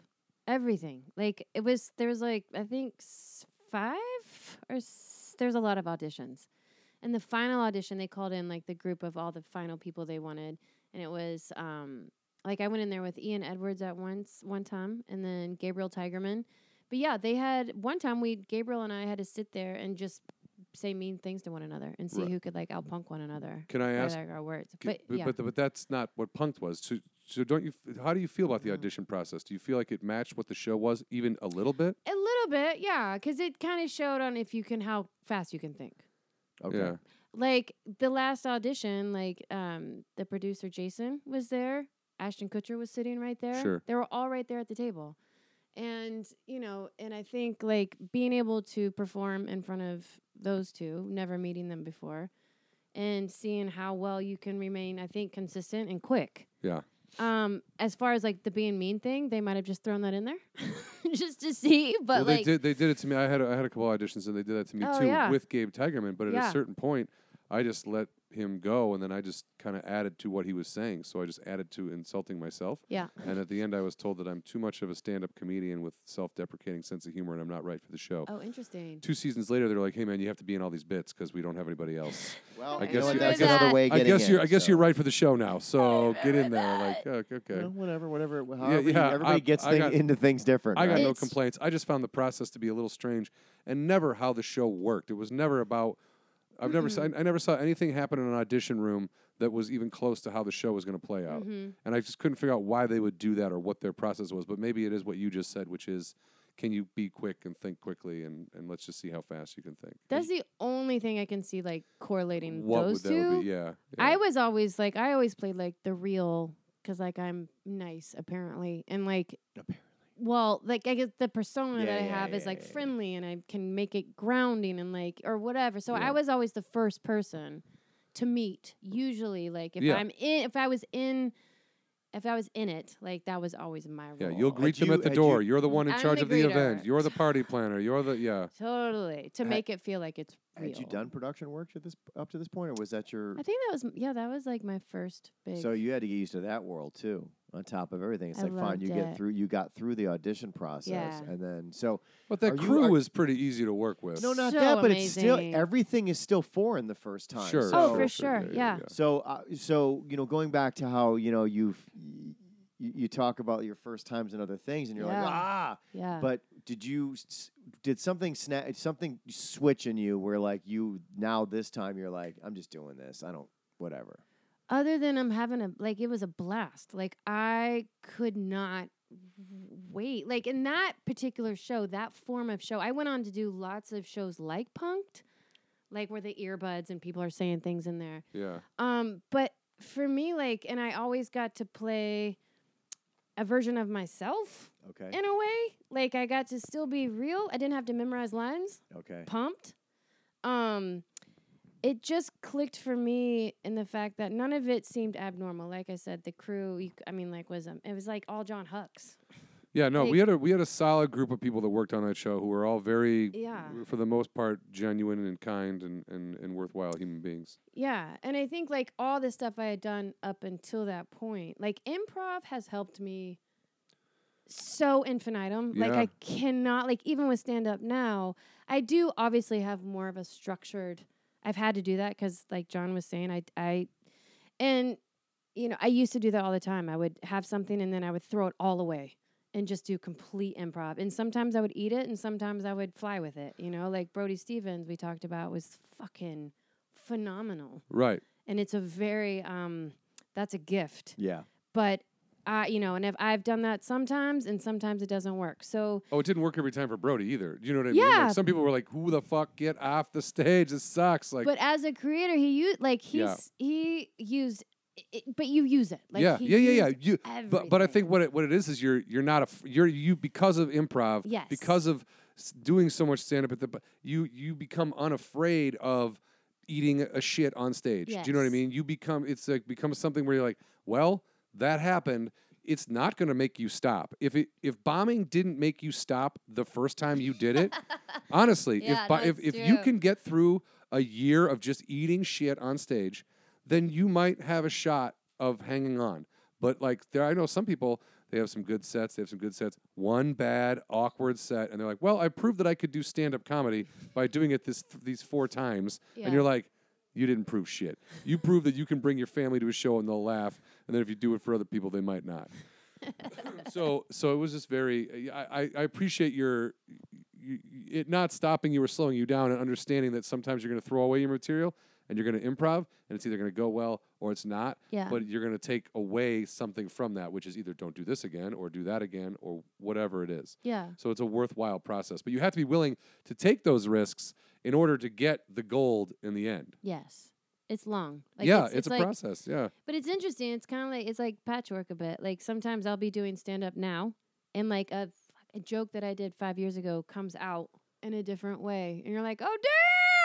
Everything. Like it was there was like I think s- five or s- there's a lot of auditions. And the final audition they called in like the group of all the final people they wanted and it was um like I went in there with Ian Edwards at once one time and then Gabriel Tigerman. But yeah, they had one time we Gabriel and I had to sit there and just say mean things to one another and see
Right.
who could like outpunk one another.
can I
by,
ask?
like, our words.
c-
But yeah.
but, th- but that's not what punked was. So, so don't you? f- How do you feel about the
No.
audition process? Do you feel like it matched what the show was, even a little bit?
A little bit, yeah, because it kind of showed on if you can how fast you can think.
okay.
Yeah.
Like the last audition, like um, the producer Jason was there, Ashton Kutcher was sitting right there.
Sure.
they were all right there at the table, and you know, and I think like being able to perform in front of those two, never meeting them before, and seeing how well you can remain, I think, consistent and quick.
Yeah.
Um, as far as like the being mean thing, they might have just thrown that in there, just to see. But
well, they
like,
did. They did it to me. I had. A, I had a couple auditions, and they did that to me
Oh,
too
yeah.
with Gabe Tigerman. But at
Yeah.
a certain point, I just let him go, and then I just kind of added to what he was saying. So I just added to insulting myself.
yeah.
And at the end, I was told that I'm too much of a stand-up comedian with self-deprecating sense of humor, and I'm not right for the show.
Oh, interesting.
Two seasons later, they're like, "Hey, man, you have to be in all these bits because we don't have anybody else."
Well,
I
you
guess
know what,
you- I
that's
guess-
another way. Of
I
getting
guess
in,
you're. I guess
so.
you're right for the show now. So get in there. Like, okay.
You
okay.
know, whatever, whatever. wh-
Yeah,
However, you-
yeah, I-
everybody gets
I
thing-
got-
into things different.
I got
right?
no
It's-
complaints. I just found the process to be a little strange, and never how the show worked. It was never about. I've never saw, I
Mm-hmm.
never saw anything happen in an audition room that was even close to how the show was going to play out,
Mhm.
and I just couldn't figure out why they would do that or what their process was. But maybe it is what you just said, which is, can you be quick and think quickly, and, and let's just see how fast you can think.
That's the only thing I can see like correlating
what would
those
that
two.
would be? Yeah,
I
yeah.
was always like, I always played like the real, because like I'm nice apparently, and like
Apparently.
well, like I guess the persona
Yeah,
that I
yeah,
have is
yeah,
like
yeah, yeah.
friendly, and I can make it grounding and like or whatever. So
Yeah.
I was always the first person to meet. Usually, like if
Yeah.
I'm in, if I was in. If I was in it, like that was always my role.
yeah, you'll greet them
you-
at the
had
door.
you-
You, are the one in
I'm
charge
the
of the event.
greeter.
You're the party planner. You're the yeah.
Totally. To
Ha-
make it feel like it's real.
Had you done production work at this up to this point, or was that your?
I think that was yeah, that was like my first big.
So you had to get used to that world too. On top of everything, it's
I
like fine.
loved
You
it.
get through. You got through the audition process,
Yeah.
and then so
But that
Are you-
crew
are-
was pretty easy to work with.
no, not
So
that, but it's still
amazing.
everything is still foreign the first time.
Sure.
So,
Oh, for sure, yeah.
So, uh, so you know, going back to how you know you've you, you talk about your first times and other things, and you're
Yeah.
like ah.
yeah.
But did you s- did something snap something switch in you where like you now this time you're like I'm just doing this. I don't whatever.
Other than I'm having a like, it was a blast. Like I could not wait. Like in that particular show, that form of show, I went on to do lots of shows like Punked, like where the earbuds and people are saying things in there.
Yeah.
Um, but for me, like, and I always got to play a version of myself
Okay.
in a way. Like I got to still be real. I didn't have to memorize lines.
okay.
Pumped. Um, it just clicked for me in the fact that none of it seemed abnormal. Like I said, the crew. You, c- I mean, like was um, it was like all John Hooks.
Yeah, no,
Like-
we had a we had a solid group of people that worked on that show who were all very
Yeah.
for the most part genuine and kind and, and, and worthwhile human beings.
Yeah, and I think like all the stuff I had done up until that point, like improv has helped me so infinitum. Like
Yeah.
I cannot like even with stand up now, I do obviously have more of a structured. I've had to do that cuz like John was saying, I I and you know, I used to do that all the time. I would have something and then I would throw it all away and just do complete improv. And sometimes I would eat it and sometimes I would fly with it, you know? Like Brody Stevens we talked about was fucking phenomenal
Right.
and it's a very um that's a gift
Yeah.
but i you know and if i've done that sometimes and sometimes it doesn't work so
Oh, it didn't work every time for Brody either. You know what I mean?
Yeah.
Like some people were like, Who the fuck get off the stage? This sucks. Like
but as a creator he used like he's
Yeah.
he used i i- but you use it like
yeah,
he
yeah, yeah, yeah.
used
You, but but I
everything.
think what it, what it is is you're you're not a f- you're you because of improv,
Yes.
because of s- doing so much stand up at the bu- you you become unafraid of eating a shit on stage. Do you know what I
Yes.
mean? You become it's like becomes something where you're like, well, that happened. It's not going to make you stop. If it if bombing didn't make you stop the first time you did it, honestly,
Yeah,
if, bo-
no,
if if
it's
you
true.
can get through a year of just eating shit on stage, then you might have a shot of hanging on. But like there, I know some people they have some good sets. They have some good sets. One bad, awkward set, and they're like, "Well, I proved that I could do stand-up comedy by doing it this these four times."
Yeah.
And you're like, "You didn't prove shit. You proved that you can bring your family to a show and they'll laugh, and then if you do it for other people, they might not." so, so it was just very. I, I- I appreciate your you, it not stopping you or slowing you down, and understanding that sometimes you're going to throw away your material and you're going to improv, and it's either going to go well or it's not
yeah
but you're going to take away something from that, which is either don't do this again or do that again or whatever it is.
yeah
So it's a worthwhile process, but you have to be willing to take those risks in order to get the gold in the end.
yes it's long like
yeah,
it's,
it's, a
like,
process. Yeah,
But it's interesting. It's kind of like it's like patchwork a bit. Like sometimes I'll be doing stand up now, and like a, a joke that I did five years ago comes out in a different way, and you're like, oh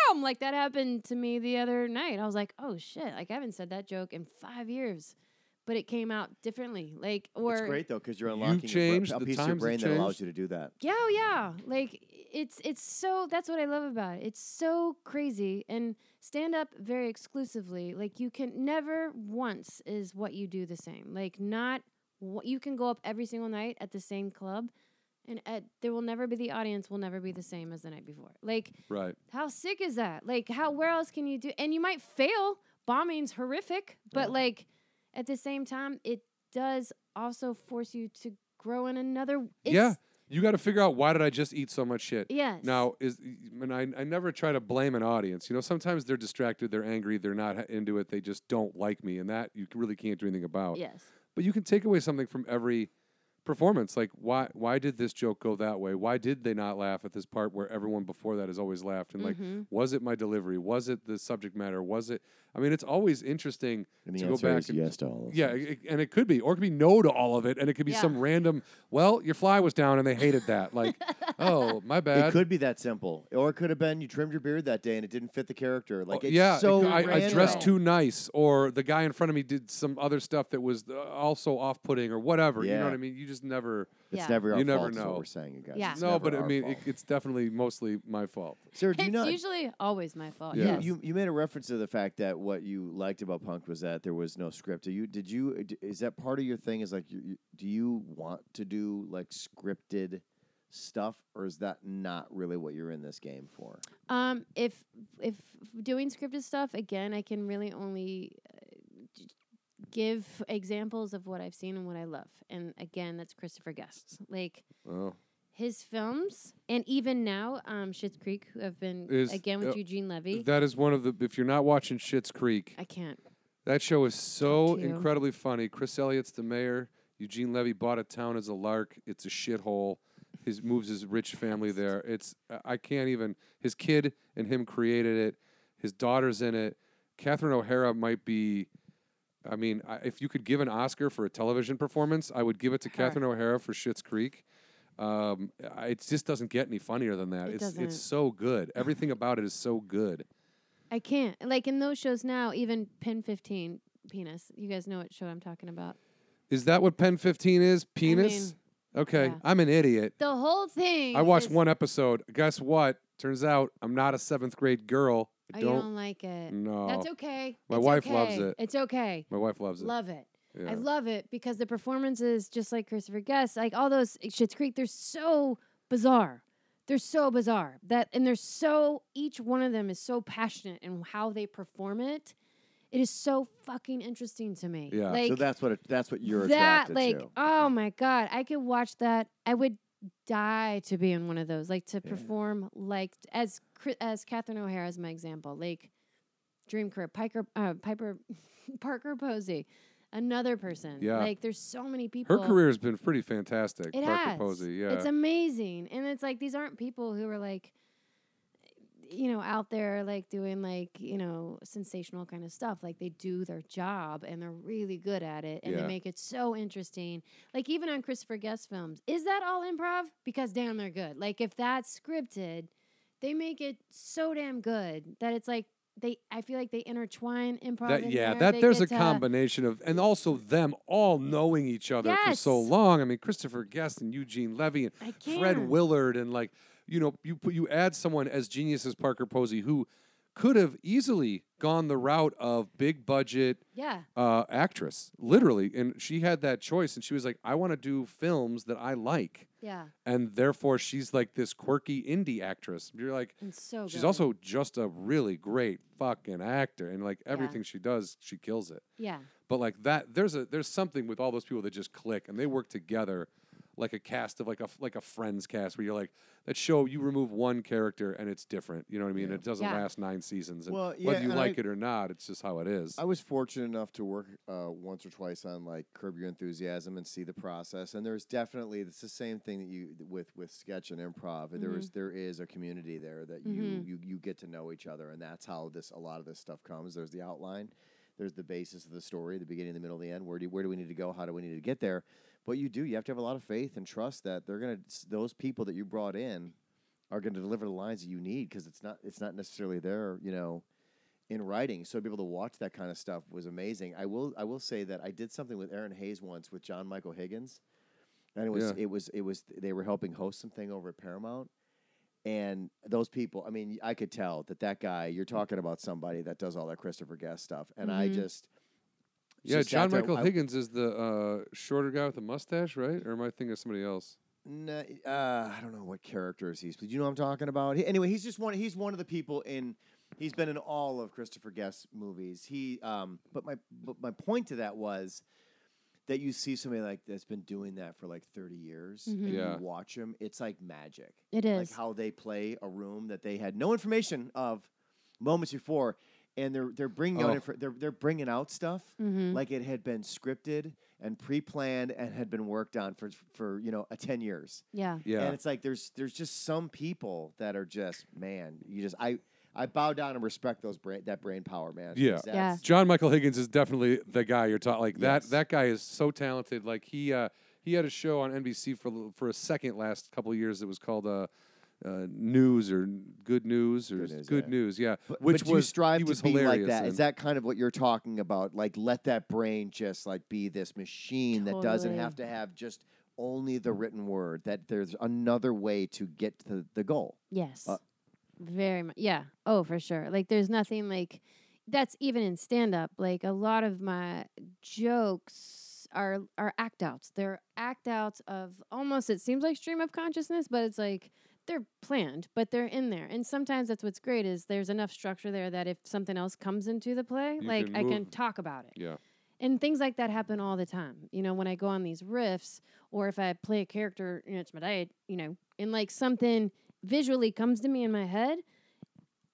damn! Like that happened to me the other night. I was like, oh shit! Like I haven't said that joke in five years, but it came out differently. Like or
It's great though because you're
You've
unlocking your bra-
changed,
a
the
piece of your
times have
brain that allows
changed.
you to do that.
yeah, oh, yeah. Like it's it's so that's what I love about it. It's so crazy and stand up very exclusively. Like you can never once is what you do the same. Like not what you can go up every single night at the same club and at, there will never be the audience will never be the same as the night before. Like
right.
how sick is that? Like how where else can you do and you might fail. Bombing's horrific, but like at the same time it does also force you to grow in another it's,
yeah, you got to figure out why did I just eat so much shit.
Yes.
Now is and I, I never try to blame an audience. You know, sometimes they're distracted, they're angry, they're not ha- into it, they just don't like me, and that you really can't do anything about.
Yes.
but you can take away something from every performance like why why did this joke go that way why did they not laugh at this part where everyone before that has always laughed and like
Mhm.
was it my delivery was it the subject matter was it i mean it's always interesting
And the
to go
answer
back
is
and-
yes to all. Of
yeah it, and it could be or it could be no to all of it and it could be
Yeah.
some random well your fly was down and they hated that like oh my bad
It could be that simple, or it could have been you trimmed your beard that day and it didn't fit the character. Like
Oh,
it's
yeah,
so
I, I dressed
random.
too nice, or the guy in front of me did some other stuff that was uh, also off-putting, or whatever. You know
Yeah.
what I mean? You just never.
It's
Yeah.
never our
You
fault.
never
is
know.
what we're saying, you guys.
Yeah.
It's
no,
never
but I
our
mean,
fault.
it, it's definitely mostly my fault.
Sarah, do you
It's
not?
usually always my fault.
Yeah.
you-
Yes.
You, you made a reference to the fact that what you liked about punk was that there was no script. Do you did you d- is that part of your thing? Is like you, you, do you want to do like scripted stuff, or is that not really what you're in this game for?
Um, if if doing scripted stuff again, I can really only uh, j- give examples of what I've seen and what I love. And again, that's Christopher Guest, like
Oh,
his films, and even now, um, Schitt's Creek, who have been
Is-
again
uh,
with Eugene Levy.
that is one of the. If you're not watching Shit's Creek,
I can't.
that show is so
Talk to you.
incredibly funny. Chris Elliott's the mayor. Eugene Levy bought a town as a lark. It's a shithole. His moves his rich family there. It's I- I can't even. His kid and him created it. His daughter's in it. Catherine O'Hara might be. I mean, I, if you could give an Oscar for a television performance, I would give it to
Her.
Catherine O'Hara for Schitt's Creek. Um, I, it just doesn't get any funnier than that.
It
it's
doesn't.
it's so good. Everything about it is so good.
I can't. Like in those shows now, even Pin Fifteen Penis. You guys know what show I'm talking about.
Is that what Pen 15 is? Penis? okay.
yeah.
I'm an idiot.
The whole thing.
I watched
is-
one episode. Guess what? Turns out I'm not a seventh grade girl. I
Oh, you
don't.
don't like it.
No.
That's okay.
Oh, My
It's
wife loves
okay.
it.
It's okay.
My wife loves it.
Love it.
yeah.
I love it because the performances, just like Christopher Guest, like all those eh, Schitt's Creek, they're so bizarre. They're so bizarre that, and they're so each one of them is so passionate in how they perform it. It is so fucking interesting to me.
Yeah. So
like,
so that's what it, that's what you're
that,
attracted
like,
to.
oh my god, I could watch that. I would die to be in one of those, like to perform like as Chri- as Catherine O'Hara is my example, like Dream Career, Piper, uh, Piper, Parker Posey, another person.
Yeah.
like there's so many people.
Her career has been pretty fantastic.
it
Parker
has.
Posey. Yeah.
It's amazing, and it's like these aren't people who are like. You know, out there like doing like you know sensational kind of stuff. Like they do their job and they're really good at it, and
Yeah.
they make it so interesting like even on Christopher Guest films, is that all improv? Because damn, they're good. Like if that's scripted, they make it so damn good that it's like they. I feel like they intertwine improv.
that,
in
yeah,
there.
that
They
there's a
get to-
combination of, and also them all knowing each other for so
Yes.
long. I mean, Christopher Guest and Eugene Levy and
I
Fred
can't.
Willard and like you know you put you add someone as genius as Parker Posey who could have easily gone the route of big budget
Yeah,
uh, actress literally and she had that choice and she was like I want to do films that I like
yeah,
and therefore she's like this quirky indie actress you're like
and so.
she's
good.
also just a really great fucking actor and like
Yeah.
everything she does she kills it
yeah.
but like that, there's a there's something with all those people that just click and they work together, like a cast of like a like a Friends cast where you're like that show. You remove one character and it's different. You know what I mean?
Yeah.
It doesn't
Yeah.
last nine seasons. And
Well, yeah,
whether you
and
like
I-
it or not, it's just how it is.
I was fortunate enough to work uh, once or twice on like Curb Your Enthusiasm and see the process. And there's definitely it's the same thing that you with with sketch and improv. There is there is a community there that you,
Mhm.
you you get to know each other, and that's how this a lot of this stuff comes. There's the outline, there's the basis of the story, the beginning, the middle, the end. Where do where do we need to go? How do we need to get there? But you do you have to have a lot of faith and trust that they're gonna s- those people that you brought in are going to deliver the lines that you need because it's not it's not necessarily there you know in writing so to be able to watch that kind of stuff was amazing i will i will say that i did something with aaron hayes once with john michael higgins and it was
Yeah.
it was it was they were helping host something over at paramount and those people i mean i could tell that that guy you're talking about somebody that does all that christopher guest stuff and i
Mhm.
just
Mm-hmm. yeah,
just
John
sat there-
Michael
I-
Higgins is the uh, shorter guy with the mustache, right? Or am I thinking of somebody else?
No, uh, I don't know what characters he's. But you know what I'm talking about. He, anyway, he's just one. He's one of the people in. He's been in all of Christopher Guest's movies. He, um, but my but my point to that was that you see somebody like that's been doing that for like 30 years,
Mhm.
and
Mm-hmm. Yeah.
you watch him. It's like magic.
It
Like
is.
how they play a room that they had no information of moments before, and they're they're bringing
Oh.
out infor- they're they're bringing out stuff
mm-hmm.
like it had been scripted and pre-planned and had been worked on for for you know a 10 years
yeah.
Yeah,
and it's like there's there's just some people that are just man you just i i bow down and respect those brain that brain power man 'cause
Yeah.
that's-
Yeah.
John Michael Higgins is definitely the guy you're talking. Like
Yes.
that. That guy is so talented. Like he uh, he had a show on NBC for a little- for a second last couple of years. It was called uh, uh, News or Good News or
Good
Good
News,
News.
yeah.
yeah.
But,
Which
but
was
you strive
he
to
was
be
hilarious.
like that.
in.
Is that kind of what you're talking about? Like, let that brain just like be this machine that doesn't
Totally.
have to have just only the written word, that there's another way to get to the goal.
Yes.
Uh,
Very much. Yeah. Oh, for sure. Like there's nothing like that's even in stand up. Like a lot of my jokes are are act outs. They're act outs of almost it seems like stream of consciousness, but it's like they're planned, but they're in there. And sometimes that's what's great is there's enough structure there that if something else comes into the play,
You
like
can
I can
move.
talk about it.
Yeah.
And things like that happen all the time. You know, when I go on these riffs or if I play a character, you know, it's my diet, you know, and like something visually comes to me in my head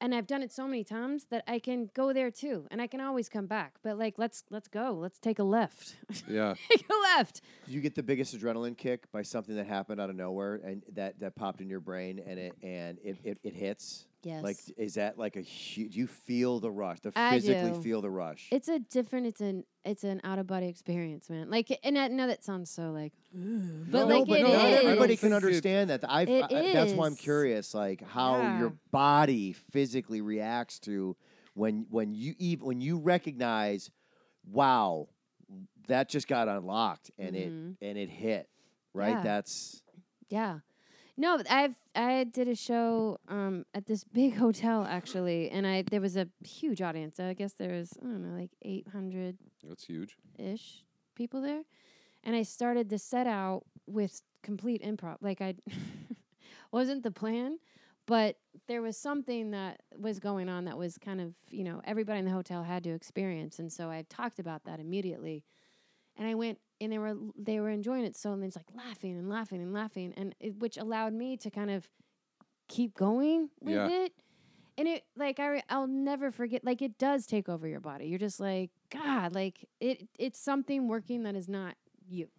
and I've done it so many times that I can go there too and I can always come back. But like let's let's go. Let's take a left.
Yeah.
take a left.
You get the biggest adrenaline kick by something that happened out of nowhere and that, that popped in your brain and it and it, it, it hits.
Yes.
Like, is that like a huge? You feel the rush, the
I
physically
do.
feel the rush.
It's a different. It's an it's an out of body experience, man. Like, and I know that sounds so like, but
no,
like
but
it
no, not
is.
everybody can
It-
understand that. I've,
It
I- I- that's why I'm
is.
curious, like how your
Yeah.
body physically reacts to when when you ev- when you recognize, wow, that just got unlocked and
Mhm.
it and it hit, right?
Yeah.
That's
Yeah. No, but I've I did a show um, at this big hotel actually, and I there was a huge audience. I guess there was I don't know like eight hundred
That's huge.
ish people there, and I started the set out with complete improv. Like I wasn't the plan, but there was something that was going on that was kind of you know everybody in the hotel had to experience, and so I talked about that immediately, and I went and they were they were enjoying it so and it's like laughing and laughing and laughing and it, which allowed me to kind of keep going with
Yeah.
it. And it like I re- I'll never forget like it does take over your body. You're just like god, like it it's something working that is not you.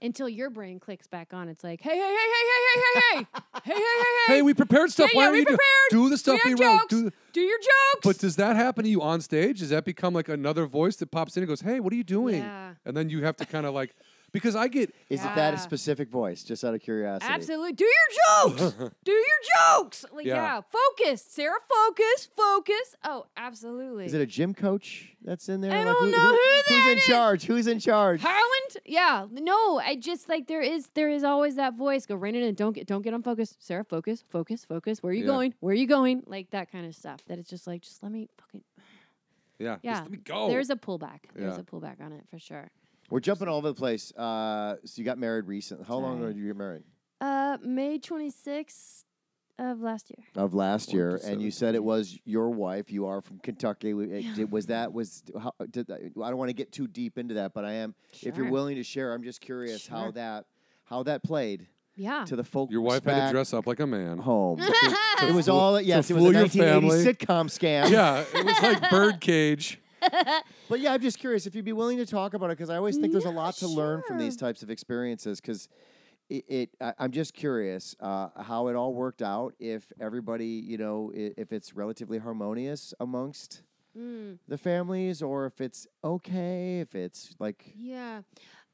Until your brain clicks back on. It's like, "Hey, hey, hey, hey, hey, hey, hey, hey. Hey, hey, hey,
Hey, we prepared stuff.
Yeah,
Why
yeah,
are
we
you do-
prepared.
do the stuff we,
have
wrote?
jokes.
Do the-
Do your jokes.
but does that happen to you on stage? Does that become like another voice that pops in and goes, "Hey, what are you doing?"
Yeah.
And then you have to kind of like, because I get
is it that a
Yeah.
specific voice? Just out of curiosity,
Absolutely. Do your jokes. do your jokes. Like,
Yeah.
yeah. Focus. Sarah, focus. Focus. Oh, absolutely.
Is it a gym coach that's in there?
I
Like,
don't know who
who's
that
in
is.
charge. Who's in charge?
Harland? Yeah. No, I just like there is there is always that voice. Go rein it in. Don't get don't get unfocused. Sarah, focus, focus, focus. Where are you
Yeah.
going? Where are you going? Like that kind of stuff. That it's just like, just let me fucking
yeah, just
Yeah.
let me go.
There's a pullback. There's
Oh. Yeah.
a pullback on it for sure.
We're jumping all over the place. Uh, so you got married recently. How long ago
Sorry.
did you get married?
Uh May twenty sixth of last year.
of last year,
to
and you
17.
said it was your wife. You are from Kentucky. W- it-
Yeah.
did- Was that was how, did, I don't want to get too deep into that, but I am. If you're
Sure.
willing to share, I'm just curious how
Sure. Ah.
that how that played
Yeah.
to the folk.
Your wife had to
back
dress up like a man.
home. it was
fool-
all
to
yes. It was a
fool your
1980s
family.
sitcom scam.
yeah, it was like birdcage.
But yeah, I'm just curious if you'd be willing to talk about it because I always think there's a lot to learn from these types of experiences. Because it, it I, I'm just curious uh, how it all worked out. If everybody, you know, i- if it's relatively harmonious amongst
Mm.
the families, or if it's okay, if it's like
Yeah.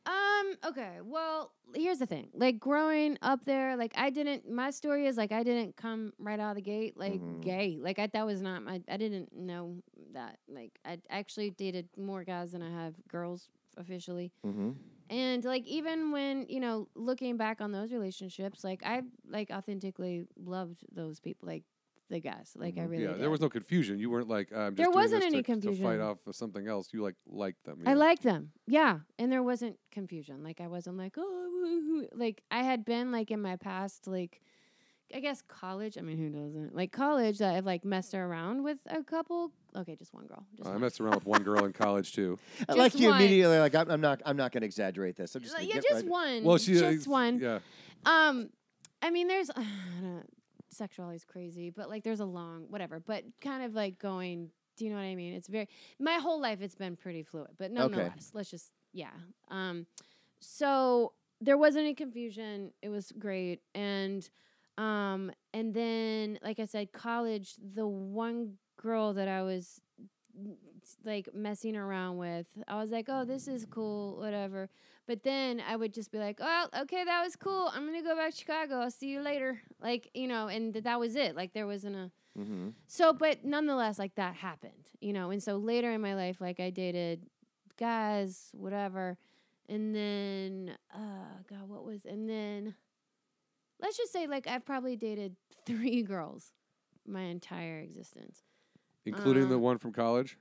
Um, okay. Well, here's the thing. Like growing up there, like I didn't my story is like I didn't come right out of the gate like
Mm-hmm.
Mhm.
gay. Like I that was not my I didn't know that. Like I actually dated more guys than I have girls officially.
mm-hmm.
And like even when, you know, looking back on those relationships, like I like authentically loved those people like the guys. Like I
Mhm.
really
Mm-hmm. yeah,
did.
there was no confusion. You weren't like I'm just
There
doing
wasn't
this to,
any
to fight
confusion.
off of something else. You like liked them.
I
yeah.
liked them. Yeah. And there wasn't confusion. Like I wasn't like, oh, woo-hoo." like I had been like in my past, like I guess college. I mean, who doesn't? Like college that I've like messed around with a couple. Okay, just one girl. Just
Oh, I
one.
messed around with one girl in college too.
I like
Just
you
one.
immediately like I'm, I'm not I'm not going to exaggerate this. I'm just
Like,
gonna
yeah,
get
just
right-
one.
Well, she
just
uh,
one.
Yeah,
Um, I mean, there's I don't know, sexuality is crazy, but like there's a long whatever. But kind of like going. Do you know what I mean? It's very my whole life. It's been pretty fluid, but nonetheless, let's just yeah. Um, so there wasn't any confusion. It was great, and um, and then like I said, college. The one girl that I was like messing around with, I was like, oh, this is cool, whatever. But then I would just be like, oh, okay, that was cool. I'm gonna go back to Chicago. I'll see you later. Like, you know, and th- that was it. Like, there wasn't a
Mhm.
so, but nonetheless, like that happened, you know. And so later in my life, like I dated guys, whatever, and then uh god what was and then let's just say like I've probably dated three girls my entire existence.
including the
Uh,
one from college.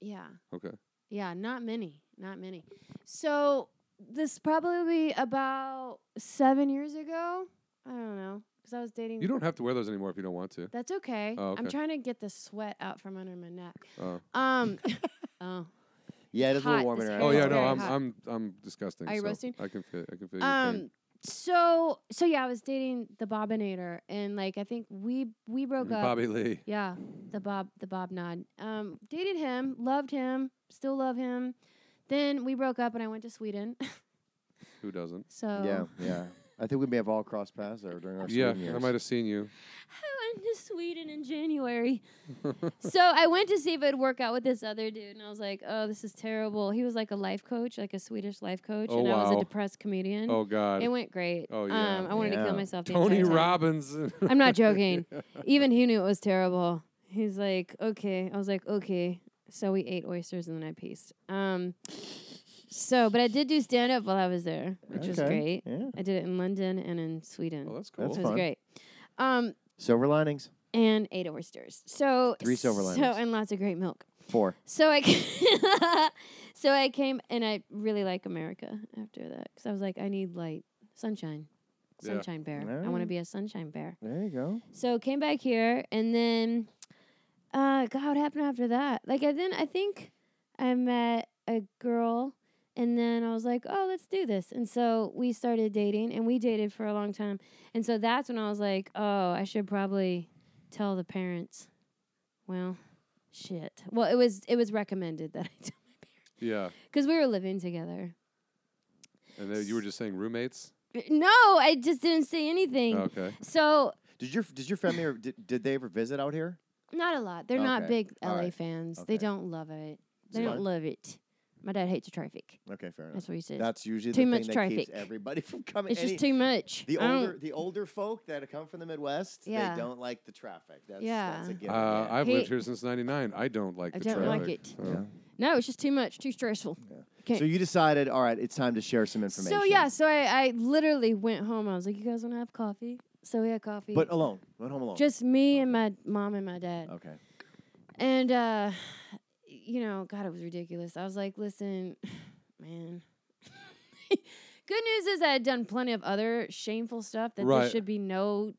Yeah.
Okay.
Yeah, not many, not many. So this probably about seven years ago. I don't know because I was dating.
You don't have to wear those anymore if you don't want to.
That's okay.
Oh,
I'm
okay.
trying to get the sweat out from under my neck.
Oh.
Um. oh.
Yeah, it is a little
hot.
warm in
This
here.
hair
Oh
It's
yeah, no,
very
I'm
hot.
I'm I'm disgusting.
Are you
so
roasting?
I can feel I can feel your pain.
Um. So so yeah, I was dating the Bobinator, and like I think we we broke up.
Bobby Lee.
Yeah, the Bob, the Bob nod. Um, dated him, loved him, still love him. Then we broke up, and I went to Sweden.
Who doesn't?
so
Yeah, yeah. I think we may have all crossed paths there during our
Yeah,
swim years.
I might have seen you.
I went to Sweden in January. so I went to see if it'd work out with this other dude, and I was like, "Oh, this is terrible." He was like a life coach, like a Swedish life coach,
Oh,
and I was
wow.
a depressed comedian.
Oh God,
It went great.
Oh, yeah.
um, I wanted to
Yeah.
kill myself. The
Tony
entire time.
Robbins.
I'm not joking. Even he knew it was terrible. He's like, okay. I was like, okay. So we ate oysters and then I pieced. Um, so, but I did do stand up while I was there, which was
Okay,
great.
Yeah.
I did it in London and in Sweden.
Oh, that's cool.
That's
it was
fun.
great. Um,
Silver linings.
and ate oysters. So
Three silver
so-
linings.
and lots of great milk.
Four.
So I, ca- so I came and I really like America after that because I was like, I need light, sunshine,
Yeah.
sunshine bear. I want to
Alright.
be a sunshine bear.
There you go.
So came back here, and then, uh, God, what happened after that? Like, I then I think I met a girl, and then I was like, oh, let's do this. And so we started dating, and we dated for a long time. And so that's when I was like, oh, I should probably tell the parents. Well, shit. Well, it was it was recommended that I tell
yeah,
because we were living together.
and then you were just saying roommates.
No, I just didn't say anything.
Okay.
So
Did your did your family or did, did they ever visit out here?
Not a lot. They're not
Okay.
big LA
All right.
fans.
Okay.
They don't love it.
It's
They don't
fine.
love it. My dad hates the traffic.
Okay, fair enough.
That's what he says.
That's usually
Too
the
much
thing that
traffic.
keeps everybody from coming.
it's
any-
just too much.
the
I don't-
older the older folk that come from the Midwest,
Yeah.
they don't like the traffic. That's, that's
Yeah.
a given.
Uh,
yeah.
I've lived
Hey.
here since '99. I don't like
I
the
don't
traffic.
like it.
Oh.
Yeah.
No, it's just too much. Too stressful.
So you decided, all right, it's time to share some information.
So yeah, so I, I literally went home. I was like, "You guys want to have coffee?" So we had coffee.
but Oh. alone, went home alone.
just me and my mom and my dad.
okay.
And uh, you know, God, it was ridiculous. I was like, listen, man. Good news is I had done plenty of other shameful stuff that
Right.
this should be no,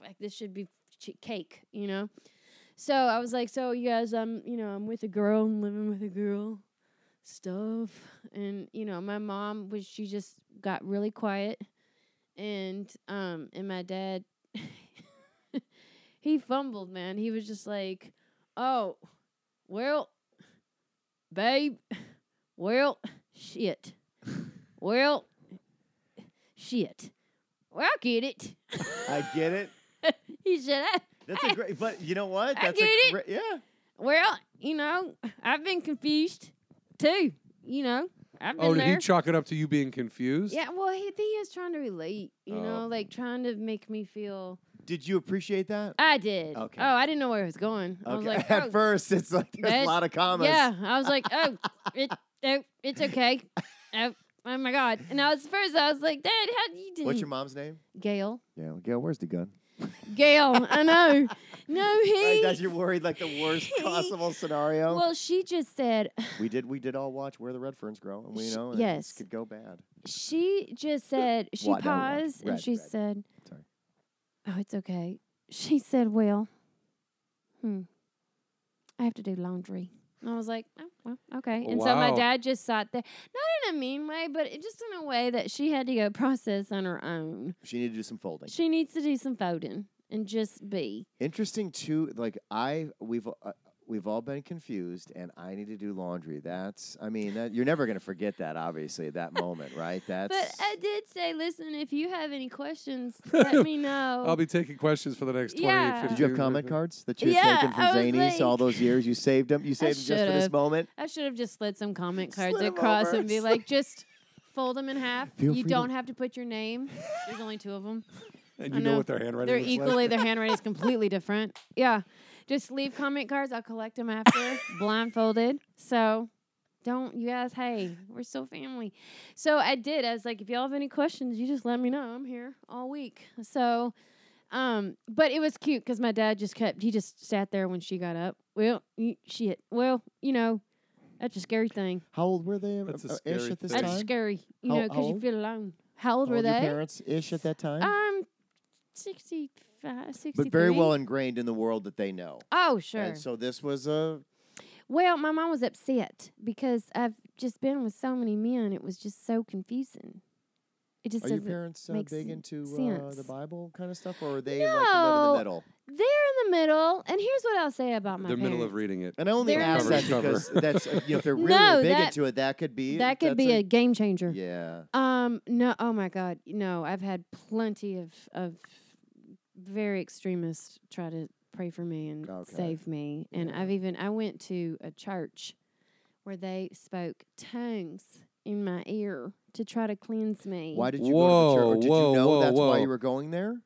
like this should be ch- cake, you know. So I was like, so you guys, I'm, you know, I'm with a girl, I'm living with a girl, stuff, and you know, my mom was she just got really quiet, and um, and my dad, he fumbled, man. He was just like, oh, well, babe, well, shit, well, shit, well, I get it.
I get it.
he said, "I-
That's a great. But you know what?
I
That's
get
a
it.
great. Yeah.
Well, you know, I've been confused too. You know, I've been
Oh, did
there.
he chalk it up to you being confused?
yeah, well, he, he is trying to relate. You
Oh.
know, like trying to make me feel.
Did you appreciate that?
I did.
Okay.
Oh, I didn't know where it was going. I was
Okay.
like,
At
oh,
first, it's like there's a
that-
lot of commas.
yeah. I was like, oh, it, oh, it's okay. Oh, oh my god. And I was first. I was like, Dad, how do you do?
What's your mom's name?
Gail?
Yeah, well, Gail. Where's the gun?
Gail. I know. No, he.
Right, that you're worried like the worst possible scenario.
well, she just said
we did. We did all watch where the red ferns grow, and we
Sh-
know that
yes.
this could go bad.
She just said she
What? No, what?
paused
Red,
and she
red.
said,
Sorry.
"Oh, it's okay." She said, "Well, hmm, I have to do laundry." And I was like, "Oh, well, okay." And so my
Wow.
dad just sat there, not in a mean way, but it just in a way that she had to go process on her own.
She needed to do some folding.
She needs to do some folding and just be.
Interesting too. Like I, we've uh, we've all been confused, and I need to do laundry. That's. I mean, that, you're never going to forget that. Obviously, that moment, right? That's.
But uh, I did say, "Listen, if you have any questions, let me know."
Um,
I'll be taking questions for the next 20,
Yeah.
15
Did
did you have comment cards that you had
Yeah,
taken from
I was
Zanies all
like-
those years? You saved them. You saved them just for this
should've.
moment.
I should have just slid some comment
Slid
cards
'em
across
over.
and be like, just fold them in half.
Feel free
you
to-
don't have to put your name. There's only two of them.
And
I
you know,
know.
what their handwriting
They're
looks like?
equally, their handwriting is completely different. Yeah. Just leave comment cards. I'll collect them after, blindfolded. So Don't you guys? Hey, we're still family. So I did. I was like, if y'all have any questions, you just let me know. I'm here all week. So, um, but it was cute because my dad just kept. He just sat there when she got up. Well, you, shit. Well, you know, that's a scary thing.
How old were they?
That's a
uh, ish
scary
at this
thing.
That's
time.
scary. You
How-
know, 'cause
how
you
old?
feel alone. How old
How
were
old
they?
Your parents ish at that time.
Um, 65, 63.
but very well ingrained in the world that they know.
Oh, sure.
And so this was a
Well, my mom was upset because I've just been with so many men. It was just so confusing. It just
Are your
doesn't.
parents uh,
make
big
sen-
into uh, the
sense.
Bible kind of stuff, or are they like live in the
No.
middle?
They're in the middle, and here's what I'll say about my
They're middle of
parents.
reading it.
And I only
They're
ask
in
that
the middle.
because that's uh, you know if they're really
No,
big
that-
into it, that could be
that could
that's
be a, game changer.
yeah.
Um, no, oh my God, no. I've had plenty of of very extremists try to pray for me and
Okay.
save me, and
Yeah.
I've even I went to a church where they spoke tongues in my ear to try to cleanse me.
Why did you go to the
Whoa,
church? Or did
whoa,
you know
whoa,
that's why
whoa.
you were going there?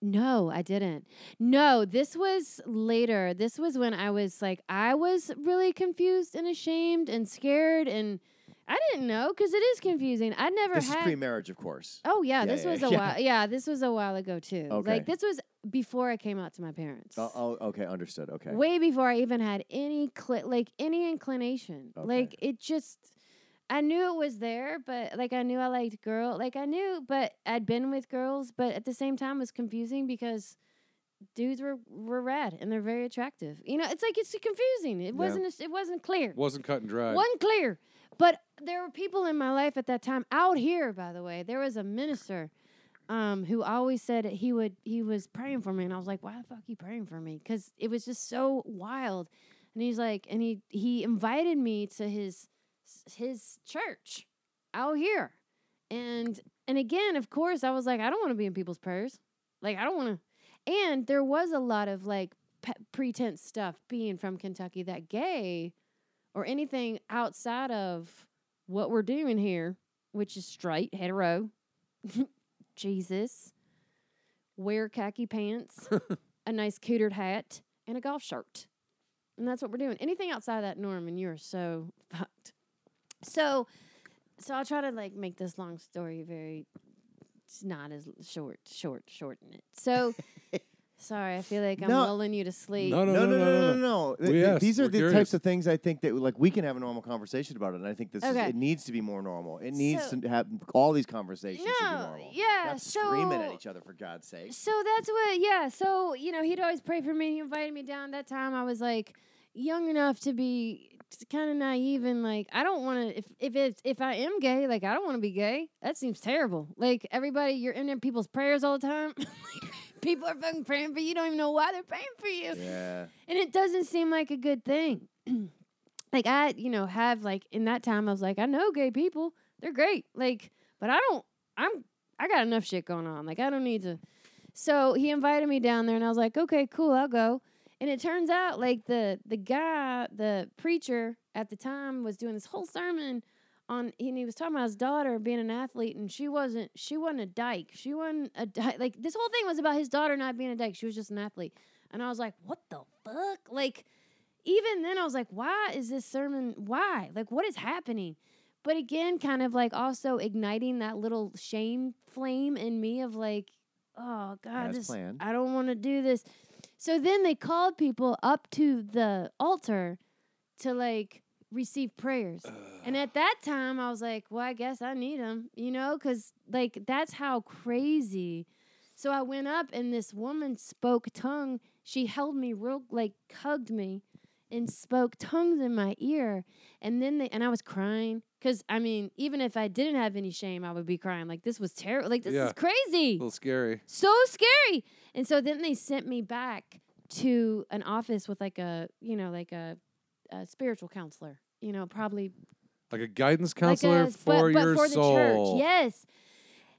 No, I didn't. No, this was later. This was when I was like, I was really confused and ashamed and scared, and I didn't know because it is confusing. I never
This is
had.
pre-marriage, of course.
oh yeah,
Yeah,
this
yeah,
was a
yeah.
while. Yeah, this was a while ago too.
Okay.
Like this was before I came out to my parents.
Oh, oh, okay, understood. Okay,
Way before I even had any cli like any inclination.
Okay.
Like it just. I knew it was there, but like I knew I liked girl, like I knew, but I'd been with girls, but at the same time it was confusing because dudes were were rad and they're very attractive. You know, it's like it's confusing. It wasn't as- it wasn't clear.
Wasn't cut and dried.
wasn't clear. But there were people in my life at that time out here. By the way, there was a minister um, who always said that he would he was praying for me, and I was like, why the fuck you praying for me? Because it was just so wild. And he's like, and he he invited me to his his church out here, and and again, of course, I was like, I don't want to be in people's prayers. Like, I don't want to. And there was a lot of like pe- pretense stuff being from Kentucky that gay or anything outside of what we're doing here, which is straight, hetero, Jesus, wear khaki pants, a nice cootered hat, and a golf shirt. And that's what we're doing. Anything outside of that norm, and you're so fucked. So, so I'll try to like make this long story very, it's not as l- short, short, shorten it. So, sorry, I feel like I'm
No.
lulling you to sleep.
no, no,
No, no, no, no, no.
no.
Th-
We
th-
asked.
These are
We're
the
curious.
types of things I think that like we can have a normal conversation about it, and I think this
Okay.
is, it needs to be more normal. It needs
So-
to have all these conversations should be
No,
normal.
yeah,
Not screaming at
so-
each other for God's sake.
So that's what, yeah. So, you know, he'd always pray for me. He invited me down. That time I was like young enough to be kind of naive and like, I don't want to, if, if it's, if I am gay, like, I don't want to be gay. That seems terrible. Like, everybody, you're in people's prayers all the time. People are fucking praying for you. You Don't even know why they're praying for you
Yeah,
and it doesn't seem like a good thing. like I, you know, have like in that time I was like, I know gay people, they're great. Like, but I don't I'm I got enough shit going on. Like I don't need to. So he invited me down there and I was like, "Okay, cool, I'll go." And it turns out like the the guy, the preacher at the time was doing this whole sermon on and he was talking about his daughter being an athlete and she wasn't she wasn't a dyke. She wasn't a dyke. Like this whole thing was about his daughter not being a dyke. She was just an athlete. And I was like, what the fuck? Like, even then, I was like, why is this sermon? Why? Like, what is happening? But again, kind of like also igniting that little shame flame in me of like, oh God,
as
this,
planned.
I don't want to do this. So then they called people up to the altar to like receive prayers. And at that time, I was like, well, I guess I need them, you know, because like that's how crazy. So I went up, and this woman spoke tongue. She held me real, like hugged me, and spoke tongues in my ear. And then they, and I was crying because I mean, even if I didn't have any shame, I would be crying. Like this was terrible. Like this
Yeah.
is crazy
A little scary.
so scary. And so then they sent me back to an office with like a, you know, like a, a spiritual counselor, you know, probably
Like a guidance counselor
like a,
for
but, but
your
for
soul.
The church, yes.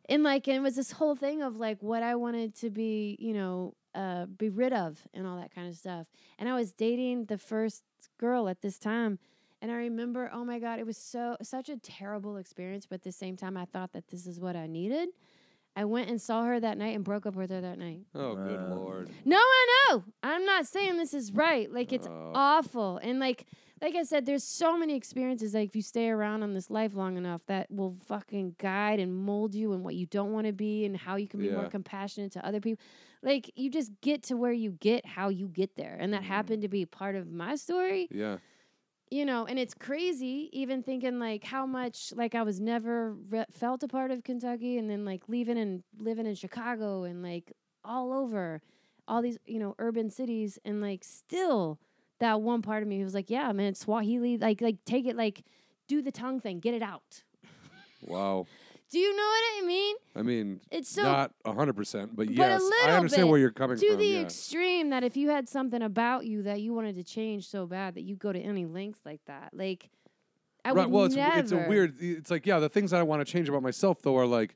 And like and it was this whole thing of like what I wanted to be, you know, uh, be rid of and all that kind of stuff. And I was dating the first girl at this time. And I remember, oh my God, it was so such a terrible experience, but at the same time I thought that this is what I needed. I went and saw her that night and broke up with her that night.
Oh, good
Uh,
lord.
No, I know. I'm not saying this is right. Like it's
Oh.
awful. And like like I said, there's so many experiences. Like if you stay around on this life long enough, that will fucking guide and mold you and what you don't want to be and how you can be more
Yeah.
compassionate to other people. Like you just get to where you get how you get there, and that
Mhm.
happened to be part of my story.
Yeah.
You know, and it's crazy even thinking like how much like I was never re- felt a part of Kentucky, and then like leaving and living in Chicago and like all over all these you know urban cities and like still that one part of me was like yeah man swahili like like take it like do the tongue thing get it out
Wow.
do you know what i mean
I mean,
it's so
not hundred percent, but
But a
yes, I
little
understand
bit
where you're coming
to
from.
the
yeah.
extreme that if you had something about you that you wanted to change so bad that you go to any lengths like that like i
right.
would
well, it's
never
it's a weird. It's like yeah, the things that I want to change about myself though are like,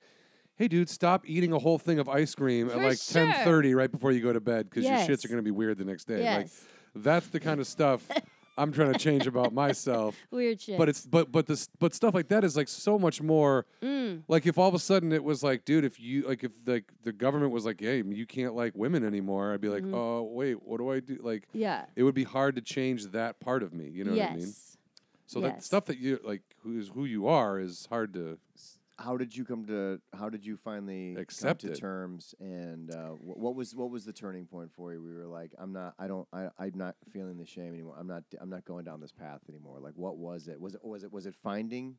hey, dude, stop eating a whole thing of ice cream at
For
like
sure.
ten thirty right before you go to bed because your shits
Yes.
are gonna be weird the next day. Like
yes
that's the kind of stuff I'm trying to change about myself.
weird shit
But it's but but this but stuff like that is like so much more.
mm,
Like if all of a sudden it was like, dude, if you like if like the government was like, hey, you can't like women anymore, I'd be like,
Mhm.
oh wait, what do I do? Like
yeah
it would be hard to change that part of me. You know
yes
what I mean? So that
Yes.
stuff that you like, who is who you are, is hard to.
How did you come to? How did you finally
Accept
come
it.
to terms? And uh, wh- what was what was the turning point for you? We were like, I'm not. I don't. I, I'm not feeling the shame anymore. I'm not. I'm not going down this path anymore. Like, what was it? Was it was it was it finding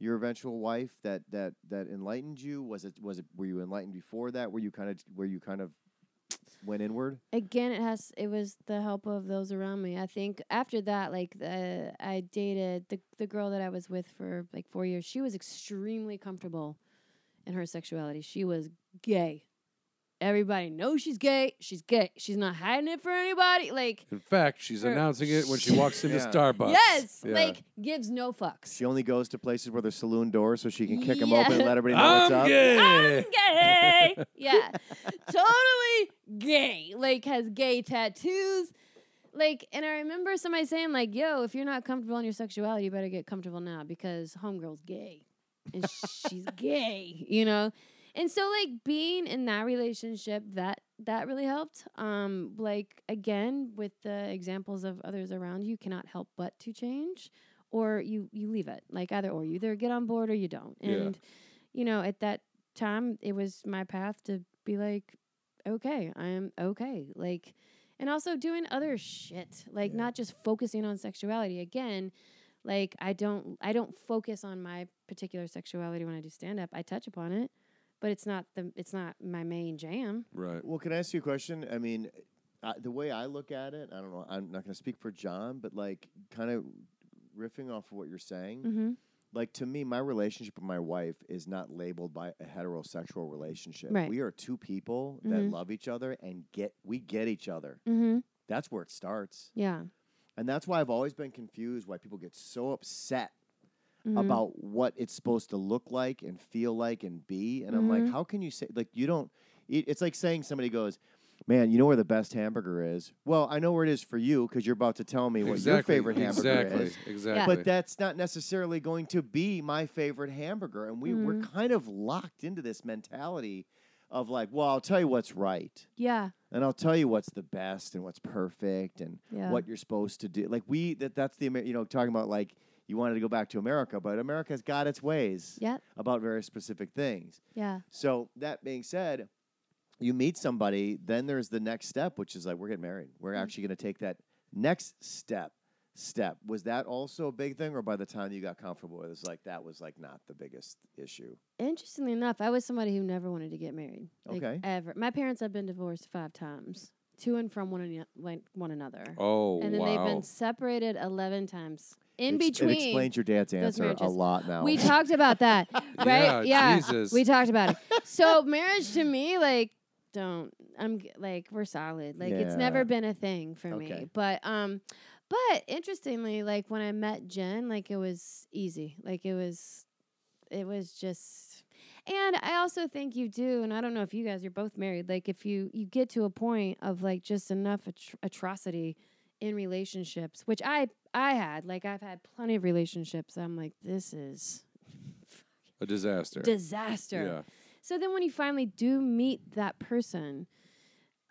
your eventual wife that that that enlightened you? Was it was it were you enlightened before that? Were you kind of were you kind of went inward?
again it has it was the help of those around me i think after that like the, i dated the, the girl that i was with for like four years she was extremely comfortable in her sexuality she was gay everybody knows she's gay she's gay she's not hiding it for anybody like
In fact, she's
Or-
announcing it when she walks into
Yeah.
Starbucks.
yes
Yeah.
like gives no fucks
She only goes to places where there's saloon doors, so she can kick them
Yeah.
open and let everybody know what's
I'm
up.
gay.
gay. yeah. totally gay. Like has gay tattoos. Like, and I remember somebody saying, like, yo, if you're not comfortable in your sexuality, you better get comfortable now because homegirl's gay. And she's gay, you know? And so like being in that relationship that that really helped. Um, like again, with the examples of others around you, you cannot help but to change. Or you you leave it. Like either or you either get on board or you don't.
Yeah.
And you know, at that time it was my path to be like okay i am okay like and also doing other shit like
Yeah.
not just focusing on sexuality again like i don't i don't focus on my particular sexuality when i do stand up i touch upon it but it's not the it's not my main jam
Right.
Well, can I ask you a question? I mean, I, the way I look at it, I don't know. I'm not going to speak for John, but like, kind of riffing off of what you're saying.
mm-hmm.
Like to me, my relationship with my wife is not labeled by a heterosexual relationship.
Right.
We are two people that
Mhm.
love each other and get we get each other.
Mm-hmm.
That's where it starts,
yeah
and that's why I've always been confused why people get so upset
Mhm.
about what it's supposed to look like and feel like and be. And I'm
Mhm.
like, how can you say like you don't? It, it's like saying somebody goes, "Man, you know where the best hamburger is." Well, I know where it is for you because you're about to tell me what your
Exactly,
favorite hamburger
Exactly.
is.
Exactly.
But that's not necessarily going to be my favorite hamburger, and we we're kind of locked into this mentality of like, "Well, I'll tell you what's right."
yeah
And I'll tell you what's the best and what's perfect and
yeah
what you're supposed to do. Like we that that's the Amer- you know talking about like you wanted to go back to America, but America's got its ways
yeah
about very specific things.
yeah
So that being said, you meet somebody, then there's the next step, which is like we're getting married. We're
Mhm.
actually going to take that next step. Step was that also a big thing, or by the time you got comfortable with, it, it's like that was like not the biggest issue.
interestingly enough i was somebody who never wanted to get married like,
Okay.
ever my parents have been divorced five times to and from one, ano- like, one another
oh
and then
wow.
they've been separated 11 times in
Ex- it
between
explains your dad's answer a
marriages.
lot now.
we talked about that
Yeah,
right yeah,
Jesus.
we talked about it so marriage to me like don't i'm g- like we're solid like it's
Yeah.
never been a thing for
Okay.
me but um but interestingly like when i met jen like it was easy like it was it was just and i also think you do and i don't know if you guys you're both married like if you you get to a point of like just enough atr- atrocity in relationships which i i had like i've had plenty of relationships i'm like this is
a disaster.
disaster so then when you finally do meet that person,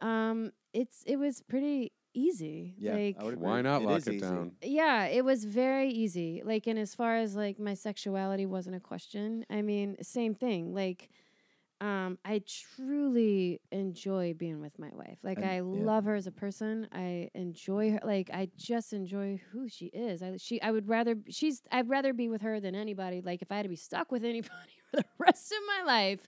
um, it's it was pretty easy.
Yeah,
Like
I would agree.
Why not
It
lock
is
it
easy.
down?
yeah, it was very easy. Like and as far as like my sexuality wasn't a question. I mean, same thing. Like um I truly enjoy being with my wife. Like
And-
I
yeah.
love her as a person. I enjoy her like I just enjoy who she is. I she I would rather she's I'd rather be with her than anybody. Like if I had to be stuck with anybody for the rest of my life,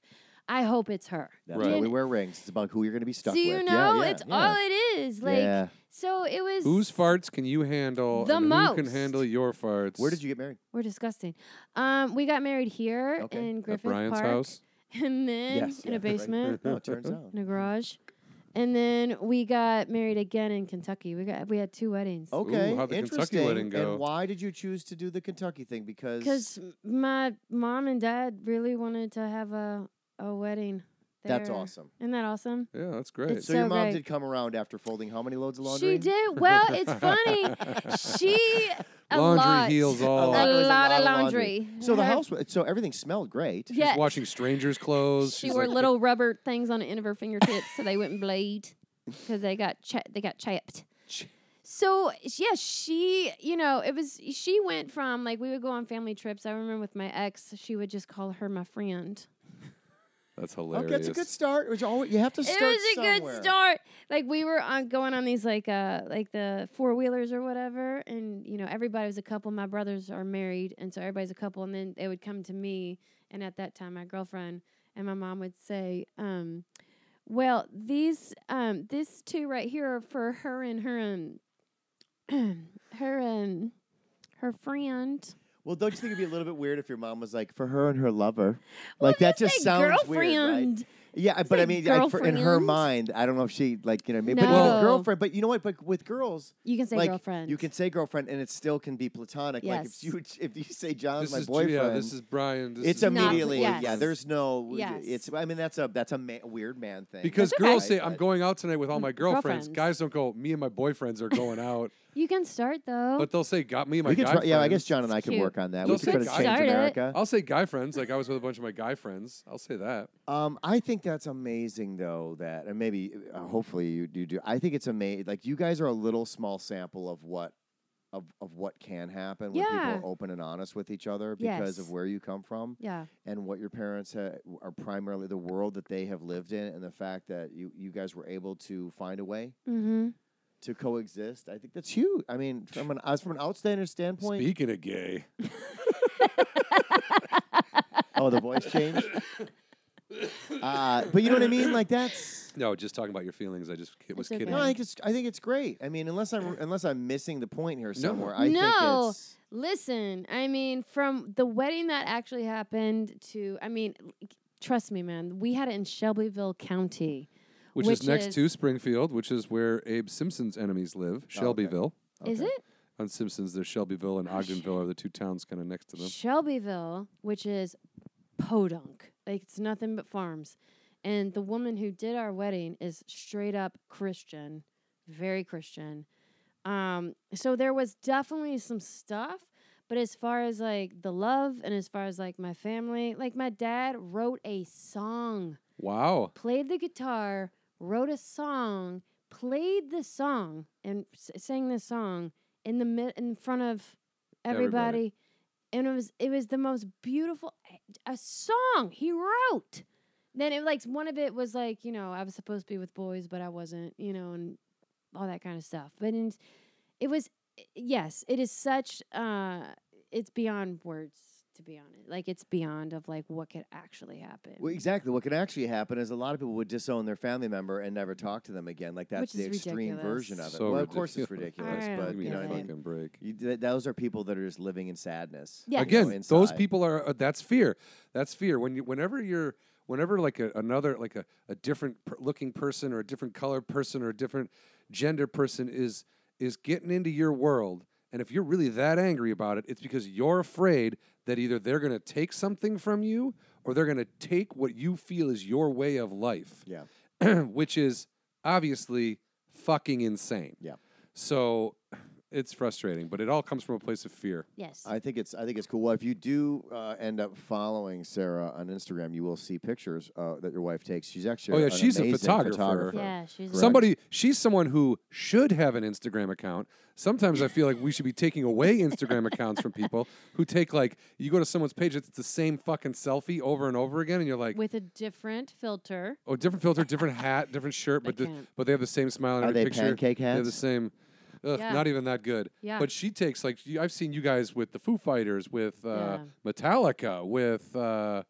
I hope it's her.
That's
Right.
why we wear rings. It's about who you're going to be stuck
Do you
with.
know?
yeah, yeah,
it's
yeah.
all it is. Like
yeah.
so it was
Whose farts can you handle?
The
and Who can
most.
handle your farts?
Where did you get married?
we're disgusting. Um we got married here
Okay.
in
At
Griffith
Brian's
Park
house.
and then
Yes,
in
yeah,
a
right.
basement
No, it turns out.
in a garage. And then we got married again in Kentucky. We got we had two weddings.
Okay,
how'd the Kentucky
interesting.
wedding go?
And why did you choose to do the Kentucky thing? Because
Cuz my mom and dad really wanted to have a a wedding.
that's
there.
awesome.
Isn't that awesome?
Yeah, that's great.
It's
So, your
so
mom
great.
did come around after folding how many loads of laundry?
She did. Well, it's funny. she a
Laundry
lot.
heals all.
It
A
was a
lot
lot
of
of
laundry.
So the
Her-
house, wa- so everything smelled great.
She's
Yes.
watching strangers' clothes.
She
She's
wore
like,
little rubber things on the end of her fingertips so they wouldn't bleed because they got cha- they got chapped.
Ch-
So yeah, she you know it was she went from like we would go on family trips. I remember with my ex, she would just call her my friend.
That's
Okay,
hilarious.
that's a good start. It was always, you have to
It
start
was a
somewhere.
good start. Like we were on going on these like uh like the four wheelers or whatever, and you know everybody was a couple. My brothers are married, and so everybody's a couple. And then they would come to me, and at that time, my girlfriend and my mom would say, um, "Well, these um this two right here are for her and her um her and her friend."
Well, don't you think it'd be a little bit weird if your mom was like, for her and her lover? like, that
Say
just sounds weird, right?
girlfriend.
Yeah, I- but I
like
mean, I- for- in her
girlfriend.
mind, I don't know if she like you know, maybe
No.
but girlfriend. But you know what? But with girls,
You can say
like
girlfriend.
you can say girlfriend, and it still can be platonic. Like if
Yes.
you if you say John's
This
my
is Ju-
boyfriend,
Yeah, this is Brian. This
it's
is Brian.
Not-
immediately
yes.
yeah. There's no
Yes.
it's. I mean, that's a that's a ma- weird man thing
Because
That's okay. Mm,
girls say,
Right,
I'm
but-
going out tonight with all my girlfriends.
Girlfriends.
Guys don't go, me and my boyfriends are going out.
You can start though.
but they'll say, got me and my
we could
guy
try, yeah. I guess
friends."
John and I
It's
can
cute.
work on that.
Don't
we could try to
say
change
guy. Start it.
America.
I'll say guy friends. Like I was with a bunch of my guy friends. I'll say that.
Um, I think that's amazing though. That and maybe uh, hopefully you do do. I think it's amazing. Like you guys are a little small sample of what of, of what can happen when
Yeah.
people are open and honest with each other because of
Yes.
where you come from
yeah,
and what your parents ha- are primarily the world that they have lived in and the fact that you you guys were able to find a way
mm-hmm.
to coexist. I think that's huge. I mean, from an as from an outstander standpoint.
Speaking of gay,
Oh, the voice changed. uh, but you know what I mean? Like that's.
no, just talking about your feelings. I just it was
It's okay.
kidding.
No, I
Yeah.
think it's I think it's great. I mean, unless I'm unless I'm missing the point here somewhere, I
No.
think it's
Listen, I mean, from the wedding that actually happened to, I mean, l- trust me, man, we had it in Shelbyville County.
Which, is
Which
next
is-
to Springfield, which is where Abe Simpson's enemies
Oh,
live, Shelbyville.
Is
Okay.
it?
On Simpsons, there's Shelbyville and
Oh, shit.
Ogdenville are the two towns kind of next to them.
Shelbyville, which is podunk. Like, it's nothing but farms. And the woman who did our wedding is straight up Christian, very Christian. Um, so there was definitely some stuff, but as far as like the love and as far as like my family, like my dad wrote a song
Wow.
played the guitar, wrote a song, played the song, and s- sang the song in the mid- in front of
Everybody.
everybody. And it was it was the most beautiful eh, a song he wrote. Then it like one of it was like you know I was supposed to be with boys but I wasn't you know and all that kind of stuff. But in, it was eh, yes it is such uh it's beyond words to be honest like it's beyond of like what could actually happen.
well, exactly what could actually happen is a lot of people would disown their family member and never talk to them again. Like that's
Which
the
is
extreme
ridiculous.
version of it.
So
well, of course it's
ridiculous.
ridiculous,
I
but
don't
you know
get
what I
it.
mean.
fucking break.
You, th- those are people that are just living in sadness.
Yeah.
you know,
Again, those
inside.
people are uh, that's fear. That's fear. When you, whenever you're, whenever like a, another, like a, a different per- looking person or a different color person or a different gender person is is getting into your world, and if you're really that angry about it, it's because you're afraid that either they're going to take something from you or they're going to take what you feel is your way of life.
Yeah.
which is obviously fucking insane.
Yeah.
So it's frustrating, but it all comes from a place of fear.
Yes.
I think it's I think it's cool. Well, if you do uh, end up following Sarah on Instagram, you will see pictures uh, that your wife takes. She's actually
Oh, yeah,
an
she's a
amazing
photographer.
yeah, she's a-
Somebody, she's someone who should have an Instagram account. Sometimes I feel like we should be taking away Instagram accounts from people who take like you go to someone's page, it's the same fucking selfie over and over again, and you're like,
with a different filter.
oh, different filter, different hat, different shirt, but
They
th-
can't.
but they have the same smile in
Are
every
they
picture.
pancake
They have the
hats?
same. Ugh,
Yeah.
Not even that good.
Yeah.
But she takes like you- I've seen you guys with the Foo Fighters, with uh, Metallica, with uh,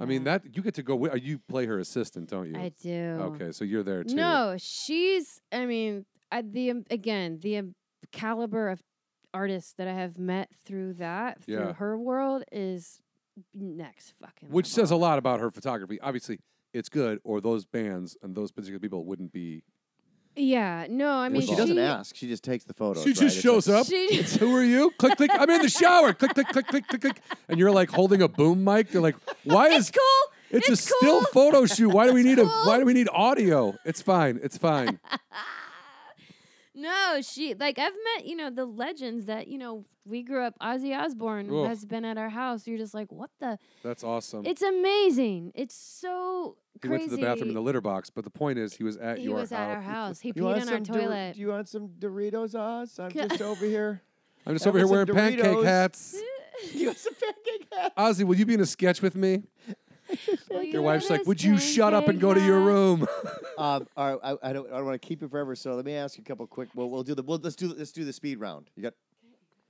I mean
Yeah.
that you get to go. With, you play her assistant, don't you?
I do.
Okay, so you're there too.
No, she's. I mean, I, the um, again the um, caliber of artists that I have met through that
Yeah.
through her world is next fucking.
which says a
level.
lot about her photography. Obviously, it's good, or those bands and those particular people wouldn't be.
Yeah. No, I mean
she doesn't ask. She just takes the photos.
She
right?
just
It's
shows
like-
up.
She-
It's, who are you? click, click. I'm in the shower. click, click, click, click, click, click. And you're like holding a boom mic. They're like, why
It's
is
cool.
it's,
it's
a still
cool.
photo shoot? Why do we need a
cool.
Why do we need audio? It's fine. It's fine.
No, she like I've met you know the legends that you know we grew up. Ozzy Osbourne
Ugh.
has been at our house. You're just like, what the?
That's awesome.
It's amazing. It's so
he
crazy.
went to the bathroom in the litter box, but the point is, he was at
he
your
was
house.
at our house. He
You
peed
want
on our
some Dor-
toilet.
do you want some Doritos, Oz? I'm
Ca-
just over here.
I'm just
That
over here
was
wearing
some
pancake
Doritos.
hats.
you want some pancake hats?
Ozzy, will you be in a sketch with me?
Well, you
Your
know
wife's like,
this
"Would you shut up and go to your
pancake house.
room?"
um, all right, I, I don't. I don't want to keep it forever. So let me ask you a couple quick. Well, we'll do the. Well, let's do. Let's do the speed round. You got.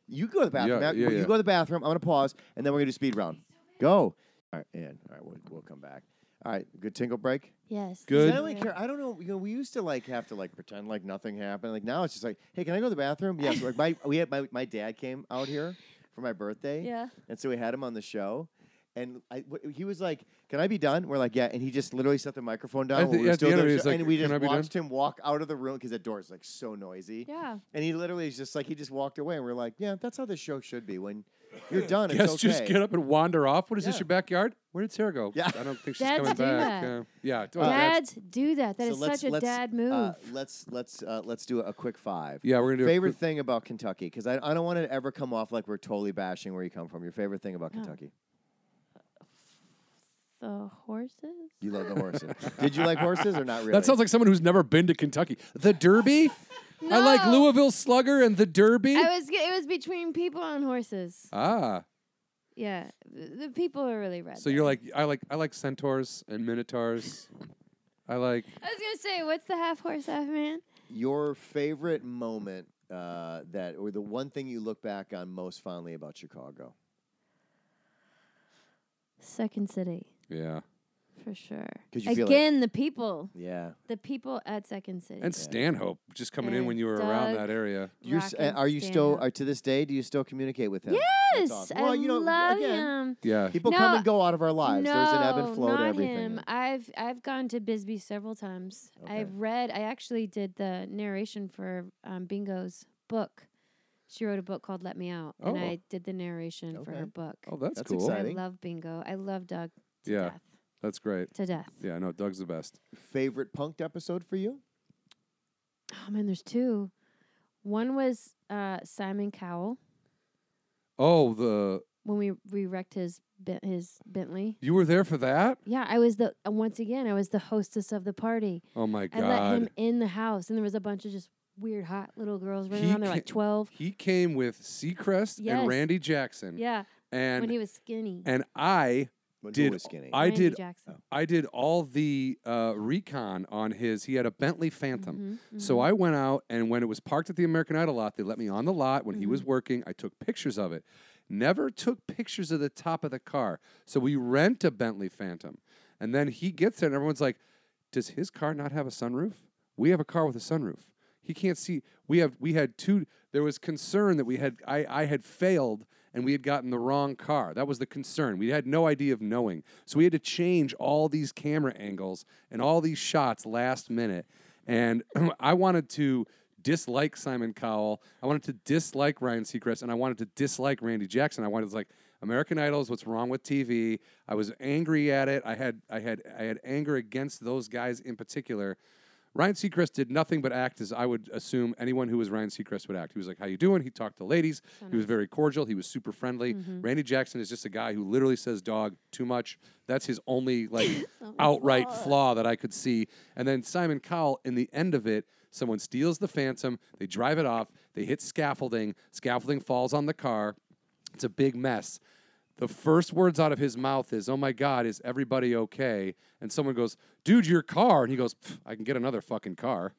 You go to the bathroom.
Yeah,
Matt,
yeah,
you
yeah.
go to the bathroom. I'm gonna pause, and then we're gonna do speed round. Go. All right, and all right, we'll, we'll come back. All right, good tingle break.
Yes.
Good.
I don't really care. I don't know. You know, we used to like have to like pretend like nothing happened. Like now, it's just like, hey, can I go to the bathroom? Yes. like my we had my my dad came out here for my birthday.
Yeah.
And so we had him on the show. And I, wh- he was like, "Can I be done?" We're like, "Yeah." And he just literally set the microphone down.
At
while
the-
we were
at the
still
end of
doing
it,
the
he's
show,
like,
and we
"Can
just
I be done?"
watched him walk out of the room because the door is like so noisy.
Yeah.
And he literally is just like, he just walked away, and we're like, "Yeah, that's how this show should be. When you're done, it's
Guests
okay."
just get up and wander off. What is this,
Yeah.
your backyard? Where did Sarah go?
Yeah.
I don't think she's
Dads
coming
do
back.
that.
Uh, yeah. oh, dads-
Dads do that. That
so
is
let's,
such a
let's,
dad move.
Uh, let's let's uh, let's do a quick five.
yeah, we're gonna do a
favorite
quick-
thing about Kentucky, because I, I don't want it to ever come off like we're totally bashing where you come from. Your favorite thing about
No.
Kentucky?
the horses.
You love the horses. Did you like horses or not really?
That sounds like someone who's never been to Kentucky. The Derby. I like
No.
Louisville Slugger and the Derby.
I was. It was between people and horses.
ah,
Yeah. The people are really red.
so you're like I like I like centaurs and minotaurs. I like
I was gonna say, what's the half horse, half man?
your favorite moment uh, that, or the one thing you look back on most fondly about Chicago.
Second City,
yeah
for sure.
'Cause you feel like-
Again, the people,
Yeah.
the people at Second City.
and Stanhope just coming in
And
when you were around
Doug.
that area.
You're, s-
Rockin'
uh, are you still?
Stanhope.
Are to this day? Do you still communicate with him?
yes,
That's awesome.
I
Well, you know,
love
again,
him.
Yeah.
People
No,
come and go out of our lives.
no,
There's an ebb and flow
not
to everything.
him. I've I've gone to Bisbee several times.
Okay.
I've read. I actually did the narration for um, Bingo's book. She wrote a book called "Let Me Out," and
Oh.
I did the narration for
Okay.
her book.
Oh, that's,
That's
cool.
I
exciting.
love Bingo. I love Doug to
Yeah.
death.
That's great.
To death.
Yeah, no, Doug's the best.
Favorite punked episode for you?
Oh man, there's two. One was uh, Simon Cowell
Oh, the
when we we wrecked his ben- his Bentley.
you were there for that?
Yeah, I was the uh, once again I was the hostess of the party.
Oh my god.
I let him in the house, and there was a bunch of just weird hot little girls running
He
around. They're like
ca-
twelve.
He came with Seacrest
Yes.
and Randy Jackson.
Yeah,
And
when he was skinny.
and I
When who
Did
was skinny?
I
Randy
did
Jackson.
I did all the uh, recon on his. He had a Bentley Phantom.
Mhm,
So
mhm.
I went out, and when it was parked at the American Idol lot, they let me on the lot when he
Mhm.
was working. I took pictures of it. Never took pictures of the top of the car. So we rent a Bentley Phantom. And then he gets there, and everyone's like, Does his car not have a sunroof? We have a car with a sunroof. He can't see. We have we had two. There was concern that we had I, I had failed and we had gotten the wrong car. That was the concern. We had no idea of knowing. So we had to change all these camera angles and all these shots last minute. And I wanted to dislike Simon Cowell. I wanted to dislike Ryan Seacrest, and I wanted to dislike Randy Jackson. I wanted to like American Idol is what's wrong with TV. I was angry at it. I had I had I had anger against those guys in particular. Ryan Seacrest did nothing but act as I would assume anyone who was Ryan Seacrest would act. He was like, "How you doing?" He talked to ladies. He was very cordial. He was super friendly. Randy Jackson is just a guy who literally says "dog" too much. That's his only like outright flaw that I could see. And then Simon Cowell in the end of it, someone steals the Phantom. They drive it off. They hit scaffolding. Scaffolding falls on the car. It's a big mess. The first words out of his mouth is, "Oh my God, is everybody okay?" And someone goes, "Dude, your car," and he goes, "Pff, "I can get another fucking car."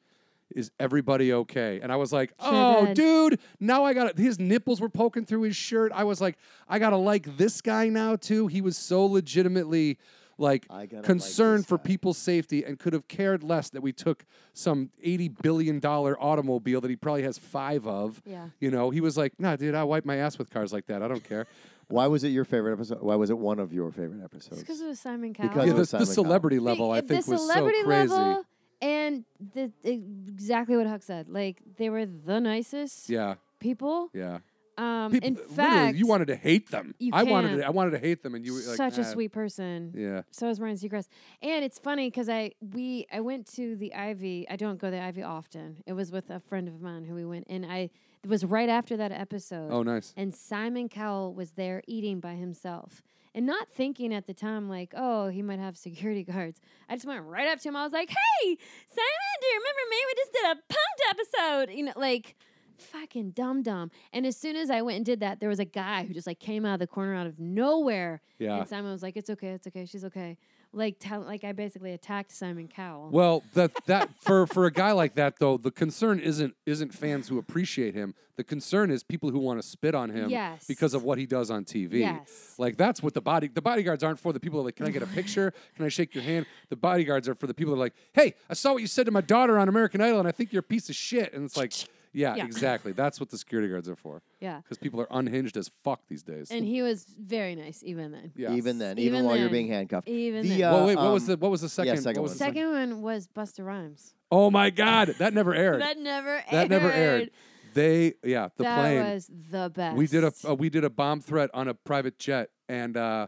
Is everybody okay? And I was like, "Oh,
did.
dude, now I got his nipples were poking through his shirt." I was like, "I gotta like this guy now too." He was so legitimately like
I gotta like
concerned
this
for
guy.
people's safety and could have cared less that we took some eighty billion dollar automobile that he probably has five of.
Yeah.
You know, he was like, "Nah, dude, I wipe my ass with cars like that. I don't care."
Why was it your favorite episode? Why was it one of your favorite episodes?
because it was Simon Cowell.
Because
Yeah,
it
the,
was
the
Simon Cowell.
celebrity
Like,
level I
if
think
the
was so
celebrity
crazy.
level and the, e, exactly what Huck said. Like they were the nicest
Yeah,
people.
yeah.
Um,
Peop-
in
literally,
fact,
you wanted to hate them.
you
I wanted
can't.
to. I wanted to hate them, and you were like
such a
"Nah."
sweet person.
Yeah,
So is Ryan Seacrest, and it's funny because I we I went to the Ivy. I don't go to the Ivy often. It was with a friend of mine who we went, and I it was right after that episode.
Oh, nice.
And Simon Cowell was there eating by himself, and not thinking at the time like, oh, he might have security guards. I just went right up to him. I was like, hey, Simon, do you remember me? We just did a punked episode. You know, like. Fucking dumb dumb. And as soon as I went and did that, there was a guy who just like came out of the corner out of nowhere
yeah.
and Simon was like, "It's okay, it's okay, she's okay." Like, tell, like I basically attacked Simon Cowell.
Well, that that for for a guy like that though, the concern isn't isn't fans who appreciate him. The concern is people who want to spit on him
Yes.
because of what he does on TV.
Yes.
Like that's what the body the bodyguards aren't for. The people that are like, can I get a picture? Can I shake your hand? The bodyguards are for the people that are like, hey, I saw what you said to my daughter on American Idol, and I think you're a piece of shit. And it's like, yeah,
Yeah.
exactly. That's what the security guards are for.
Yeah,
Because people are unhinged as fuck these days.
and he was very nice even then.
yeah.
Even then, even,
Even
while you're
then.
being handcuffed.
Even
the,
then.
uh,
well, wait. What was
um,
the what was the second?
second
what
one.
was the
Second one was Buster Rhymes.
Oh my God, that never aired.
That never aired.
that never aired. They yeah, the
that
plane.
was the best.
we did a uh, we did a bomb threat on a private jet, and uh,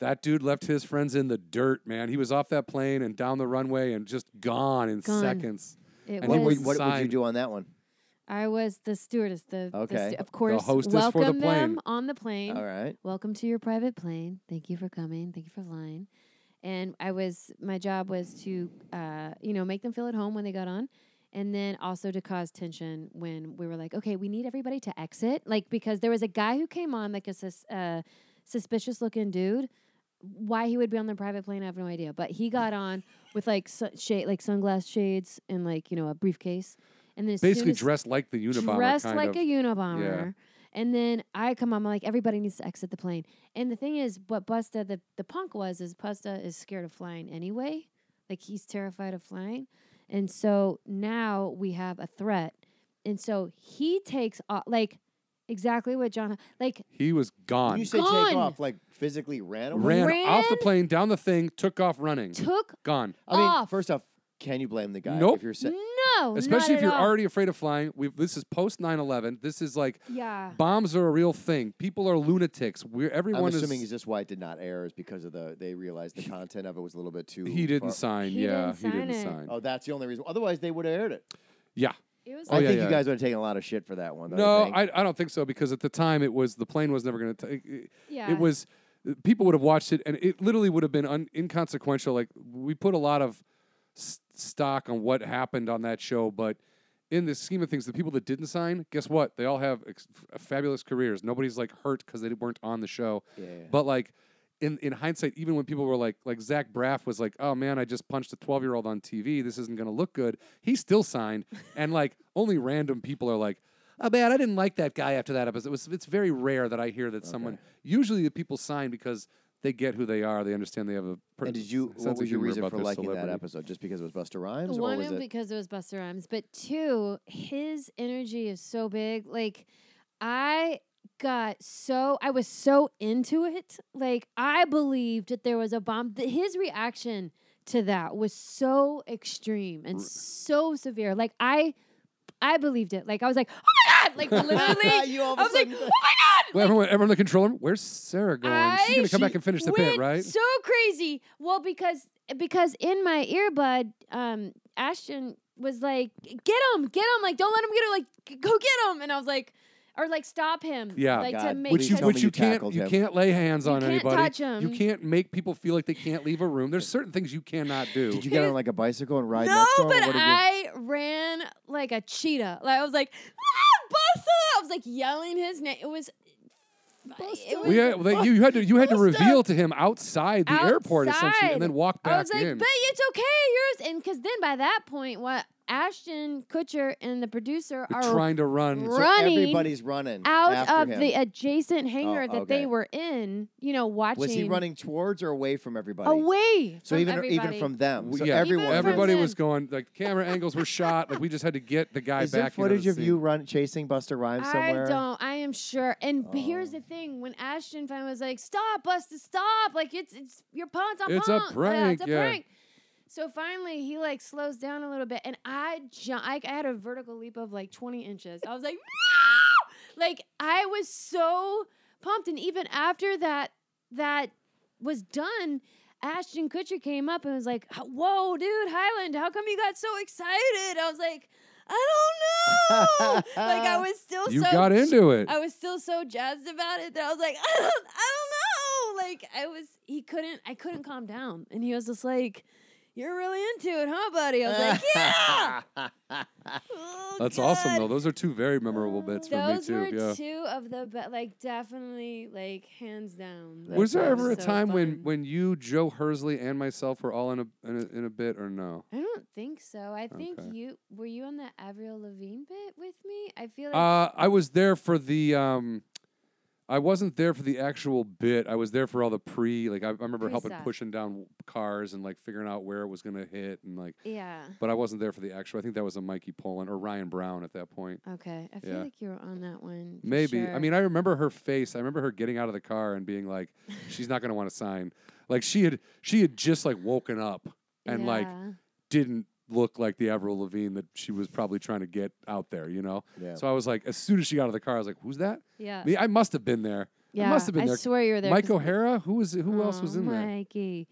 that dude left his friends in the dirt. Man, he was off that plane and down the runway and just gone in
Gone.
seconds.
It
and
What, would,
he was
what would you
inside.
do on that one?
I was the stewardess. The the
Okay.
stu- of course,
hostess for the
welcome
plane.
them on the plane.
All right.
Welcome to your private plane. Thank you for coming. Thank you for flying. And I was my job was to uh, you know make them feel at home when they got on, and then also to cause tension when we were like, okay, we need everybody to exit, like because there was a guy who came on like a sus- uh, suspicious looking dude. Why he would be on the private plane, I have no idea. But he got on with like su- shade, like sunglass shades and like you know a briefcase, and then as soon
Basically
as-
dressed like the Unabomber.
dressed
kind
like
of.
a Unabomber. And then I come on, I'm like, everybody needs to exit the plane. And the thing is, what Busta, the, the punk was, is Busta is scared of flying anyway. Like, he's terrified of flying. And so now we have a threat. And so he takes off, like, exactly what John, like,
he was gone.
You say take
Gone.
off, like physically ran away?
ran, off the
Ran?
plane, down the thing, took off running,
took
gone.
I mean,
off.
first off, can you blame the guy
Nope.
if you're saying
no.
Especially
not
if
at
you're
all.
already afraid of flying. We've, this is post 9/11. This is like
Yeah.
bombs are a real thing. People are lunatics. We're
I'm
everyone
assuming
is.
is this why it did not air is because of the they realized the content of it was a little bit too.
He didn't
far-
sign.
He
yeah,
didn't sign
he didn't
it.
sign.
Oh, that's the only reason. Otherwise, they would have aired it.
Yeah.
It was
Oh,
I
yeah,
think
yeah.
you guys would have taken a lot of shit for that one. Though,
No,
think.
I, I don't think so because at the time it was the plane was never going to take. It,
yeah.
it was uh, people would have watched it and it literally would have been un, inconsequential. Like we put a lot of s- stock on what happened on that show, but in the scheme of things, the people that didn't sign, guess what? They all have ex- f- fabulous careers. Nobody's like hurt because they weren't on the show.
Yeah, yeah.
But like in in hindsight, even when people were like like Zach Braff was like, "Oh man, I just punched a twelve year old on TV. This isn't gonna look good." He still signed, and like only random people are like. Oh man, I didn't like that guy after that episode. It was, it's very rare that I hear that someone. Usually, the people sign because they get who they are. They understand they have a. Per-
And did you?
sense
What
of
was your
humor
reason
about
for
their
liking that
celebrity.
episode? Just because it was Buster Rhymes, or
One
was
it
it?
because it was Buster Rhymes, but two, his energy is so big. Like I got so I was so into it. Like I believed that there was a bomb. Th- his reaction to that was so extreme and so severe. Like I I believed it. Like I was like, "Oh my god!" Like literally
you all of a
I was like,
sudden-
"Oh my god!"
Well, everyone, everyone, in the control room. Where's Sarah going? She's
I-
gonna come back
She
and finish the
went
bit, right?
So crazy. Well, because because in my earbud, um, Ashton was like, "Get him, get him! Like, don't let him get him! Like, g- go get him!" And I was like, "Or like, stop him!"
Yeah.
like to
God,
make
Please
Which
tell
you,
because-
me
which
you
you can't
tackled
you
him.
can't lay hands
You
on
can't
anybody.
touch him.
You can't make people feel like they can't leave a room. There's certain things you cannot do.
Did you get on like a bicycle and ride
no,
next to him? or
but
what did you-
I ran like a cheetah. Like I was like, ah, Busta! I was like yelling his name. It was, it was
we had, like, you, you had to you had to
Most of-
reveal to him outside the airport essentially,
Outside.
and then walk
I
back
was like,
in.
but it's okay. Yours, and because then by that point, what Ashton Kutcher and the producer
They're
are
trying to run.
So
running
everybody's running
out
after
of
him. Oh,
the adjacent hangar that
okay.
they were in. You know, watching.
Was he running towards or away from everybody?
away?
So
from
even even
everybody.
from them. So
yeah,
everyone.
Even from
everybody
them.
was going. Like camera angles were shot. Like we just had to get the guy
Is there
back. into
footage
the
of
scene.
you run chasing Buster Rhymes somewhere?
I don't. I am sure. And b- here's
Oh.
the thing: when Ashton finally was like, "Stop, Busta, stop!" Like it's it's your puns on
It's a
punk. Yeah, it's
prank,
a
yeah.
prank. So finally, he like slows down a little bit, and I jump. I, I had a vertical leap of like 20 inches. I was like, no! Like I was so pumped, and even after that, that was done. Ashton Kutcher came up and was like, "Whoa, dude, Highland, how come you got so excited?" I was like, "I don't know." like I was still
You
so
got into it.
I was still so jazzed about it that I was like, "I don't, I don't know." Like I was, he couldn't, I couldn't calm down, and he was just like, "You're really into it, huh, buddy?" I was like, "Yeah." Oh,
That's awesome
God.
though. Those are two very memorable bits for me
Those
too.
were
yeah.
two of the be- like definitely like hands down.
That
Was there
sounds
ever a
so
time when
fun.
when you, Joe Hersley, and myself were all in a in a, in a bit or no?
I don't think so. I think
Okay.
you were you on the Avril Lavigne bit with me. I feel like
Uh, I was there for the. Um, I wasn't there for the actual bit. I was there for all the pre. Like I, I remember helping
Pre-stuff.
pushing down cars and like figuring out where it was gonna hit and like.
yeah.
But I wasn't there for the actual. I think that was a Mikey Poland or Ryan Brown at that point.
Okay, I feel
Yeah.
like you were on that one. for
Maybe. I
sure.
mean, I remember her face. I remember her getting out of the car and being like, "She's not gonna want to sign." Like she had she had just like woken up and like
Yeah.
didn't look like the Avril Lavigne that she was probably trying to get out there, you know?
Yeah.
So I was like, as soon as she got out of the car, I was like, who's that?
yeah.
Me, I must have been there.
Yeah,
must have been there.
swear you were there.
Mike
'cause-
O'Hara? Who was it? Who else was
Oh,
in there?
Mikey.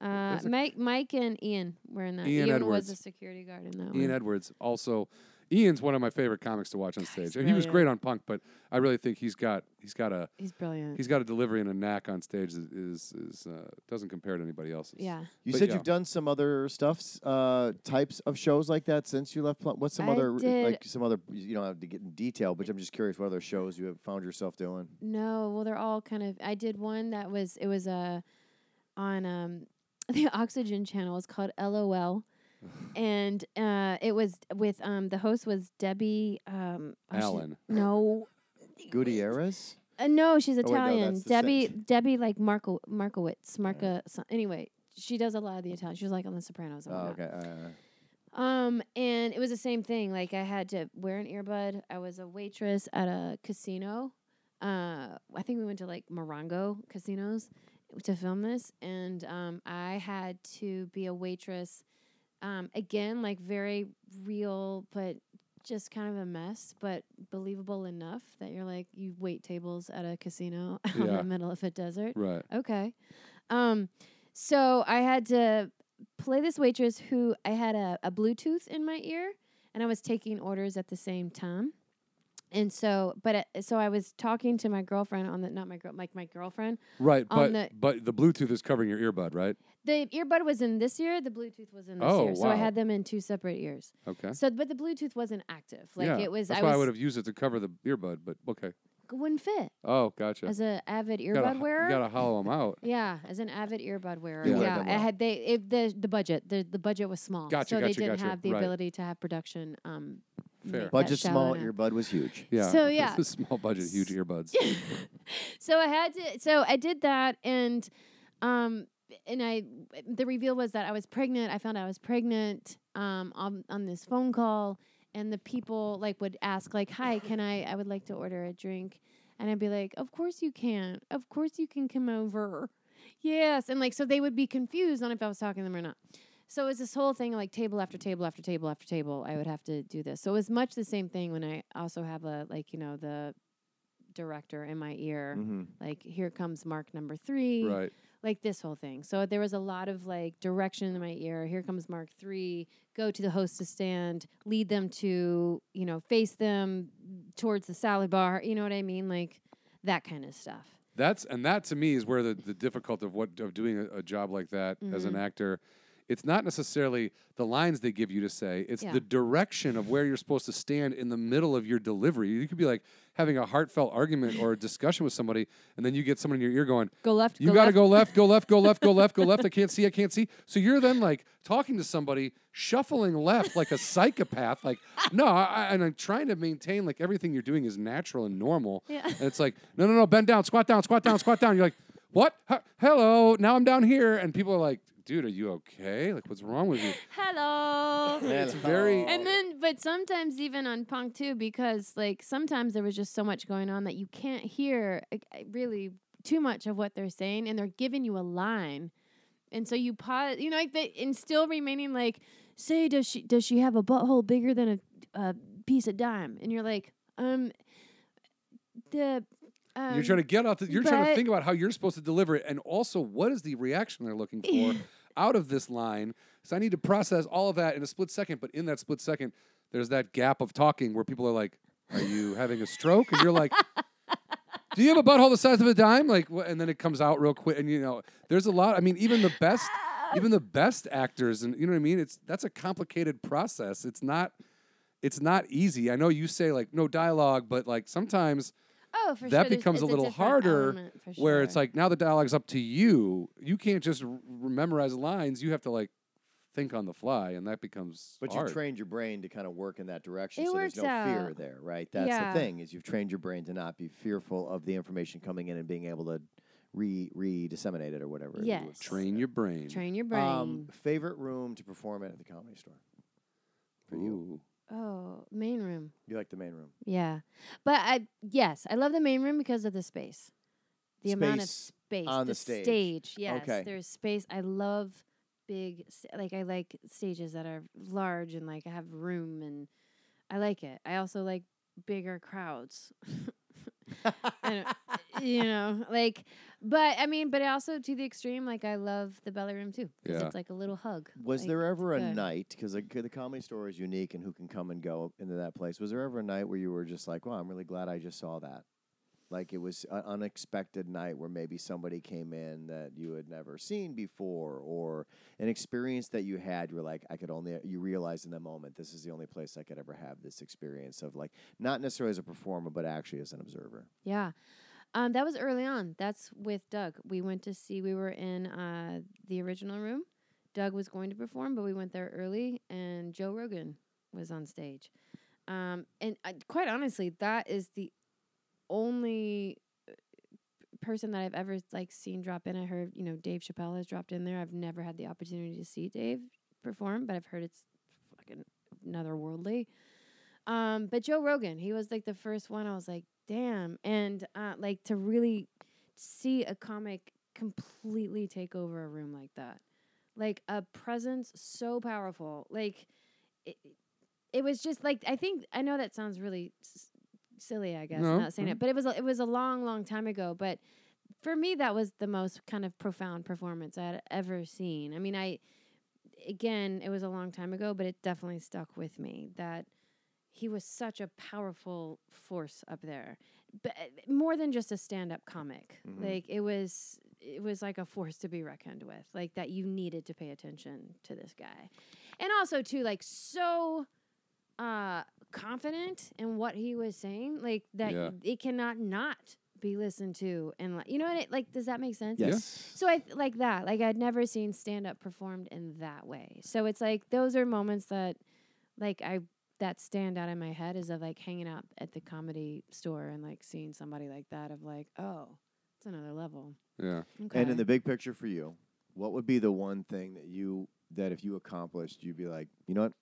Uh,
There's a-
Mike, Mike, and Ian were in that.
Ian
was
Edwards.
the security guard in that
Ian
one.
Edwards, also. Ian's one of my favorite comics to watch on stage.
he's
And he was
brilliant.
great on Punk, but I really think he's got he's got a
He's brilliant.
he's got a delivery and a knack on stage that is is uh, doesn't compare to anybody else's.
yeah.
You
But
said
yeah.
you've done some other stuffs, uh, types of shows like that since you left. Plum. What's some
I
other
did-
like some other? You don't have to get in detail, but I'm just curious what other shows you have found yourself doing.
No, well, they're all kind of. I did one that was it was uh, on um, the Oxygen channel. It's called LOL, and uh, it was with um, the host was Debbie um, oh, she's-
Alan.
No,
Gutierrez.
Uh, no, she's
Oh,
wait, no,
Italian.
that's the
Debbie
Sims.
Debbie like Marco Markowitz. Marka. so- anyway, she does a lot of the Italian. She was like on The Sopranos. And
Oh,
whatnot.
okay. all right, all right.
Um, and it was the same thing. Like I had to wear an earbud. I was a waitress at a casino. Uh, I think we went to like Morongo casinos to film this, and um, I had to be a waitress. Um, again, like very real, but just kind of a mess, but believable enough that you're like you wait tables at a casino out in
Yeah.
the middle of a desert.
Right.
Okay. Um, so I had to play this waitress who I had a, a Bluetooth in my ear and I was taking orders at the same time. And so, but uh, so I was talking to my girlfriend on the, not my girl, like my girlfriend.
Right. But
On the-
but the Bluetooth is covering your earbud, right?
The earbud was in this ear, the Bluetooth was in this
Oh,
ear. So I
wow.
had them in two separate ears.
Okay.
So, but the Bluetooth wasn't active. Like
yeah.
it was,
That's
I
why
was,
I would have used it to cover the earbud, but okay.
wouldn't fit
Oh, gotcha.
as an avid
gotta,
earbud
h-
wearer.
You gotta hollow them out.
Yeah, as an avid earbud wearer.
You
Yeah,
wear them
I
well.
had they it, the the budget the the budget was small,
Gotcha,
so they
gotcha,
didn't
gotcha,
have the
right.
ability to have production. Um,
Fair.
make that
Budget
shout
small,
out.
earbud was huge.
Yeah.
So,
it's
yeah.
a small budget, huge earbuds.
so I had to. So I did that, and um, and I the reveal was that I was pregnant. I found out I was pregnant um on on this phone call, and the people like would ask like, "Hi, can I? I would like to order a drink," and I'd be like, "Of course you can. Of course you can come over." Yes, and like so they would be confused on if I was talking to them or not. So it was this whole thing like table after table after table after table. I would have to do this. So it was much the same thing when I also have a like you know the director in my ear
hmm
like here comes mark number three
right.
like this whole thing. So there was a lot of like direction in my ear. Here comes Mark three. Go to the hostess stand. Lead them to you know face them towards the salad bar. You know what I mean? Like that kind of stuff.
That's and that to me is where the, the difficult of what of doing a, a job like that as an actor, it's not necessarily the lines they give you to say. It's
Yeah.
the direction of where you're supposed to stand in the middle of your delivery. You could be like having a heartfelt argument or a discussion with somebody, and then you get someone in your ear going,
Go left.
"You
go
got to
left.
go left, go left, go left, go left, go left. I can't see, I can't see." So you're then like talking to somebody, shuffling left like a psychopath. Like, no, I, I- and I'm trying to maintain like everything you're doing is natural and normal.
Yeah.
And it's like, no, no, no, bend down, squat down, squat down, squat down. You're like, what? Huh? Hello, now I'm down here. And people are like, dude, are you okay? Like, what's wrong with you?
Hello.
It's
very-
And then, but sometimes even on punk too, because like sometimes there was just so much going on that you can't hear like, uh, really too much of what they're saying, and they're giving you a line, and so you pause, you know, like they, and still remaining like, say, does she does she have a butthole bigger than a, a piece of dime? And you're like, um, the. Um,
you're trying to get out. The, you're trying to
but-
think about how you're supposed to deliver it, and also what is the reaction they're looking for out of this line. So I need to process all of that in a split second. But in that split second, there's that gap of talking where people are like, "Are you having a stroke?" And you're like. Do you have a butthole the size of a dime? Like, wha- and then it comes out real quick, and you know, there's a lot. I mean, even the best, even the best actors, and you know what I mean. It's that's a complicated process. It's not, it's not easy. I know you say like no dialogue, but like sometimes
oh, for
that
sure, there's-
becomes a
it's
little
different
harder
element, for
where it's
sure.
like now the dialogue's up to you. You can't just r- r- memorize lines. You have to like think on the fly, and that becomes
But
hard.
you trained your brain to kind of work in that direction,
It
so there's no
works
fear
out.
there, right? That's
Yeah.
the thing is you've trained your brain to not be fearful of the information coming in and being able to re re disseminate it or whatever. and do it.
Yes.
Train your brain.
train your brain.
Um, favorite room to perform at at the comedy store? For you,
Ooh.
oh, main room.
you like the main room?
Yeah. But I yes, I love the main room because of the space. The amount of
Space
space
on the stage.
Yes,
Okay.
there's space. I love big sta- like I like stages that are large and like have room and I like it. I also like bigger crowds. I don't- you know, like but I mean, but also to the extreme like I love the belly room too because
Yeah.
it's like a little hug.
Was
Like,
there ever a
good.
night because the, the comedy store is unique and who can come and go into that place? Was there ever a night where you were just like, "Wow, I'm really glad I just saw that." Like it was an unexpected night where maybe somebody came in that you had never seen before, or an experience that you had. You're like, I could only you realize in the moment this is the only place I could ever have this experience of like not necessarily as a performer, but actually as an observer.
Yeah. Um, that was early on. That's with Doug. We went to see, we were in uh, the original room. Doug was going to perform, but we went there early, and Joe Rogan was on stage. Um, and I, quite honestly, that is the only uh, person that I've ever like seen drop in. I heard, you know, Dave Chappelle has dropped in there. I've never had the opportunity to see Dave perform, but I've heard it's fucking otherworldly. Um, but Joe Rogan, he was like the first one. I was like, damn, and uh, like to really see a comic completely take over a room like that, like a presence so powerful. Like, it, it was just like I think I know that sounds really s- silly. I guess
No,
not saying it, but it was a, it was a long, long time ago. But for me, that was the most kind of profound performance I had ever seen. I mean, I again, it was a long time ago, but it definitely stuck with me that he was such a powerful force up there. But more than just a stand-up comic.
Mm-hmm.
Mhm.
Like it was it was like a force to be reckoned with. Like that you needed to pay attention to this guy. And also too like so uh confident in what he was saying like that
Yeah.
it cannot not be listened to and like you know what it like does that make sense?
Yeah.
So I th- like that. Like I'd never seen stand up performed in that way. So it's like those are moments that like I that stand out in my head is of like hanging out at the comedy store and like seeing somebody like that of like, oh, it's another level.
Yeah.
Okay.
And in the big picture for you, what would be the one thing that you that if you accomplished, you'd be like, you know what?